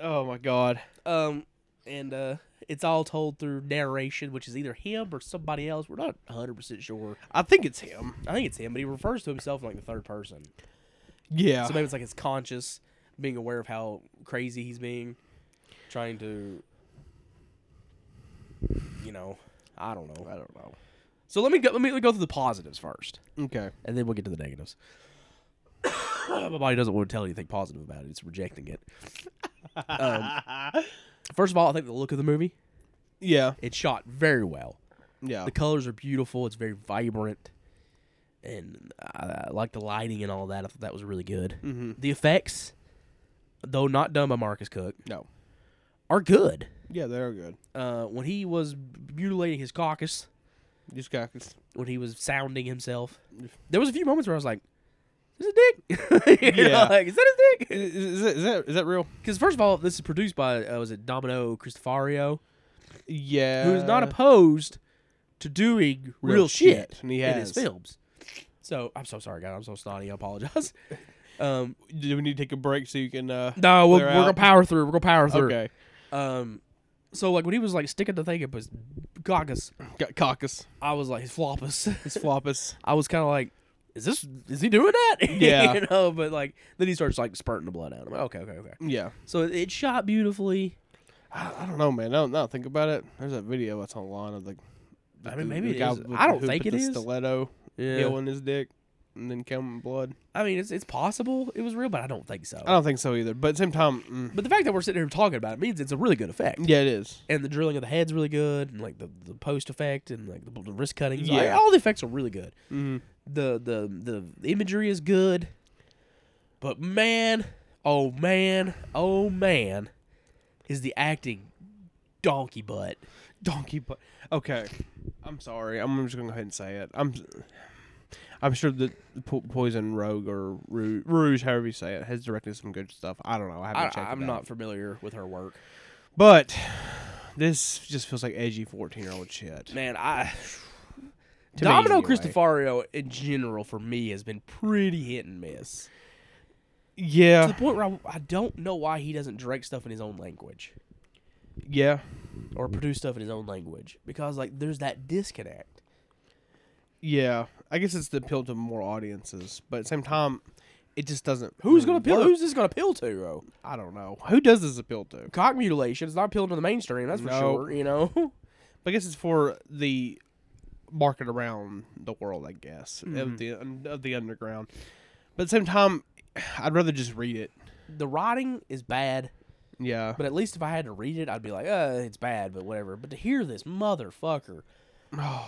Oh my god. Um, and uh, it's all told through narration, which is either him or somebody else. We're not 100% sure. I think it's him. I think it's him, but he refers to himself in, like the third person. Yeah. So maybe it's like his conscious being aware of how crazy he's being, trying to, you know, I don't know. I don't know. So let me go, let me go through the positives first, Okay. and then we'll get to the negatives. <coughs> My body doesn't want to tell anything positive about it; it's rejecting it. <laughs> Um, first of all, I think the look of the movie. Yeah. It's shot very well. Yeah. The colors are beautiful. It's very vibrant, and I, I like the lighting and all that. I thought that was really good. The effects, though not done by Marcus Cook, No. are good. Yeah, they're good. Uh, when he was mutilating his caucus, Just got when he was sounding himself, there was a few moments where I was like, is his dick? <laughs> You know, Yeah. like, is that his dick? <laughs> Is, is, that- is that is that real? Because first of all, this is produced by uh, was it Domino Cristofario, Yeah. who's not opposed to doing real, Uh, real shit, shit, and he in his has. films. So I'm so sorry, guys. I'm so snotty. I <laughs> apologize. Um, Do we need to take a break so you can? Uh, no, we're, clear we're out? gonna power through. We're gonna power through. Okay. Um, so like when he was like sticking the thing up his caucus, Got caucus. I was like his floppus. <laughs> It's floppus. I was kind of like, is this is he doing that? <laughs> Yeah. you know. But like then he starts like spurting the blood out. I'm like, okay, okay, okay. yeah. So it, it shot beautifully. I, I don't know, man. Now, now I think about it, there's that video that's online of the. I the- mean, maybe the it guy is. with- I don't who think put it the is. Stiletto Yeah. heel in his dick, and then came blood. I mean, it's it's possible it was real, but I don't think so. I don't think so either. But at the same time, mm, But the fact that we're sitting here talking about it means it's a really good effect. yeah, it is. And the drilling of the head's really good, and like the, the post effect, and like the, the wrist cutting. Yeah. Mm-hmm. Yeah. all the effects are really good. Mm. The the the imagery is good. But man, oh man, oh man, is the acting donkey butt. Donkey butt. Okay, I'm sorry. I'm just gonna go ahead and say it. I'm. I'm sure that Po- Poison Rogue or Rouge, Rouge, however you say it, has directed some good stuff. I don't know. I haven't I, checked. it I'm out. not familiar with her work. But this just feels like edgy 14 year old shit. Man, I <sighs> To me, Domino anyway. Cristofario in general for me has been pretty hit and miss. to Yeah. the point where I, I don't know why he doesn't direct stuff in his own language Yeah. or produce stuff in his own language because like there's that disconnect. Yeah. I guess it's to appeal to more audiences, but at the same time, it just doesn't. Who's really gonna appeal? work. Who's this gonna appeal to, bro? I don't know. Who does this appeal to? Cock mutilation. It's not appealing to the mainstream. That's for No. sure. You know. <laughs> But I guess it's for the market around the world, I guess, Mm-hmm. of, the, of the underground. But at the same time, I'd rather just read it. the writing is bad, Yeah. but at least if I had to read it, I'd be like, uh, it's bad, but whatever. But to hear this motherfucker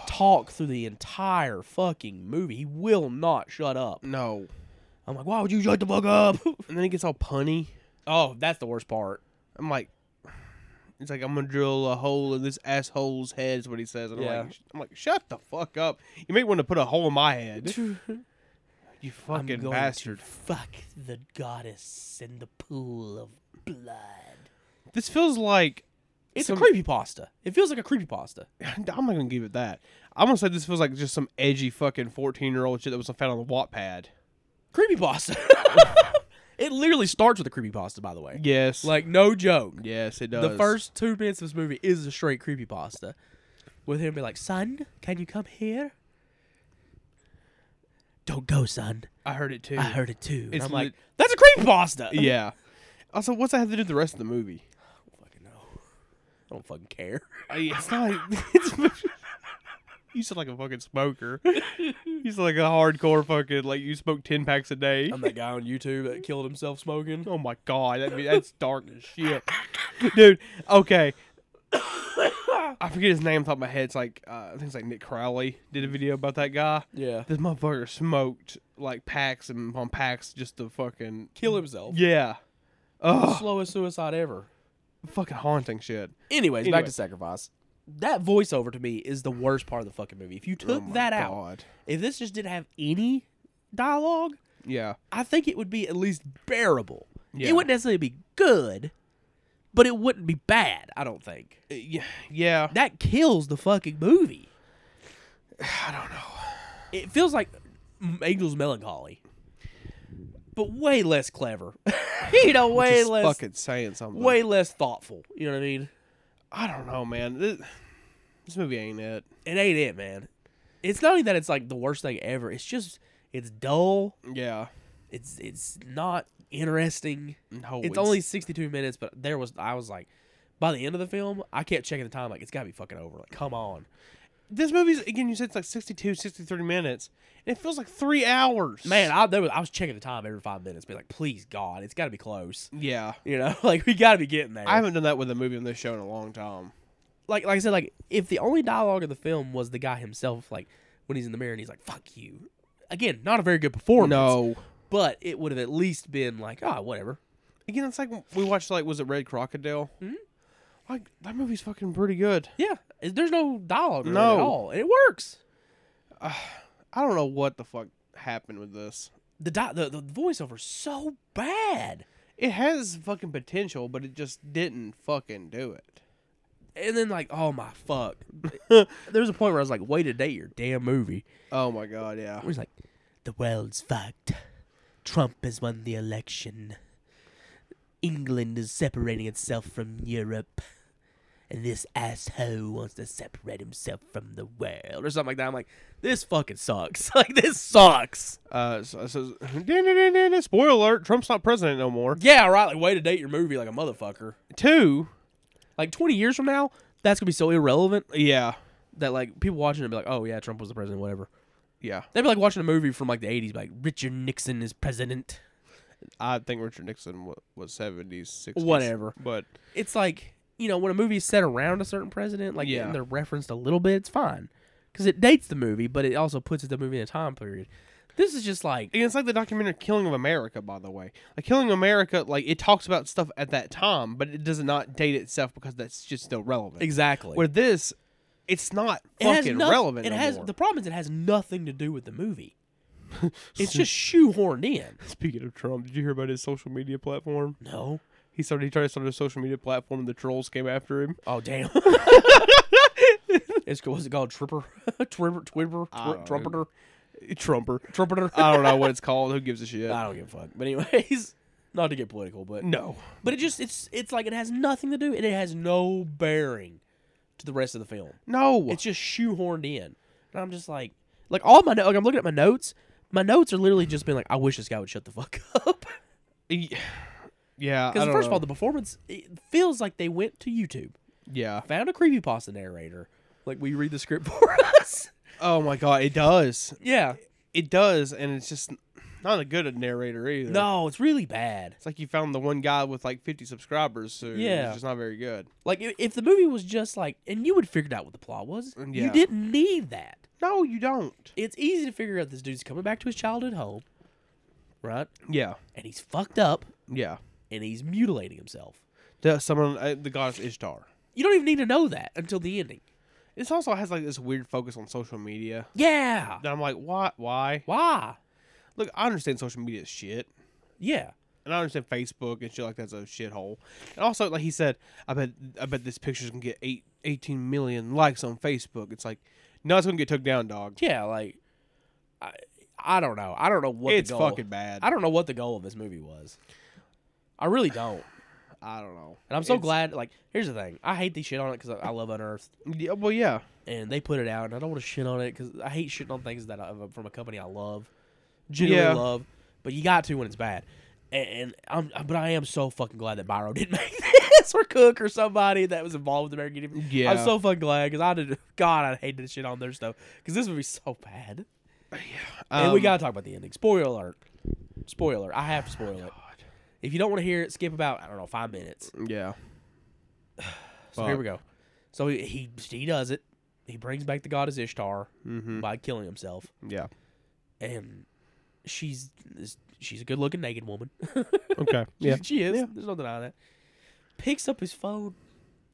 talk through the entire fucking movie, he will not shut up. no. I'm like, why would you shut the fuck up? <laughs> And then it gets all punny. oh, that's the worst part. I'm like, it's like I'm gonna drill a hole in this asshole's head. Is what he says, and Yeah. I'm like, sh- I'm like, shut the fuck up. You may want to put a hole in my head. you I'm fucking going bastard. To fuck the goddess in the pool of blood. This feels like It's Some- a creepy pasta. It feels like a creepy pasta. <laughs> I'm not gonna give it that. I'm gonna say this feels like just some edgy fucking 14 year old shit that was found on the Wattpad. Creepy pasta. <laughs> it literally starts with a creepy pasta, by the way. Yes, Like no joke. yes, it does. The first two minutes of this movie is a straight creepy pasta, with him be like, "Son, can you come here?" Don't go, son. I heard it too. I heard it too. And It's I'm like, lit- that's a creepy pasta. <laughs> Yeah. <laughs> Also, what's that have to do with the rest of the movie? fucking no. <laughs> I don't fucking care. I- It's not. <laughs> It's, you sound like a fucking smoker. You sound like a hardcore fucking like you smoke ten packs a day. I'm that guy on YouTube that killed himself smoking. <laughs> oh my god, that that's dark <laughs> as shit, dude. Okay, <coughs> I forget his name. Off the top of my head, it's like uh, I think it's like Nick Crowley did a video about that guy. Yeah. This motherfucker smoked like packs and on packs just to fucking Kill himself. yeah. Oh, slowest suicide ever. fucking haunting shit. Anyways, Anyway. back to sacrifice. That voiceover to me is the worst part of the fucking movie. If you took Oh my that out, God. if this just didn't have any dialogue, Yeah, I think it would be at least bearable. Yeah. It wouldn't necessarily be good, but it wouldn't be bad. I don't think Uh, yeah, yeah. that kills the fucking <sighs> movie. I don't know. It feels like M- Angel's Melancholy, but way less clever. <laughs> you know, way Just less, fucking saying something. way less thoughtful. You know what I mean? I don't know, man. This, this movie ain't it. it ain't it, man. It's not only that it's like the worst thing ever. It's just it's dull. Yeah. It's it's not interesting. No, It's only sixty two minutes, but there was I was like, by the end of the film, I kept checking the time like it's gotta be fucking over. Like come on, this movie's again. You said it's like 62, 63 minutes, and it feels like three hours. man. I there was, I was checking the time every five minutes, be like, please God, it's gotta be close. <laughs> yeah, You know, like we gotta be getting there. I haven't done that with a movie on this show in a long time. like like I said, like if the only dialogue in the film was the guy himself, like when he's in the mirror and he's like, "Fuck you," again, not a very good performance. No, but it would have at least been like, ah, whatever. again, it's like we watched like was it Red Crocodile? Hmm? Like that movie's fucking pretty good. Yeah, it- there's no dialogue really at No. all. and It works. I don't know what the fuck happened with this. the, di- the the voiceover so bad. It has fucking potential, but it just didn't fucking do it. And then like, oh my fuck. There's a point where I was like, wait a day, your damn movie. Oh my god, yeah. Where he's like, the world's fucked. Trump has won the election. England is separating itself from Europe. And this asshole wants to separate himself from the world or something like that. I'm like, this fucking sucks. <laughs> like, this sucks. Uh, so it says, <laughs> "Dun-dun-dun-dun-dun, spoiler alert: Trump's not president no more. Yeah, right. Like, way to date your movie like a motherfucker. Two, Like, 20 years from now, that's going to be so irrelevant eh, yeah, that, like, people watching it be like, oh, yeah, Trump was the president, whatever. yeah. They'd be like watching a movie from, like, the 80s, like, Richard Nixon is president. I think Richard Nixon wa- was seventies, sixties, Whatever. But it's like you know when a movie's set around a certain president, like Yeah. and they're referenced a little bit, it's fine because it dates the movie, but it also puts the movie in a time period. This is just like and it's like the documentary "Killing of America," by the way. Like "Killing America," like it talks about stuff at that time, but it does not date itself because that's just still relevant. exactly Where this, it's not it has fucking noth- relevant. It no has more. the problem is it has nothing to do with the <laughs> movie. it's just shoehorned in. Speaking of Trump, did you hear about his social media platform? No. He started. He tried to start a social media platform, and the trolls came after him. <laughs> Oh <laughs> damn. it's what's it called? Tripper, <laughs> Tripper, Twibber, don't know. Tw- Trumpeter, Trumper. Trumpeter. I don't know what it's called. Who gives a <laughs> shit? I don't give a fuck. But anyways, <laughs> not to get political, but No. But it just it's it's like it has nothing to do and it has no bearing to the rest of the film. No. It's just shoehorned in. And I'm just like like all my no- like I'm looking at my notes. My notes are literally just been like, I wish this guy would shut the fuck <laughs> up. yeah. Because first of all, the performance it feels like they went to YouTube, yeah. found a creepypasta narrator, like will you read the script for <laughs> us? Oh my god, it does. Yeah. It does, and it's just not a good narrator either. No, it's really bad. It's like you found the one guy with like 50 subscribers, so Yeah. it's just not very good. Like i- if the movie was just like, and you would have figured out what the plot was. You Mm, Yeah. didn't need that. No, you don't. It's easy to figure out this dude's coming back to his childhood home, right? Yeah. and he's fucked up Yeah. and he's mutilating himself. The, someone, uh, the goddess Ishtar. You don't even need to know that until the ending. This also has like this weird focus on social media. Yeah. That I'm like, why? Why? Why? Look, I understand social media is shit. Yeah. And I understand Facebook and shit like that's a shithole. And also, like he said, I bet I bet this picture's gonna get eight, 18 million likes on Facebook. It's like, no, it's gonna get took down, dog. Yeah, like I I don't know. I don't know what It's the goal fucking bad. I don't know what the goal of this movie was. I really don't. I don't know. And I'm so It's- glad like here's the thing. I hate the shit on it cuz I love Unearthed Yeah, well, yeah, and they put it out and I don't want to shit on it cuz I hate shitting on things that I, from a company I love. Genuinely Yeah. love, but you got to when it's bad. And and I'm, but I am so fucking glad that Byro <laughs> didn't make this or Cook or somebody that was involved with American Idol. Yeah. I'm so fucking glad because I did. <laughs> God, I hate this shit on their stuff because this would be so bad. and we Um, gotta talk about the ending. Spoiler alert. Spoiler. alert. I have to Oh spoil it. If you don't want to hear it, skip about I don't know five minutes. yeah. <sighs> So here we go. So he he, he does it. He brings back the goddess Ishtar Mm-hmm. by killing himself. Yeah. <laughs> and she's she's a good looking naked woman. <laughs> Okay. Yeah. she is. There's no denying that. Picks up his phone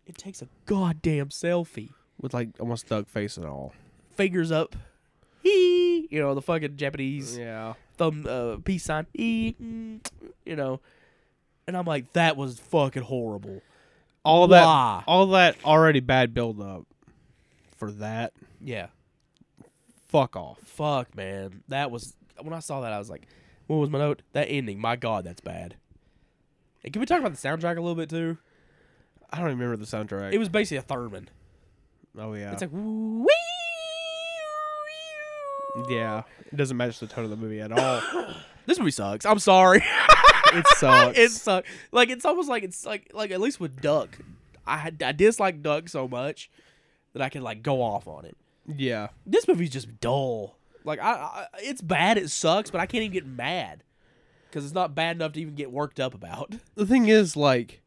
and takes a goddamn selfie. <laughs> With like almost duck face and all. Fingers up. He, you know, the fucking Japanese Yeah. thumb uh, peace sign. He, mm, you know, and I'm like, that was fucking horrible. All Why? that, all that already bad build up for that. Yeah. Fuck off. Fuck, man. That was when I saw that. I was like, what was my note? That ending. My God, that's bad. And can we talk about the soundtrack a little bit too? I don't even remember the soundtrack. It was basically a Thurman. oh yeah. It's like wee. yeah. It doesn't match the tone of the movie at all. This movie sucks. I'm sorry. <laughs> it sucks. it sucks. Like it's almost like it's like like at least with Duck, I had I dislike Duck so much that I can like go off on it. yeah. This movie's just dull. Like I, I it's bad. It sucks, but I can't even get mad because it's not bad enough to even get worked up about. the thing is like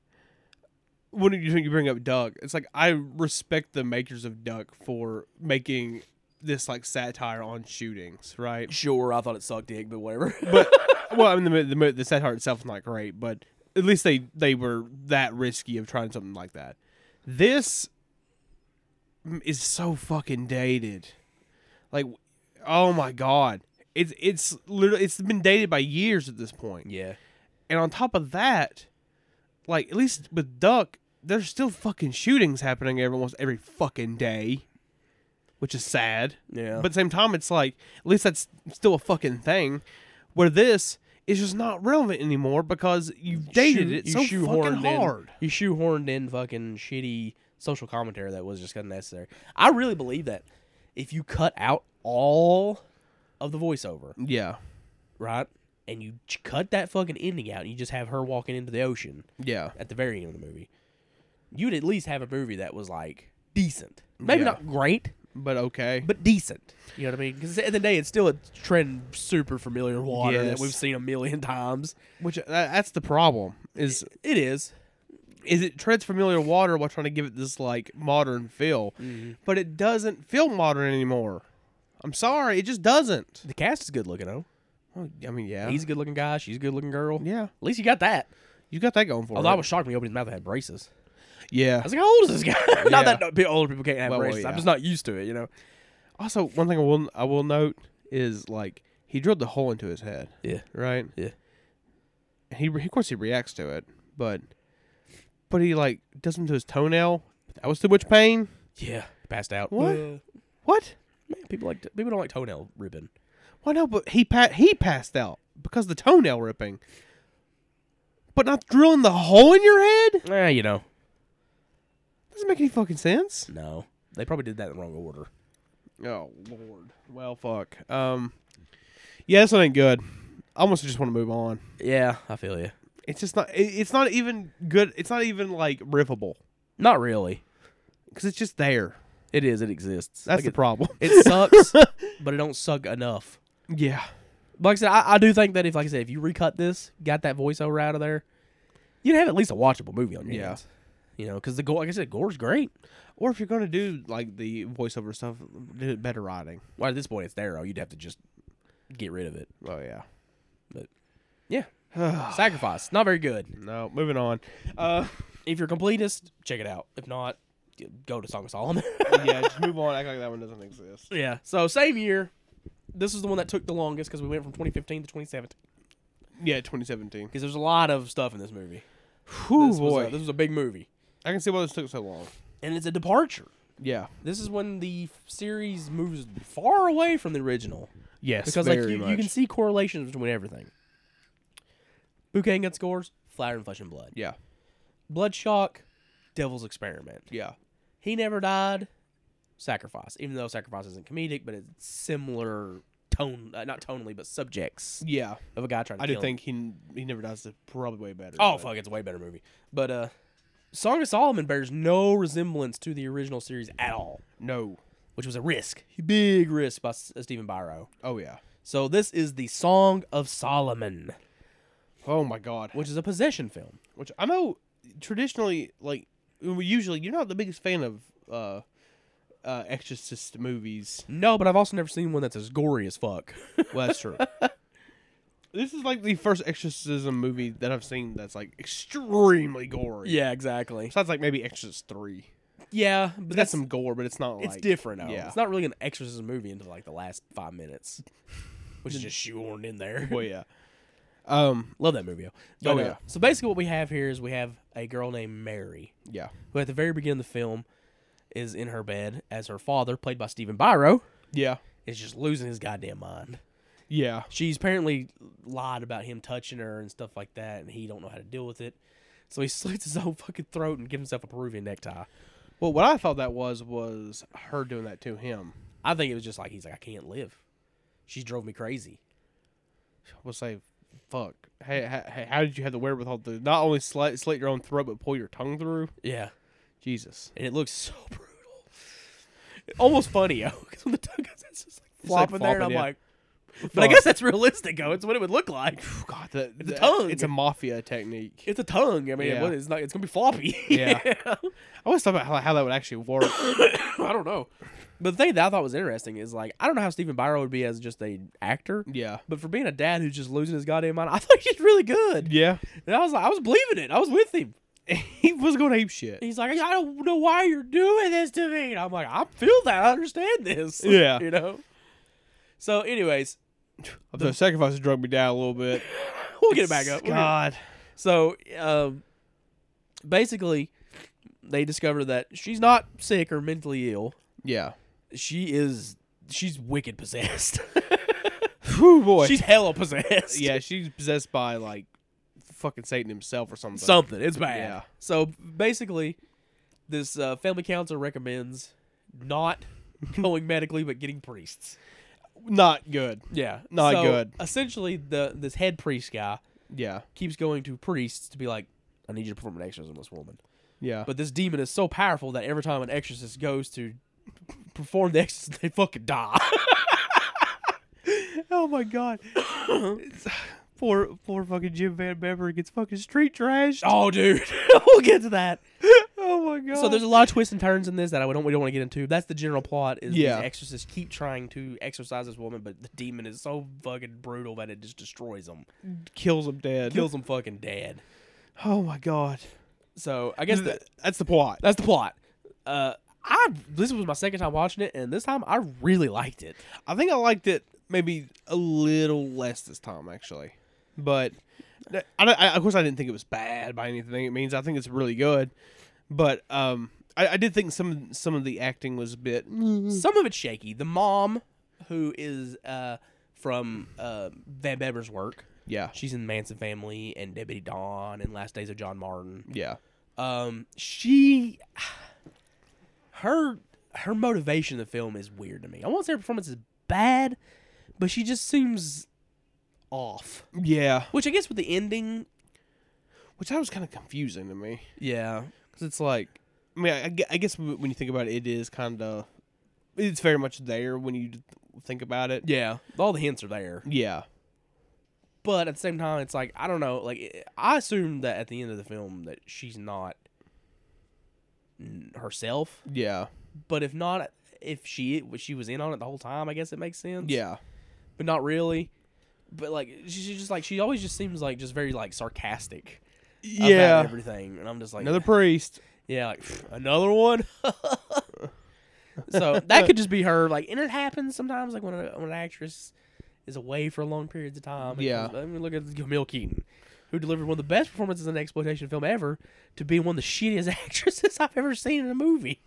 when you think you bring up Doug, it's like I respect the makers of Duck for making this like satire on shootings, right? Sure, I thought it sucked dick, but whatever. <laughs> But well, I mean the mo- the, mo- the satire itself is not great, but at least they they were that risky of trying something like that. This m- is so fucking dated. Like, oh my god, It's it's literally it's been dated by years at this point. Yeah. And on top of that, like at least with Duck, there's still fucking shootings happening every once every fucking day, which is sad. Yeah. But at the same time, it's like at least that's still a fucking thing. Where this is just not relevant anymore because you've dated Shoe- it you so fucking shoehorned in- hard. you shoehorned in fucking shitty social commentary that was just unnecessary. I really believe that if you cut out all of the voiceover, Yeah. right, and you ch- cut that fucking ending out, and you just have her walking into the ocean Yeah. at the very end of the movie, you'd at least have a movie that was like decent, maybe Yeah. not great, But okay. but decent. You know what I mean? Because at the end of the day, it's still a trend super familiar water that Yes. we've seen a million <laughs> times. Which uh, that, that's the problem is It is. is it treads familiar water while trying to give it this like modern feel, Mm-hmm. but it doesn't feel modern anymore. I'm sorry, it just doesn't. The cast is good looking though. Well, I mean, yeah, He's a good looking guy. She's a good looking girl. Uh-huh. yeah, At least you got that. you got that going for Although it. I Oh, was shocked when he opened his mouth and had braces. yeah. I was like, how old is this guy? <laughs> Yeah. not that no, pe- older people can't have Well, well, braces. I'm yeah. just not used to it, you know? Also, one thing I will I will note is like he drilled the hole into his head, Yeah. right? Yeah. And he re- of course he reacts to it, but but he like does him to his toenail. That was too much pain. Yeah. Passed out. What? Yeah. What? Man, people like people don't like toenail ribbon. Well, no, but he pa- he passed out because of the toenail ripping. But not drilling the hole in your head Eh, you know. doesn't make any fucking sense. No. They probably did that in the wrong order. Oh lord. Well, fuck. Um, yeah, this one ain't good. I almost just want to move on. Yeah, I feel you. It's just not. it- It's not even good. It's not even like riffable Not really. because it's just there. It is. It exists. That's Like, the problem. <laughs> It, it sucks, but it don't suck enough. yeah. But like I said, I, I do think that if, like I said, if you recut this, got that voiceover out of there, you'd have at least a watchable movie on your Yeah. hands. You know, because the gore, like I said, gore's great. Or if you're gonna do like the voiceover stuff, do it better writing. Well, at this point, it's there. Oh, you'd have to just get rid of it. Oh yeah. Yeah. <sighs> Sacrifice. Not very good. No. Moving on. Uh. If you're a completist, check it out. If not, g- go to Song of Solomon. <laughs> yeah. Just move on. Act like that one doesn't exist. yeah. So, same year. This is the one that took the longest because we went from 2015 to 2017. <laughs> Yeah. 2017. Because there's a lot of stuff in this movie. Whew, This was boy. a- this was a big movie. I can see why this took so long. And it's a departure. Yeah. This is when the f- series moves far away from the original. Yes. because like you, you can see correlations between everything. Bouquet and Gun Scores, Flower and Flesh and Blood. Yeah. Blood Shock, Devil's Experiment. Yeah. He Never Died, Sacrifice. Even though Sacrifice isn't comedic, but it's similar tone, uh, not tonally, but subjects Yeah. of a guy trying to I do kill him. think he he never does it. Probably way better. Oh, but- fuck, it's a way better movie. But uh, Song of Solomon bears no resemblance to the original series at all, No. which was a risk. Big risk by S- uh, Stephen Biro. Oh yeah. So this is the Song of Solomon, Oh my god. which is a possession film. which I know traditionally, like we usually, you're not the biggest fan of uh, uh, exorcist <laughs> movies. No, but I've also never seen one that's as gory as fuck. Well, that's true. this is like the first exorcism movie that I've seen that's like extremely <laughs> gory. yeah, exactly. besides like maybe Exorcist three. Yeah, But but that's that's some gore, but it's not. it's like, different. Though. Yeah. it's not really an exorcism movie until like the last five minutes, which <laughs> is just shoehorned in there. well, yeah. Um. <laughs> Love that movie. Though. Oh, But, uh, yeah. so basically, what we have here is we have a girl named Mary, Yeah. who at the very beginning of the film is in her bed as her father, played by Stephen Biro, Yeah. is just losing his goddamn mind. Yeah. she's apparently lied about him touching her and stuff like that, and he don't know how to deal with it. So he <laughs> slits his own fucking throat and gives himself a Peruvian necktie. Well, what I thought that was was her doing that to him. I think it was just like he's like, I can't live. She drove me crazy. We'll say, fuck. Hey, how, how did you have the wherewithal to not only slit, slit your own throat but pull your tongue through? Yeah, Jesus. and it looks so <laughs> brutal, almost funny, yo. Because when the tongue goes, it's just like like flopping there, and I'm flopping, yeah. like, but I guess that's realistic, though. It's what it would look <sighs> like. God, the, the, tongue. It's a mafia technique. It's a tongue. I mean, Yeah. what- it's not. It's gonna be floppy. Yeah. I always thought about how, how that would actually work. <laughs> <coughs> I don't know. But the thing that I thought was interesting is like I don't know how Stephen Byro would be as just a actor. yeah. But for being a dad who's just losing his goddamn mind, <laughs> I thought he's really good. Yeah. And I was like, I was believing it. I was with him. <laughs> he was going ape shit. He's like, I don't know why you're doing this to me. And I'm like, I feel that. I understand this. <laughs> Yeah. you know? So, anyways, The sacrifices drug me down a little bit. we'll get it back up. We'll get it- God. So, um, basically, they discover that she's not sick or mentally ill. Yeah. She is. She's wicked possessed. <laughs> Whew, boy. <laughs> she's hella possessed. yeah, she's possessed by like fucking Satan himself or something. something. It's bad. Yeah. So basically, this uh, family counselor recommends not <laughs> going medically, but getting priests. Not good. Yeah, Not good. Essentially, the this head priest guy Yeah. keeps going to priests to be like, "I need you to perform an exorcism on this woman." Yeah. But this demon is so powerful that every time an exorcist goes to perform the <laughs> exorcism, they fucking die. oh my god. It's- poor poor fucking Jim Van Bever gets fucking street trashed. oh, dude, <laughs> we'll get to that. <laughs> Oh my god. So there's a lot of twists and turns in this that I don't we don't want to get into. That's the general plot. Is Yeah. these exorcists keep trying to exorcise this woman, but the demon is so fucking brutal that it just destroys them, kills him dead. kills them fucking dead. Oh my god. So I guess that, that's the plot. that's the plot. Uh, I this was my second time watching it, and this time I really liked it. I think I liked it maybe a little less this time actually, but I, don't- I- of course I didn't think it was bad by anything it means. I think it's really good, but um, I, I did think some some of the acting was a bit. mm, Some of it's shaky. The mom, who is uh from uh, Van Bever's work, Yeah, she's in Manson Family and Deputy Dawn and Last Days of John Martin. yeah, um she <sighs> her her motivation in the film is weird to me i won't say her performance is bad but she just seems off yeah. which i guess with the ending Which I was kind of confusing to me yeah because it's like, I mean, I, I gue- I guess w- when you think about it, it is kind of, it's very much there when you d- think about it. yeah all the hints are there Yeah, but at the same time it's like i don't know like i assume that at the end of the film that she's not n- herself yeah, but if not if she she was in on it the whole time i guess it makes sense yeah, but not really. But like she- she's just like she always just seems like just very like sarcastic about yeah. everything, and I'm just like Another priest. yeah like another one. so that could just be her like, and it happens sometimes like when, a, when an actress is away for long periods of time. it Yeah. comes- I mean look at Camille Keaton, who delivered one of the best performances in an exploitation film ever, to being one of the shittiest <laughs> actresses I've ever seen in a movie.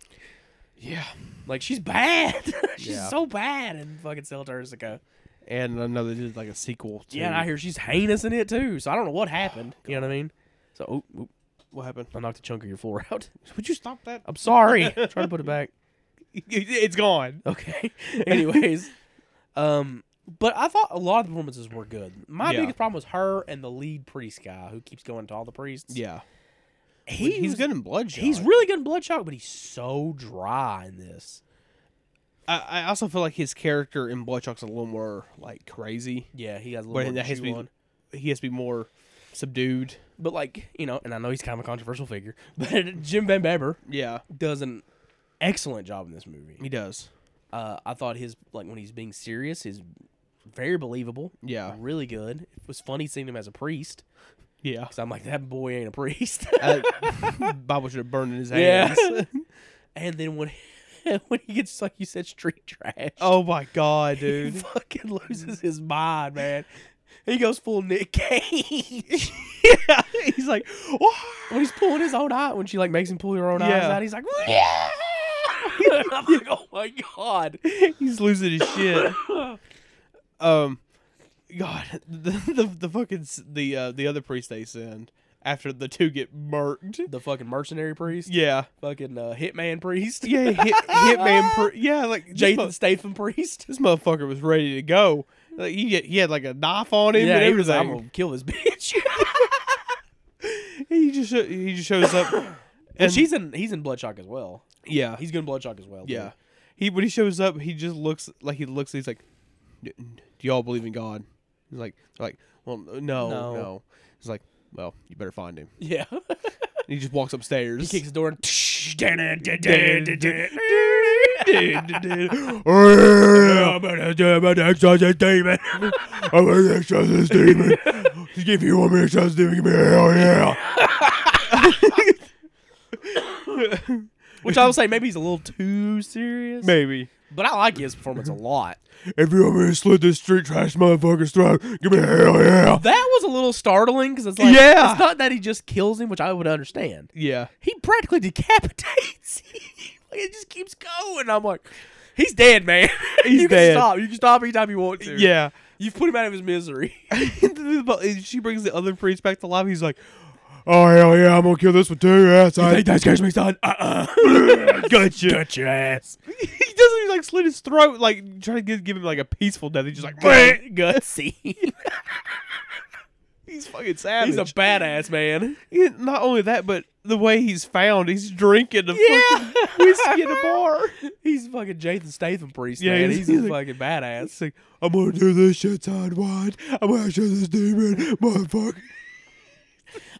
Yeah, Like she's bad, <laughs> she's Yeah. so bad in fucking Cell Tursica. and I know they did like a sequel. To, Yeah, and I hear she's heinous in it too. So I don't know what happened. You know what I mean? So oh, oop, oop, what happened. I knocked a chunk of your floor <laughs> out. Would you stop that? I'm sorry. Trying to put it back. <laughs> It's gone. Okay. <laughs> Anyways, um, but I thought a lot of the performances were good. My Yeah. biggest problem was her and the lead priest guy who keeps going to all the priests. Yeah, he he's was- good in Bloodshot. He's really good in Bloodshot, but he's so dry in this. I, I also feel like his character in Bloodshot's a little more like crazy, Yeah, he has a but little that more has to chew on. be he has to be more subdued. But like you know, and I know he's kind of a controversial figure, <laughs> but Jim Van Beber Yeah, does an excellent job in this movie. he does. Uh, I thought his like when he's being serious is very believable. Yeah. really good. It was funny seeing him as a priest <laughs> Yeah, because I'm like that boy ain't a priest. <laughs> I, Bible should have burned in his Yeah. hands. and then when <laughs> when he gets like you said street trash, Oh my <laughs> god, he dude! fucking loses his mind, man. He goes full Nick Cage. <laughs> yeah, he's like, when he's pulling his own eye, when she like makes him pull her own eyes <laughs> Yeah. out, he's like, yeah. <laughs> I'm like, oh my god. he's losing his shit. Um, God, the the, the fucking s- the uh, the other priest they send after the two get murked. The fucking mercenary priest, Yeah, fucking uh, hitman priest, <laughs> yeah, hit, hitman. Pr- yeah, like this mo- Jason Statham <laughs> priest. this motherfucker was ready to go. Like he had, he had like a knife on him and he was everything. like, I'm gonna kill this <laughs> bitch. he just sho- he just shows <coughs> up. and Uh, she's in he's in Bloodshot as well. yeah He's good in Bloodshot as well. dude. yeah. He when he shows up, he just looks like he looks. He's like, "Do do y'all believe in God?" He's like, they're like, well, no, no. No. He's like, well, you better find him. <laughs> yeah. And he just walks upstairs. he kicks <laughs> the door <laughs> and <laughs> I'm gonna do- I'm gonna exorcise this demon. <laughs> I'm gonna exorcise this demon. <laughs> If you want me to exorcise this demon, give me a hell yeah. Which I would say maybe he's a little too serious. Maybe. But I like his performance a lot. If you want me to slit this street trash motherfucker's throat, give me hell yeah. <laughs> That was a little startling because it's like, Yeah. it's not that he just kills him, which I would understand. <laughs> Yeah. He practically decapitates <laughs> him. like, it just keeps going. I'm like, he's dead, man. <laughs> He's you dead. Can stop. You can stop anytime you want to. Yeah. You've put him out of his <laughs> misery. <laughs> she brings the other priest back to life. He's like, oh, hell yeah, I'm going to kill this one too. Yeah, son. that's catch me, son? Uh uh Gotcha. Cut your ass. <laughs> he doesn't even like slit his throat, like trying to give, give him like a peaceful death. He's just like, "Bleh." <laughs> Gutsy. <laughs> he's fucking savage. he's a badass, man. Yeah, not only that, but the way he's found, he's drinking the fucking <laughs> whiskey in a <laughs> bar. He's fucking Jason Statham priest, Yeah, man. he's- He's, he's a like- fucking badass. It's like, I'm gonna do this shit sidewise. I'm gonna show this demon, motherfucker. <laughs>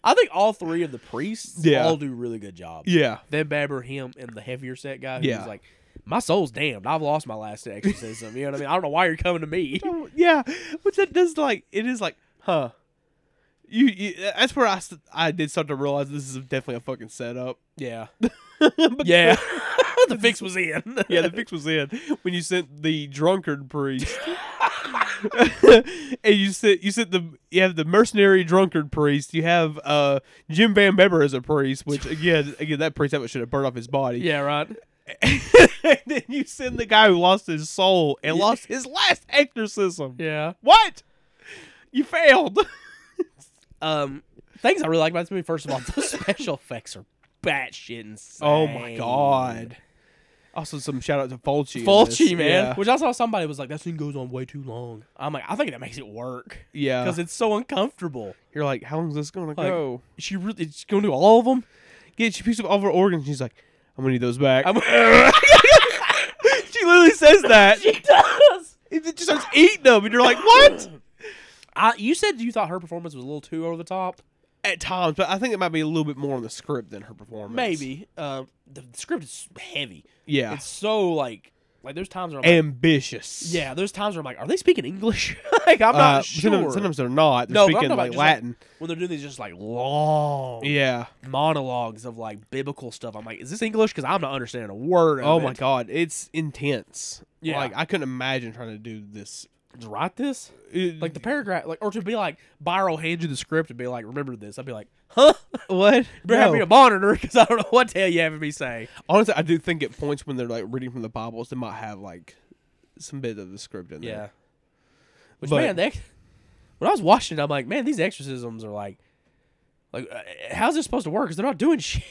I think all three of the priests Yeah. all do really good job. Yeah, Then Babber, him, and the heavier set guy who's Yeah. like, my soul's damned. I've lost my last exorcism. You know what I mean? I don't know why you're coming to <laughs> me. Oh, <laughs> yeah. But that does like it is like, huh? You, you that's where I s- I did start to realize this is definitely a fucking setup. <laughs> Yeah. yeah. <laughs> the fix was in. Yeah, the fix was in when you sent the drunkard priest, and you sent you sent the you have the mercenary drunkard priest. You have uh Jim Van Beber as a priest, which again again that priest that should have burned off his <laughs> body. yeah, right. <laughs> and then you send the guy who lost his soul and lost his last exorcism. Yeah. What? You failed. <laughs> Um, things I really like about this movie. First <laughs> of all, the special effects are batshit insane. Oh my god. Also, some shout out to Fulci. in Fulci, this. man. Which I saw somebody was like, that scene goes on way too long. I'm like, I think that makes it work Yeah. yeah. because it's so uncomfortable. You're like, how long is this gonna Like, go? She really, she's gonna do all of them. Get she picks up all of her organs. She's like, I'm gonna need those back. I'm- <laughs> she literally says that. she does. and then she starts eating them, and you're like, what? I, you said you thought her performance was a little too over the top. At times, but I think it might be a little bit more on the script than her performance. Maybe. Um, the, the script is heavy. Yeah. It's so like, like there's times where I'm like, ambitious. yeah, there's times where I'm like, are they speaking English? <laughs> like I'm not Uh, sure. Sometimes, sometimes they're not. They're No, but I'm speaking talking about like just, Latin. when they're doing these just like long yeah. monologues of like biblical stuff. I'm like, is this English? Because I'm not understanding a word. Of Oh my it. god, it's intense. Yeah. Like I couldn't imagine trying to do this. Just write this. It- Like the paragraph, like or to be like, Byro hand you the script and be like, remember this. I'd be like, huh? what? <laughs> Better have me No. a monitor because I don't know what the hell you having me say. Honestly, I do think at points when they're like reading from the Bibles, they might have like some bit of the script in there. Which But- man, that, when I was watching, it, I'm like, man, these exorcisms are like, like, uh, how's this supposed to work? Because they're not doing <laughs> shit.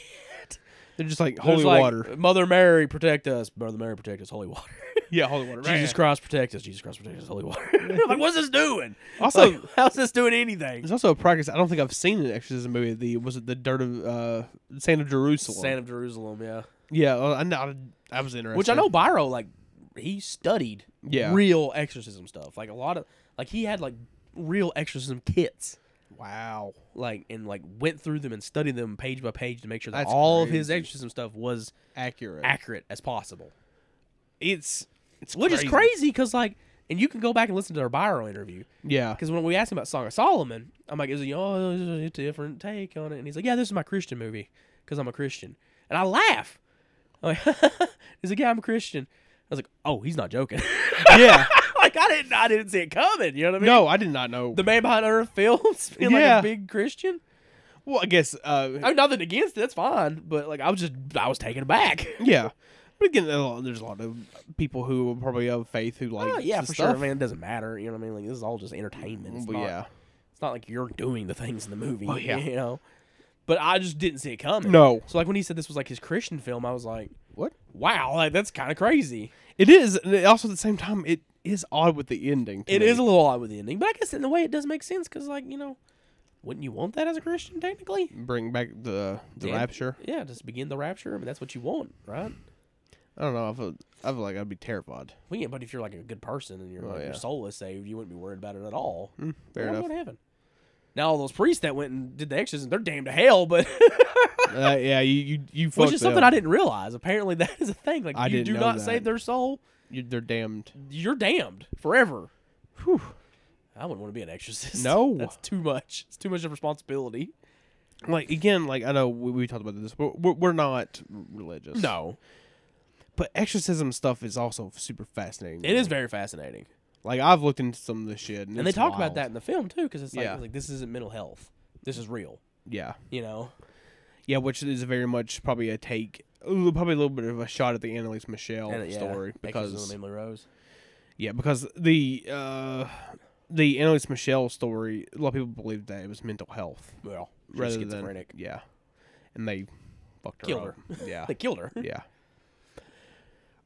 They're just like There's holy like, water. Mother Mary, protect us. Mother Mary, protect us. Holy water. <laughs> yeah, holy water. Jesus Jesus Christ, protect us. Jesus Christ, protect us. Holy water. <laughs> I'm like, what's this doing? Also- <laughs> Like, how's this doing anything? There's also a practice I don't think I've seen in an exorcism movie. The was it the dirt of uh, sand of Jerusalem? Sand of Jerusalem, yeah. yeah, well, I know. I was interested. Which I know Byro, like, he studied Yeah. real exorcism stuff. Like, a lot of, like, he had, like, real exorcism kits. Wow. Like, and, like, went through them and studied them page by page to make sure that That's all of his crazy. exorcism stuff was Accurate. accurate as possible. it's it's Which is crazy because, like, and you can go back and listen to our Byro interview. <laughs> Yeah. Because when we asked him about Song of Solomon, I'm like, is it, oh, this is a different take on it? And he's like, yeah, this is my Christian movie because I'm a Christian. And I laugh. I'm like, <laughs> he's like, yeah, I'm a Christian. I was like, oh, he's not joking. <laughs> <laughs> Yeah. like, I didn't, I didn't see it coming. You know what I mean? no, I did not know. The man behind Earth Films being like Yeah. a big Christian. well, I guess uh, I mean, nothing against it. That's fine. But, like, I was just, I was taken aback. <laughs> Yeah. But again, there's a lot- there's a lot of people who are probably of faith who like Oh, yeah, the for stuff. sure, man. It doesn't matter. You know what I mean? Like, this is all just entertainment. It's But not- yeah. It's not like you're doing the things in the movie. Oh, <laughs> yeah. You know? But I just didn't see it coming. No. So like when he said this was like his Christian film, I was like, What? wow, like that's kind of crazy. It is. And it- also at the same time, it is odd with the ending. to It me. is a little odd with the ending, but I guess in a way it does make sense because like you know, wouldn't you want that as a Christian technically? Bring back the the Yeah. rapture. Yeah, just begin the rapture. I mean, that's what you want, right? I don't know. I feel, I feel like I'd be terrified. Well, yeah, but if you're like a good person and you're, Oh, like, yeah. Hmm, your soul is saved, you wouldn't be worried about it at all. Mm, fair enough. What happened? Now all those priests that went and did the exorcism, they're damned to hell, but <laughs> uh, yeah, you you, you fucked which is something I didn't realize. Apparently, that is a thing. Like I you didn't do know not that. save their soul, You, they're damned. you're damned forever. I wouldn't want to be an exorcist. No. <laughs> that's too much. It's too much of responsibility. Mm-hmm. like again, like I know we, we talked about this, but we're, we're not religious. No, but exorcism stuff is also super fascinating. to it is me. very fascinating, like I've looked into some of this shit, and, and they it's talk wild. about that in the film too, because it's like, Yeah. it's like this isn't mental health. This is real. Yeah, You know. yeah, which is very much probably a take, ooh, probably a little bit of a shot at the Annalise Michelle And, yeah, story Exorcism because of Emily Rose. Yeah, because the uh, the Annalise Michelle story, a lot of people believed that it was mental health Well, she's rather schizophrenic. than yeah, and they fucked her Killed up. <laughs> Yeah, They killed her. yeah.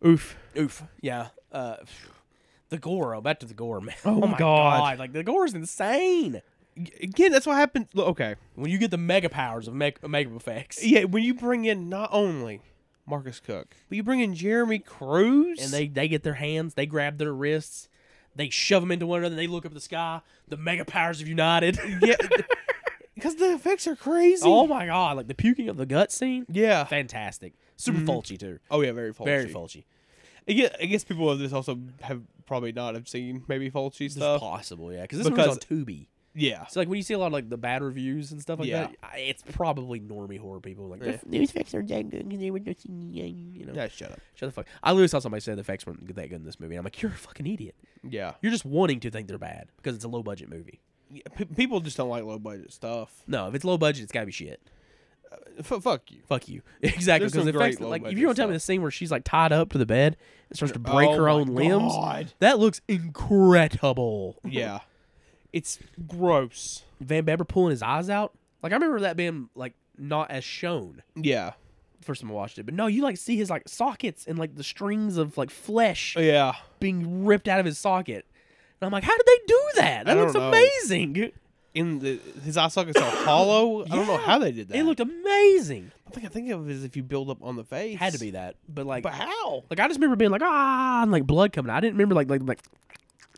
Oof. Oof. Yeah. Uh, <sighs> the gore. Oh, back to the gore, man. Oh my my God. Like the gore is insane. Y- Again, that's what happens. Look, okay, When you get the mega powers of mega, mega effects, yeah. When you bring in not only Marcus Cook, but you bring in Jeremy Cruz, and they they get their hands, they grab their wrists, they shove them into one another, they look up at the sky. The mega powers have united. <laughs> <laughs> yeah, because the effects are crazy. oh my god! Like the puking of the gut scene. yeah. Fantastic. Super Fulci too. Oh yeah, very Fulci. Very Mm-hmm. Fulci. I guess, I guess people of this also have probably not have seen maybe Fulci This stuff. is possible, yeah, because this because- movie's on Tubi. yeah, So like when you see a lot of like the bad reviews and stuff like Yeah. that, I- it's probably normie horror people like Yeah. the the effects are that good because they were just you know. yeah. Shut up. <laughs> Shut the fuck. I literally saw somebody say the effects weren't that good in this movie. And I'm like, you're a fucking idiot. Yeah. You're just wanting to think they're bad because it's a low budget movie. Yeah, pe- people just don't like low budget stuff. No, if it's low budget, it's gotta be shit. F- fuck you. Fuck you. <laughs> exactly. There's Because some the effects, great like, if low-budget you don't tell me stuff. the scene where she's like tied up to the bed and starts to break Oh her my own God. limbs, that looks incredible. <laughs> Yeah, it's gross. Van Beber pulling his eyes out. Like I remember that being like not as shown Yeah, the first time I watched it, but no, you like see his like sockets and like the strings of like flesh yeah. being ripped out of his socket. And I'm like, how did they do that? That I looks don't know. amazing. In the his eye sockets are hollow. I don't know Yeah. how they did that. It looked amazing. I think I think of it as if you build up on the face. Had to be that, but like, But how? like I just remember being like ah, and like blood coming. out. I didn't remember like like like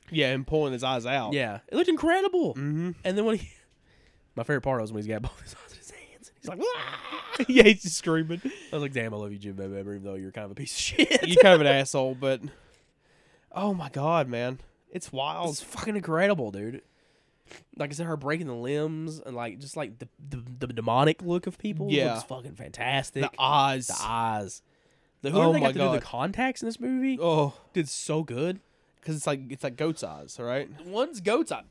Yeah, and pulling his eyes out. yeah, it looked incredible. Mm-hmm. And then when he, <laughs> my favorite part was when he's got both his arms in his hands. He's like, "Ah!" <laughs> yeah, he's just screaming. I was like, damn, I love you, Jim Van Beber, even though you're kind of a piece of <laughs> shit. You're <laughs> kind of an asshole, but oh my god, man, it's wild. It's fucking incredible, dude. Like I said, her breaking the limbs and like just like the the, the demonic look of people Yeah. looks fucking fantastic. the eyes. The eyes. The, Oh whoever they my got to do God. the contacts in this movie Oh, did so good. because it's like it's like goat's eyes, right? One's goat's <coughs> eye.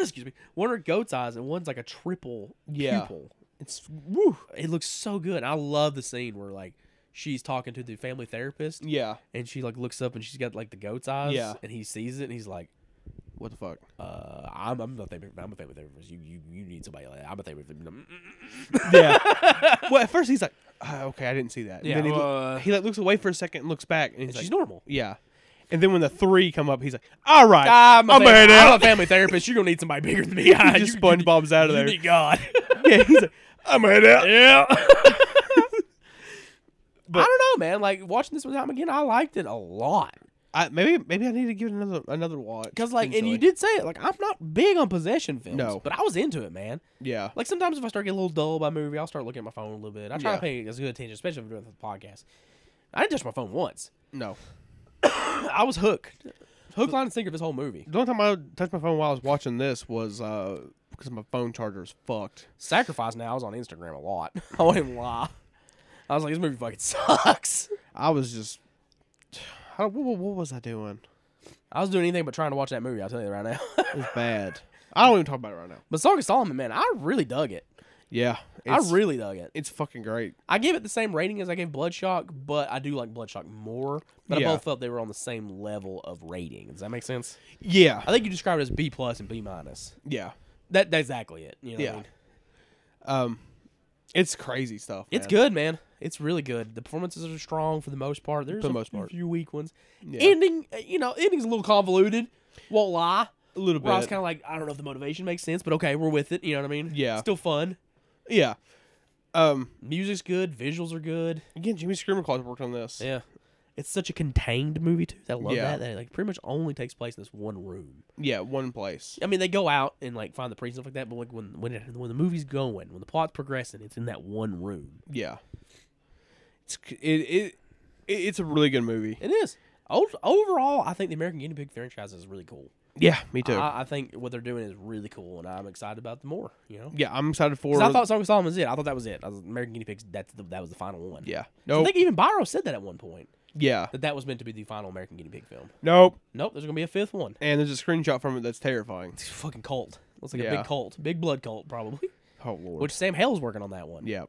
Excuse me. One are goat's eyes and one's like a triple Yeah. pupil. It's woo. It looks so good. I love the scene where like she's talking to the family therapist Yeah. and she like looks up and she's got like the goat's eyes. Yeah. And he sees it and he's like, What the fuck? uh, I'm I'm not therapist. I'm a family therapist. You you you need somebody like that. I'm a family therapist. Mm, Yeah. well, at first he's like, "Ah, okay, I didn't see that. And Yeah. then he, loo- Uh, he like looks away for a second and looks back, and he's She's like, normal. yeah. And then when the three come up, he's like, all right, I'm a, I'm fam- head Ah, I'm <laughs> a out. family therapist. You're gonna need somebody bigger than <laughs> me. I He just SpongeBob's out of there. need God. <laughs> yeah, he's like, I'm head out. <laughs> Yeah. I don't know, man. Like watching this one time again, I liked it a lot I, maybe maybe I need to give it another another watch. because, like, and you Eventually. did say it. Like, I'm not big on possession films, No. but I was into it, man. yeah, Like sometimes if I start getting a little dull by a movie, I'll start looking at my phone a little bit. I try Yeah. to pay as good attention, especially if I'm doing this podcast. I didn't touch my phone once. <clears throat> no. I was hooked, hook, line, and sinker. This whole movie. The only time I touched my phone while I was watching this was uh, because my phone charger is fucked. Sacrifice now. I was on Instagram a lot. <laughs> I won't even lie. I was like, this movie fucking sucks. I was just, I, don't- what, what was I doing? I was doing anything but trying to watch that movie. I'll tell you right now. <laughs> It was bad. I don't even talk about it right now. but Song of Solomon, man, I really dug it. Yeah, I really dug it. it's fucking great. I gave it the same rating as I gave Bloodshock, but I do like Bloodshock more. But Yeah. I both felt they were on the same level of rating. Does that make sense? Yeah, I think you described it as B plus and B minus. yeah. That that's exactly it. You know what I Yeah. mean? Um, it's crazy stuff. It's man. good, man. It's really good. The performances are strong for the most part. There's For the a most part. few weak ones. Ending, uh, you know, ending's a little convoluted. Won't lie. A little Where I was bit. kind of like, I don't know if the motivation makes sense, but okay, we're with it. You know what I mean? Yeah. Still fun. Yeah. Um. Music's good. Visuals are good. Again, Jimmy Screamerclaw worked on this. Yeah. It's such a contained movie too. I love Yeah. that. That it, like pretty much only takes place in this one room. Yeah, one place. I mean, they go out and like find the priest and stuff like that, but like when when it, when the movie's going, when the plot's progressing, it's in that one room. Yeah. It's c- it it, it it's a really good movie. It is. O- Overall, I think the American Guinea Pig franchise is really cool. Yeah, me too. I, I think what they're doing is really cool, and I'm excited about the more. You know, yeah, I'm excited for. 'Cause I thought Song of Solomon was it. I thought that was it. I was American Guinea Pigs. That's the, that was the final one. yeah. I Nope. think even Byro said that at one point yeah. that that was meant to be the final American Guinea Pig film. Nope. Nope, there's gonna be a fifth one. And there's a screenshot from it that's terrifying. It's a fucking cult. Looks like a Yeah. big cult, big blood cult <laughs> probably. Oh lord. Which Sam Hale's working on that one. yeah.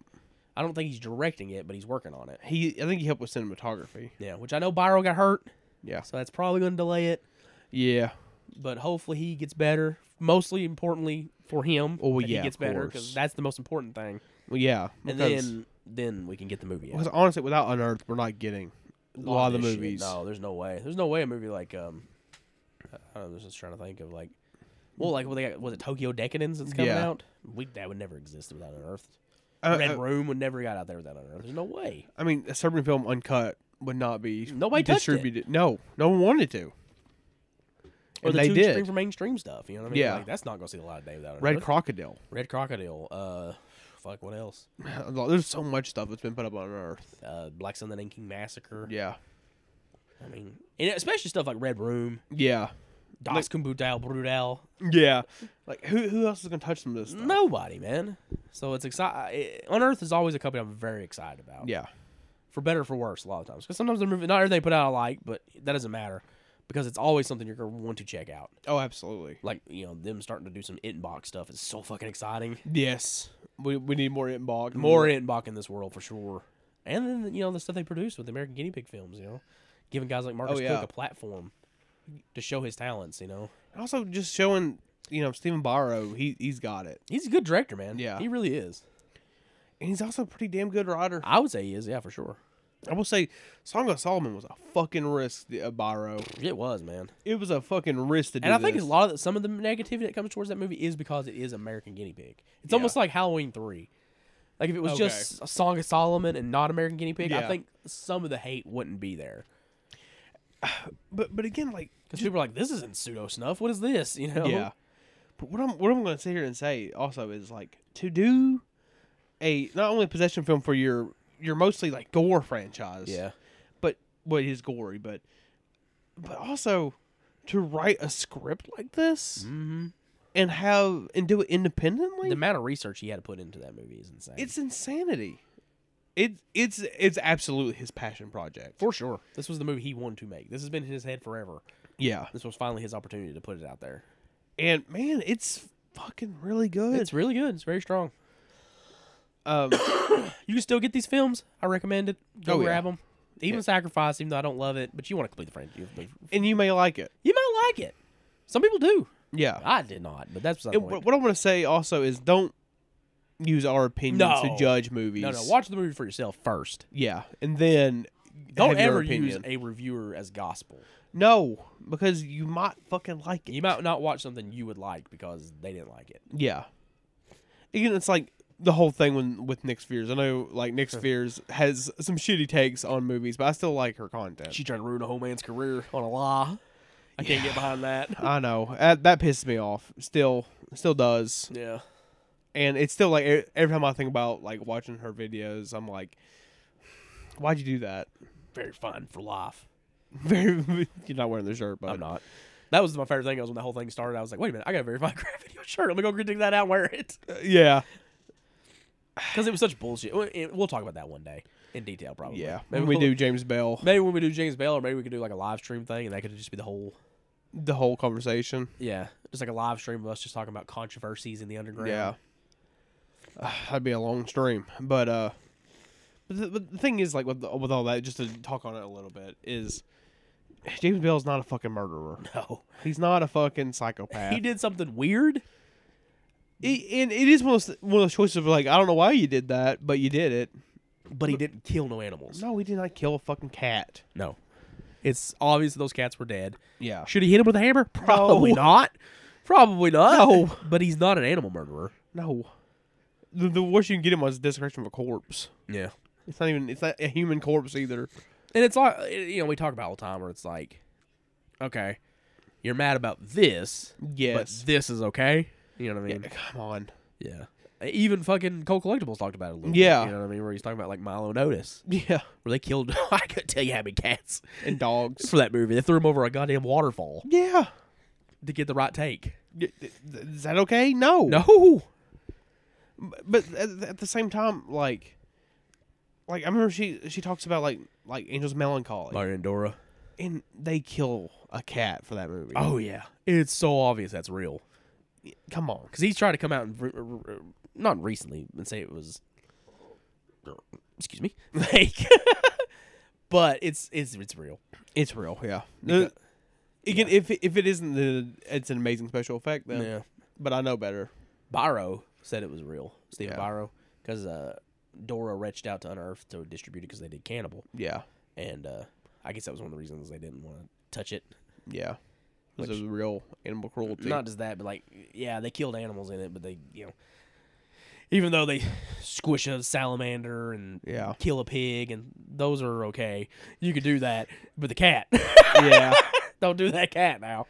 I don't think he's directing it, but he's working on it. He, I think he helped with cinematography. Yeah, which I know Byro got hurt, Yeah. so that's probably gonna delay it. Yeah. But hopefully he gets better. Mostly importantly for him, Oh, that yeah, he gets of better course. that's the most important thing. Well, yeah. And because- then then we can get the movie. Out. Because honestly, without Unearthed, we're not getting a lot, of the this shit. movies. No, there's no way. There's no way a movie like um, I don't know, I'm just trying to think of like, well, like what they got was it Tokyo Decadence that's coming Yeah. out? We that would never exist without Unearthed. Uh, Red uh, Room would never got out there without Unearthed. There's no way. I mean, a Serbian film uncut would not be Nobody touched it. distributed. No, no one wanted to. Or And the they two did. extreme for mainstream stuff. You know what I mean? Yeah. Like, that's not gonna see the light of day without Red Unearthed. Crocodile. <clears throat> Red Crocodile. Uh, fuck. What else? There's so much stuff that's been put up on Unearthed. Uh, Black Sun the Nanking Massacre. Yeah. I mean, and especially stuff like Red Room, Yeah. Das Kapital Brutal. Yeah. Like, who who else is going to touch some of this stuff? Nobody, man. So it's exciting. Unearthed is always a company I'm very excited about. Yeah. for better or for worse a lot of times because sometimes they're moving not everything they put out I like but that doesn't matter because it's always something you're going to want to check out Oh, absolutely. like you know them starting to do some inbox stuff is so fucking exciting Yes. We, we need more Itbog. more inbox in this world for sure and then you know the stuff they produce with the American Guinea Pig films you know giving guys like Marcus Oh, yeah. Cook a platform to show his talents you know Also, just showing, you know, Stephen Barrow, he, he's got it. he's a good director man Yeah. he really is And he's also a pretty damn good writer. I would say he is yeah for sure I will say, Song of Solomon was a fucking risk, uh, Barrow. it was man It was a fucking risk to do and I think this. a lot of the, some of the negativity that comes towards that movie is because it is American Guinea Pig. It's almost like Halloween three. Like if it was just a Song of Solomon and not American Guinea Pig, I Yeah. think some of the hate wouldn't be there <sighs> But but again, like because people are like, "This isn't pseudo snuff. What is this?" <laughs> You know? yeah. But what I'm what I'm gonna sit here and say also is like to do a not only possession film for your your mostly like gore franchise. yeah. But well, it is gory, but but also to write a script like this and have and do it independently. Mm-hmm. The amount of research he had to put into that movie is insane. it's insanity. It it's it's absolutely his passion project. for sure. This was the movie he wanted to make. This has been in his head forever. Yeah. This was finally his opportunity to put it out there. And man, it's fucking really good. It's really good. It's very strong. um <coughs> You can still get these films. I recommend it. Go Oh, yeah. grab them. Even Yeah. Sacrifice, even though I don't love it, but you want to complete the franchise. and you may like it. You might like it. Some people do. Yeah. I did not, but that's beside the And what, point. what I want to say also is don't use our opinions to No. judge movies. No, no. Watch the movie for yourself first. Yeah, and then Don't have your ever use opinion. a reviewer as gospel. no because you might fucking like it. You might not watch something you would like because they didn't like it. Yeah. Again, it's like the whole thing when with Nick Spears. I know like Nick Spears has some shitty takes on movies, but I still like her content. She tried to ruin a whole man's career on a lie. I can't get behind that. <laughs> I know that, that pisses me off. Still, still does, yeah. and it's still like e- every time I think about like watching her videos, I'm like, why'd you do that? <laughs> Very fun for life. Very, you're not wearing the shirt, but I'm not. That was my favorite thing. That was when the whole thing started. I was like, wait a minute, I got a very <laughs> fine crap video shirt. Let me go dig that out and wear it. <laughs> yeah. Because it was such bullshit. We- We'll talk about that one day in detail, probably. <laughs> Yeah, Maybe when we we'll- do James Bell, Maybe when we do James Bale, or maybe we could do like a live stream thing, and that could just be the whole the whole conversation. yeah, just like a live stream of us just talking about controversies in the underground. Yeah, Uh, that'd be a long stream. But uh, but the, but the thing is, like with the, with all that, just to talk on it a little bit, is James Bell's not a fucking murderer. <laughs> no, He's not a fucking psychopath. he did something weird. It- and it is one of those, one of those choices of like, I don't know why you did that, but you did it. But he didn't kill no animals. No, he did not kill a fucking cat. No. It's obvious those cats were dead. Yeah, Should he hit him with a hammer? Probably not. Probably not. No. But he's not an animal murderer. no. The, the worst you can get him was desecration of a corpse. Yeah. It's not even. It's not a human corpse either. And it's like uh, you know, we talk about it all the time where it's like, okay, you're mad about this, Yes. but this is okay. You know what I mean? Come on. Yeah. Even fucking Cole Collectibles talked about it a little Yeah. bit. You know what I mean? Where he's talking about like Milo Notice. Yeah. Where they killed <laughs> I couldn't tell you how many cats <laughs> And dogs. for that movie. They threw him over a goddamn waterfall. Yeah. to get the right take. Y- th- th- Is that okay? No. No. But at, at the same time, like, like I remember she she talks about like like Angel's Melancholy, Lauren Dora. and they kill a cat for that movie. Oh yeah, it's so obvious that's real come on. because he's trying to come out and re- re- re- not recently and say it was. Excuse me, <laughs> fake. but it's it's it's real. It's real, yeah. The- again, if if it isn't the, it's an amazing special effect. Then, Yeah. But I know better. Byro said it was real. Stephen Yeah. Byro, because uh, Dora reached out to Unearth to distribute it because they did Cannibal, Yeah, and uh, I guess that was one of the reasons they didn't want to touch it. yeah. This Which- is real animal cruelty. <laughs> Not just that, but like, yeah, they killed animals in it, but they, you know, even though they squish a salamander and Yeah. kill a pig, and those are okay, you could do that, but the cat, <laughs> yeah. don't do that cat now.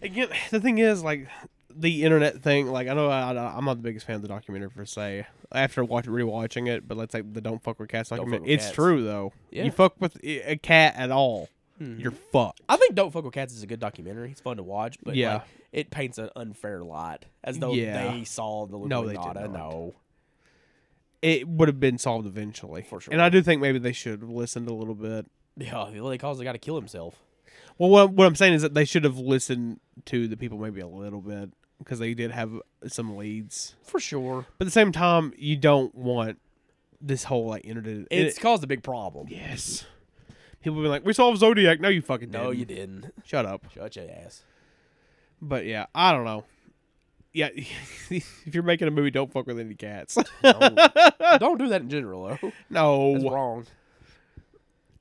Again, the thing is, like, the internet thing. Like, I know I, I- I'm not the biggest fan of the documentary per se. After watch rewatching it, but let's like the "Don't Fuck with Cats" fuck documentary. with It's cats. true though. Yeah. Mm-hmm. You fuck with i- a cat at all, you're fucked. I think "Don't Fuck with Cats" is a good documentary. It's fun to watch, but yeah, Yeah. it paints an unfair lot as though Yeah. they saw the No, they did Illuminati. not. No, It would have been solved eventually, for sure. And I do think maybe they should have listened a little bit. yeah, the only cause they got to kill himself. Well, what, what I'm saying is that they should have listened to the people maybe a little bit because they did have some leads. For sure. But at the same time, you don't want this whole like internet. It's it- caused a big problem. yes. People be like, "We solved Zodiac." No, you fucking No, didn't. you didn't. Shut up. Shut your ass. But yeah, I don't know. Yeah, <laughs> if you're making a movie, don't fuck with any cats. <laughs> Don't, don't do that in general, though. That's no, wrong.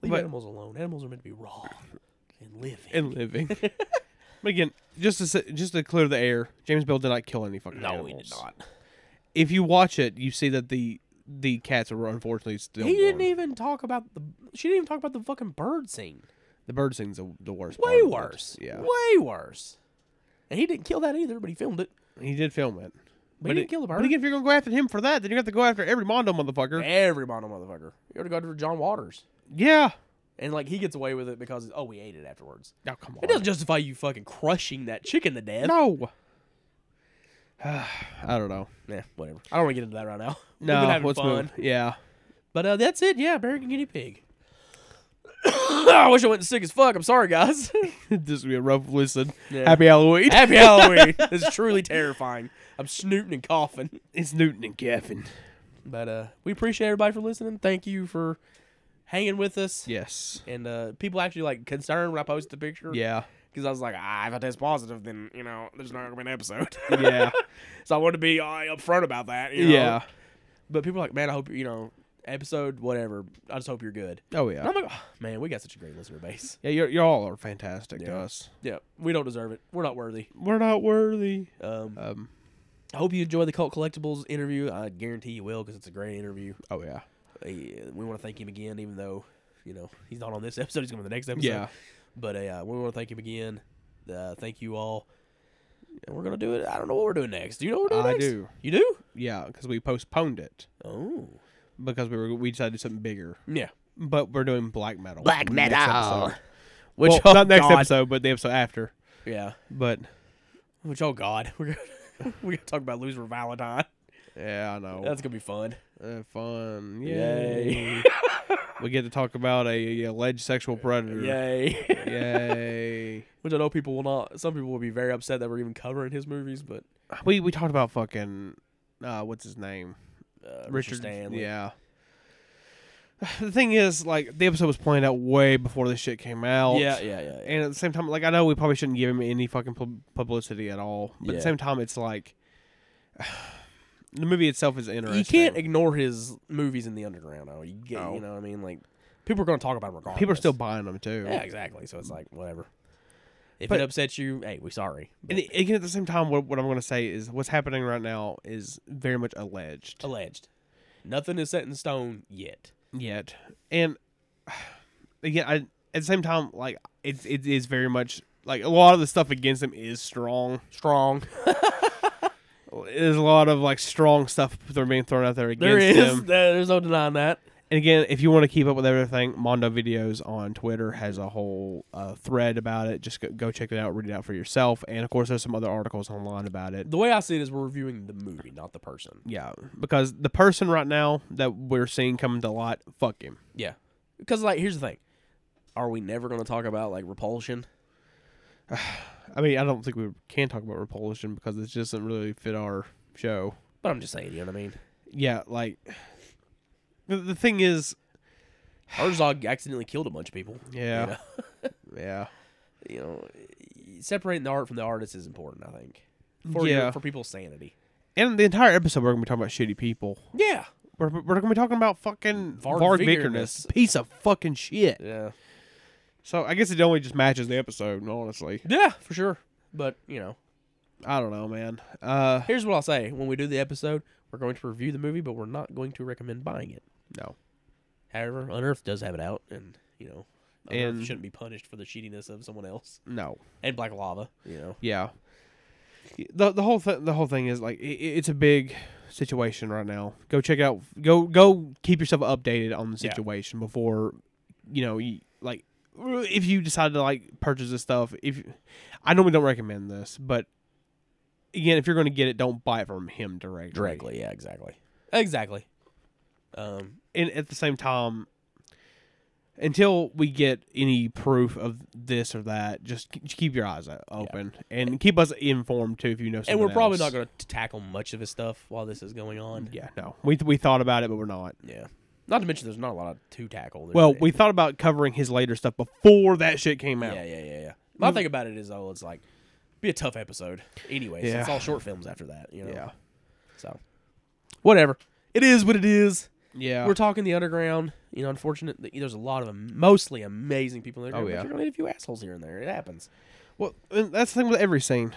Leave But- animals alone. Animals are meant to be raw and living. <laughs> and living. but again, just to s- just to clear the air, James Bell did not kill any fucking no, animals. he did not. If you watch it, you see that the the cats were unfortunately still. He didn't born. even talk about the. She didn't even talk about the fucking bird scene. The bird sings the, the worst. part Way of it. worse. Yeah, Way worse. And he didn't kill that either, but he filmed it. he did film it. But, he didn't it- kill the bird. Eh. But again, if you're gonna go after him for that, then you have to go after every Mondo motherfucker. Every mono motherfucker. You ought to go after John Waters. Yeah. And like he gets away with it because oh we ate it afterwards. Now come on. It doesn't justify you fucking crushing that chicken to death. No. <sighs> I don't know. Yeah, whatever. I don't want to get into that right now. <laughs> No, We've been having let's fun. move. Yeah. <laughs> But uh, that's it. Yeah, American guinea pig. <coughs> I wish I wasn't sick as fuck. I'm sorry, guys. <laughs> this would be a rough listen. Yeah. Happy Halloween. Happy Halloween. This is truly terrifying. I'm snooting and coughing. <laughs> it's Newton and Kevin. But uh, we appreciate everybody for listening. Thank you for hanging with us. <laughs> Yes. And uh, people actually like concerned when I posted the picture. Yeah. Because I was like, ah, if I test positive, then you know there's not gonna be an episode. Yeah. <laughs> so I wanted to be uh, upfront about that. You know? yeah. But people are like, man, I hope you know episode whatever. I just hope you're good. Oh And yeah. I'm like, "Oh, man, we got such a great listener base. Yeah, you're, you all are fantastic to us. Yeah, we don't deserve it. We're not worthy. We're not worthy. Um, Um. I hope you enjoy the Cult Collectibles interview. I guarantee you will because it's a great interview. Oh yeah. Uh, we want to thank him again, even though you know he's not on this <laughs> episode. He's going to the next episode. Yeah. But uh, we want to thank him again. Uh, thank you all. And we're gonna do it. I don't know what we're doing next. Do you know what we're doing I next? do. You do? Yeah, because we postponed it Oh. because we were we decided to do something bigger. Yeah. But we're doing black metal. Black next metal. episode. Which well, oh, not next God. episode, but the episode after. Yeah. But Which oh god, <laughs> we're gonna we're gonna talk about loser Valentine. yeah, I know. That's gonna be fun. Uh, fun. Yay. <laughs> Yay! we get to talk about a alleged sexual predator. Yay! <laughs> Yay. Which I know people will not. Some people will be very upset that we're even covering his movies, but we we talked about fucking uh what's his name? uh, Richard, Stanley. Yeah. <sighs> The thing is, like, the episode was planned out way before this shit came out. Yeah, yeah, yeah, yeah. And at the same time, like, I know we probably shouldn't give him any fucking pub- publicity at all. But at Yeah. the same time, it's like. <sighs> the movie itself is interesting. You can't ignore his movies in the underground. Though. You get, No. you know what I mean? Like people are going to talk about him regardless. People are still buying them, too. yeah, exactly. So it's like whatever. If But- it upsets you, hey, we sorry. And it- again, at the same time, what, what I'm going to say is what's happening right now is very much alleged. Alleged. Nothing is set in stone yet. yet. And <sighs> again, I, at the same time, like it, it is very much like a lot of the stuff against him is strong. Strong. There's a lot of like strong stuff that are being thrown out there against There is. him. There's no denying that. And again, if you want to keep up with everything, Mondo Videos on Twitter has a whole uh, thread about it. Just go, go check it out, read it out for yourself. And of course, there's some other articles online about it. The way I see it is we're reviewing the movie, not the person. Yeah, because the person right now that we're seeing coming to light, fuck him. Yeah. Because, like, here's the thing. Are we never going to talk about, like, repulsion? I mean, I don't think we can talk about repulsion because it just doesn't really fit our show. But I'm just saying, you know what I mean? Yeah, like the, the thing is, Herzog accidentally killed a bunch of people. Yeah. You know? <laughs> yeah, You know, separating the art from the artist is important, I think. For, Yeah. your, for people's sanity. and the entire episode we're gonna be talking about shitty people. Yeah. We're, we're gonna be talking about fucking Vard Vard Vikernes. Vikernes, piece of fucking shit. Yeah. So I guess it only just matches the episode, honestly. Yeah, for sure. But, you know, I don't know, man. Uh, here's what I'll say. When we do the episode, we're going to review the movie, but we're not going to recommend buying it. no, However, Unearth does have it out, and, you know, Unearth And- shouldn't be punished for the shittiness of someone else. no. And Black Lava, you know. Yeah. The the whole th- the whole thing is like i i- it's a big situation right now. Go check out go go keep yourself updated on the Yeah. situation before you know you, like if you decide to like purchase this stuff if I normally don't recommend this, but again if you're going to get it don't buy it from him directly. Directly, yeah, exactly. Exactly. Um, And at the same time until we get any proof of this or that, just, just keep your eyes o- open and keep us informed too if you know something and we're probably not else. going to tackle much of his stuff while this is going on. Yeah, no. We we thought about it, but we're not. Yeah. Not to mention, there's not a lot to tackle. There's- Well, we thought about covering his later stuff before that shit came out. Yeah, yeah, yeah, yeah. My thing about it is, though, it's like be a tough episode. Anyway, Yeah. it's all short films after that. You know. Yeah. So, whatever. It is what it is. Yeah. We're talking the underground. You know, unfortunate. that There's a lot of am- mostly amazing people in there. Oh, yeah. But you're gonna need a few assholes here and there. It happens. well, and that's the thing with every scene.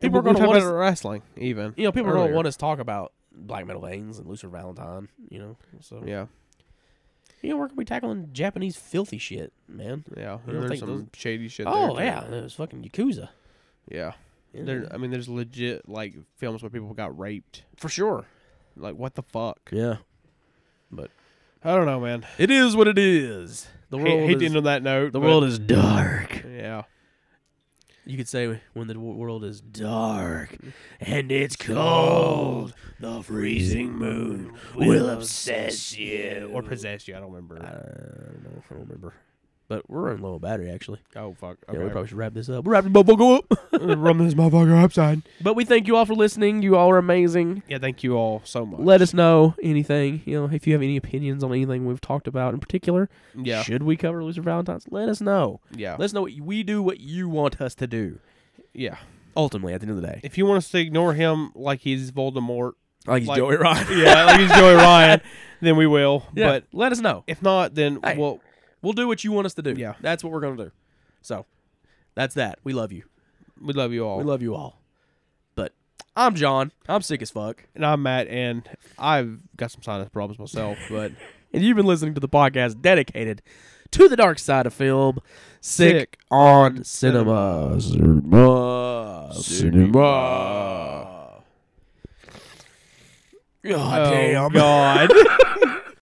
People are We're gonna talking want about wrestling, even. You know, people are gonna earlier. want us to talk about Black Metal Veins and Lucifer Valentine. You know. So Yeah, You know, we're gonna be tackling Japanese filthy shit, man. yeah. You don't And there's think some those- shady shit. Oh there, too. yeah, it was fucking Yakuza. yeah. There, I mean, there's legit like films where people got raped. For sure. Like, what the fuck? Yeah. I don't know, man. It is what it is. The world, Hate, hate is, to end on that note. the but- world is dark. Yeah. You could say when the w- world is dark and it's cold, the freezing moon will obsess you. Or possessed you. I don't remember. I don't know. I don't remember. But we're on low on battery, actually. oh fuck. Yeah, Okay. we probably should wrap this up. We're wrapping motherfucker up. <laughs> <laughs> Rum this motherfucker upside. but we thank you all for listening. You all are amazing. Yeah. Thank you all so much. Let us know anything. You know, if you have any opinions on anything we've talked about in particular. Yeah. Should we cover Loser Valentine's? Let us know. Yeah. Let us know what you, we do what you want us to do. yeah. Ultimately, at the end of the day. If you want us to ignore him like he's Voldemort, Like he's Like- Joey Ryan. <laughs> yeah, like he's Joey Ryan, <laughs> then we will. Yeah, But let us know. if not, then Hey. we'll. We'll do what you want us to do. Yeah. That's what we're going to do. So, that's that. We love you. We love you all. We love you all. But I'm John. I'm sick as fuck. and I'm Matt, and I've got some sinus problems myself, but And you've been listening to the podcast dedicated to the dark side of film, Sick, Sick on Cinema. Cinema. Cinema. God oh damn. god.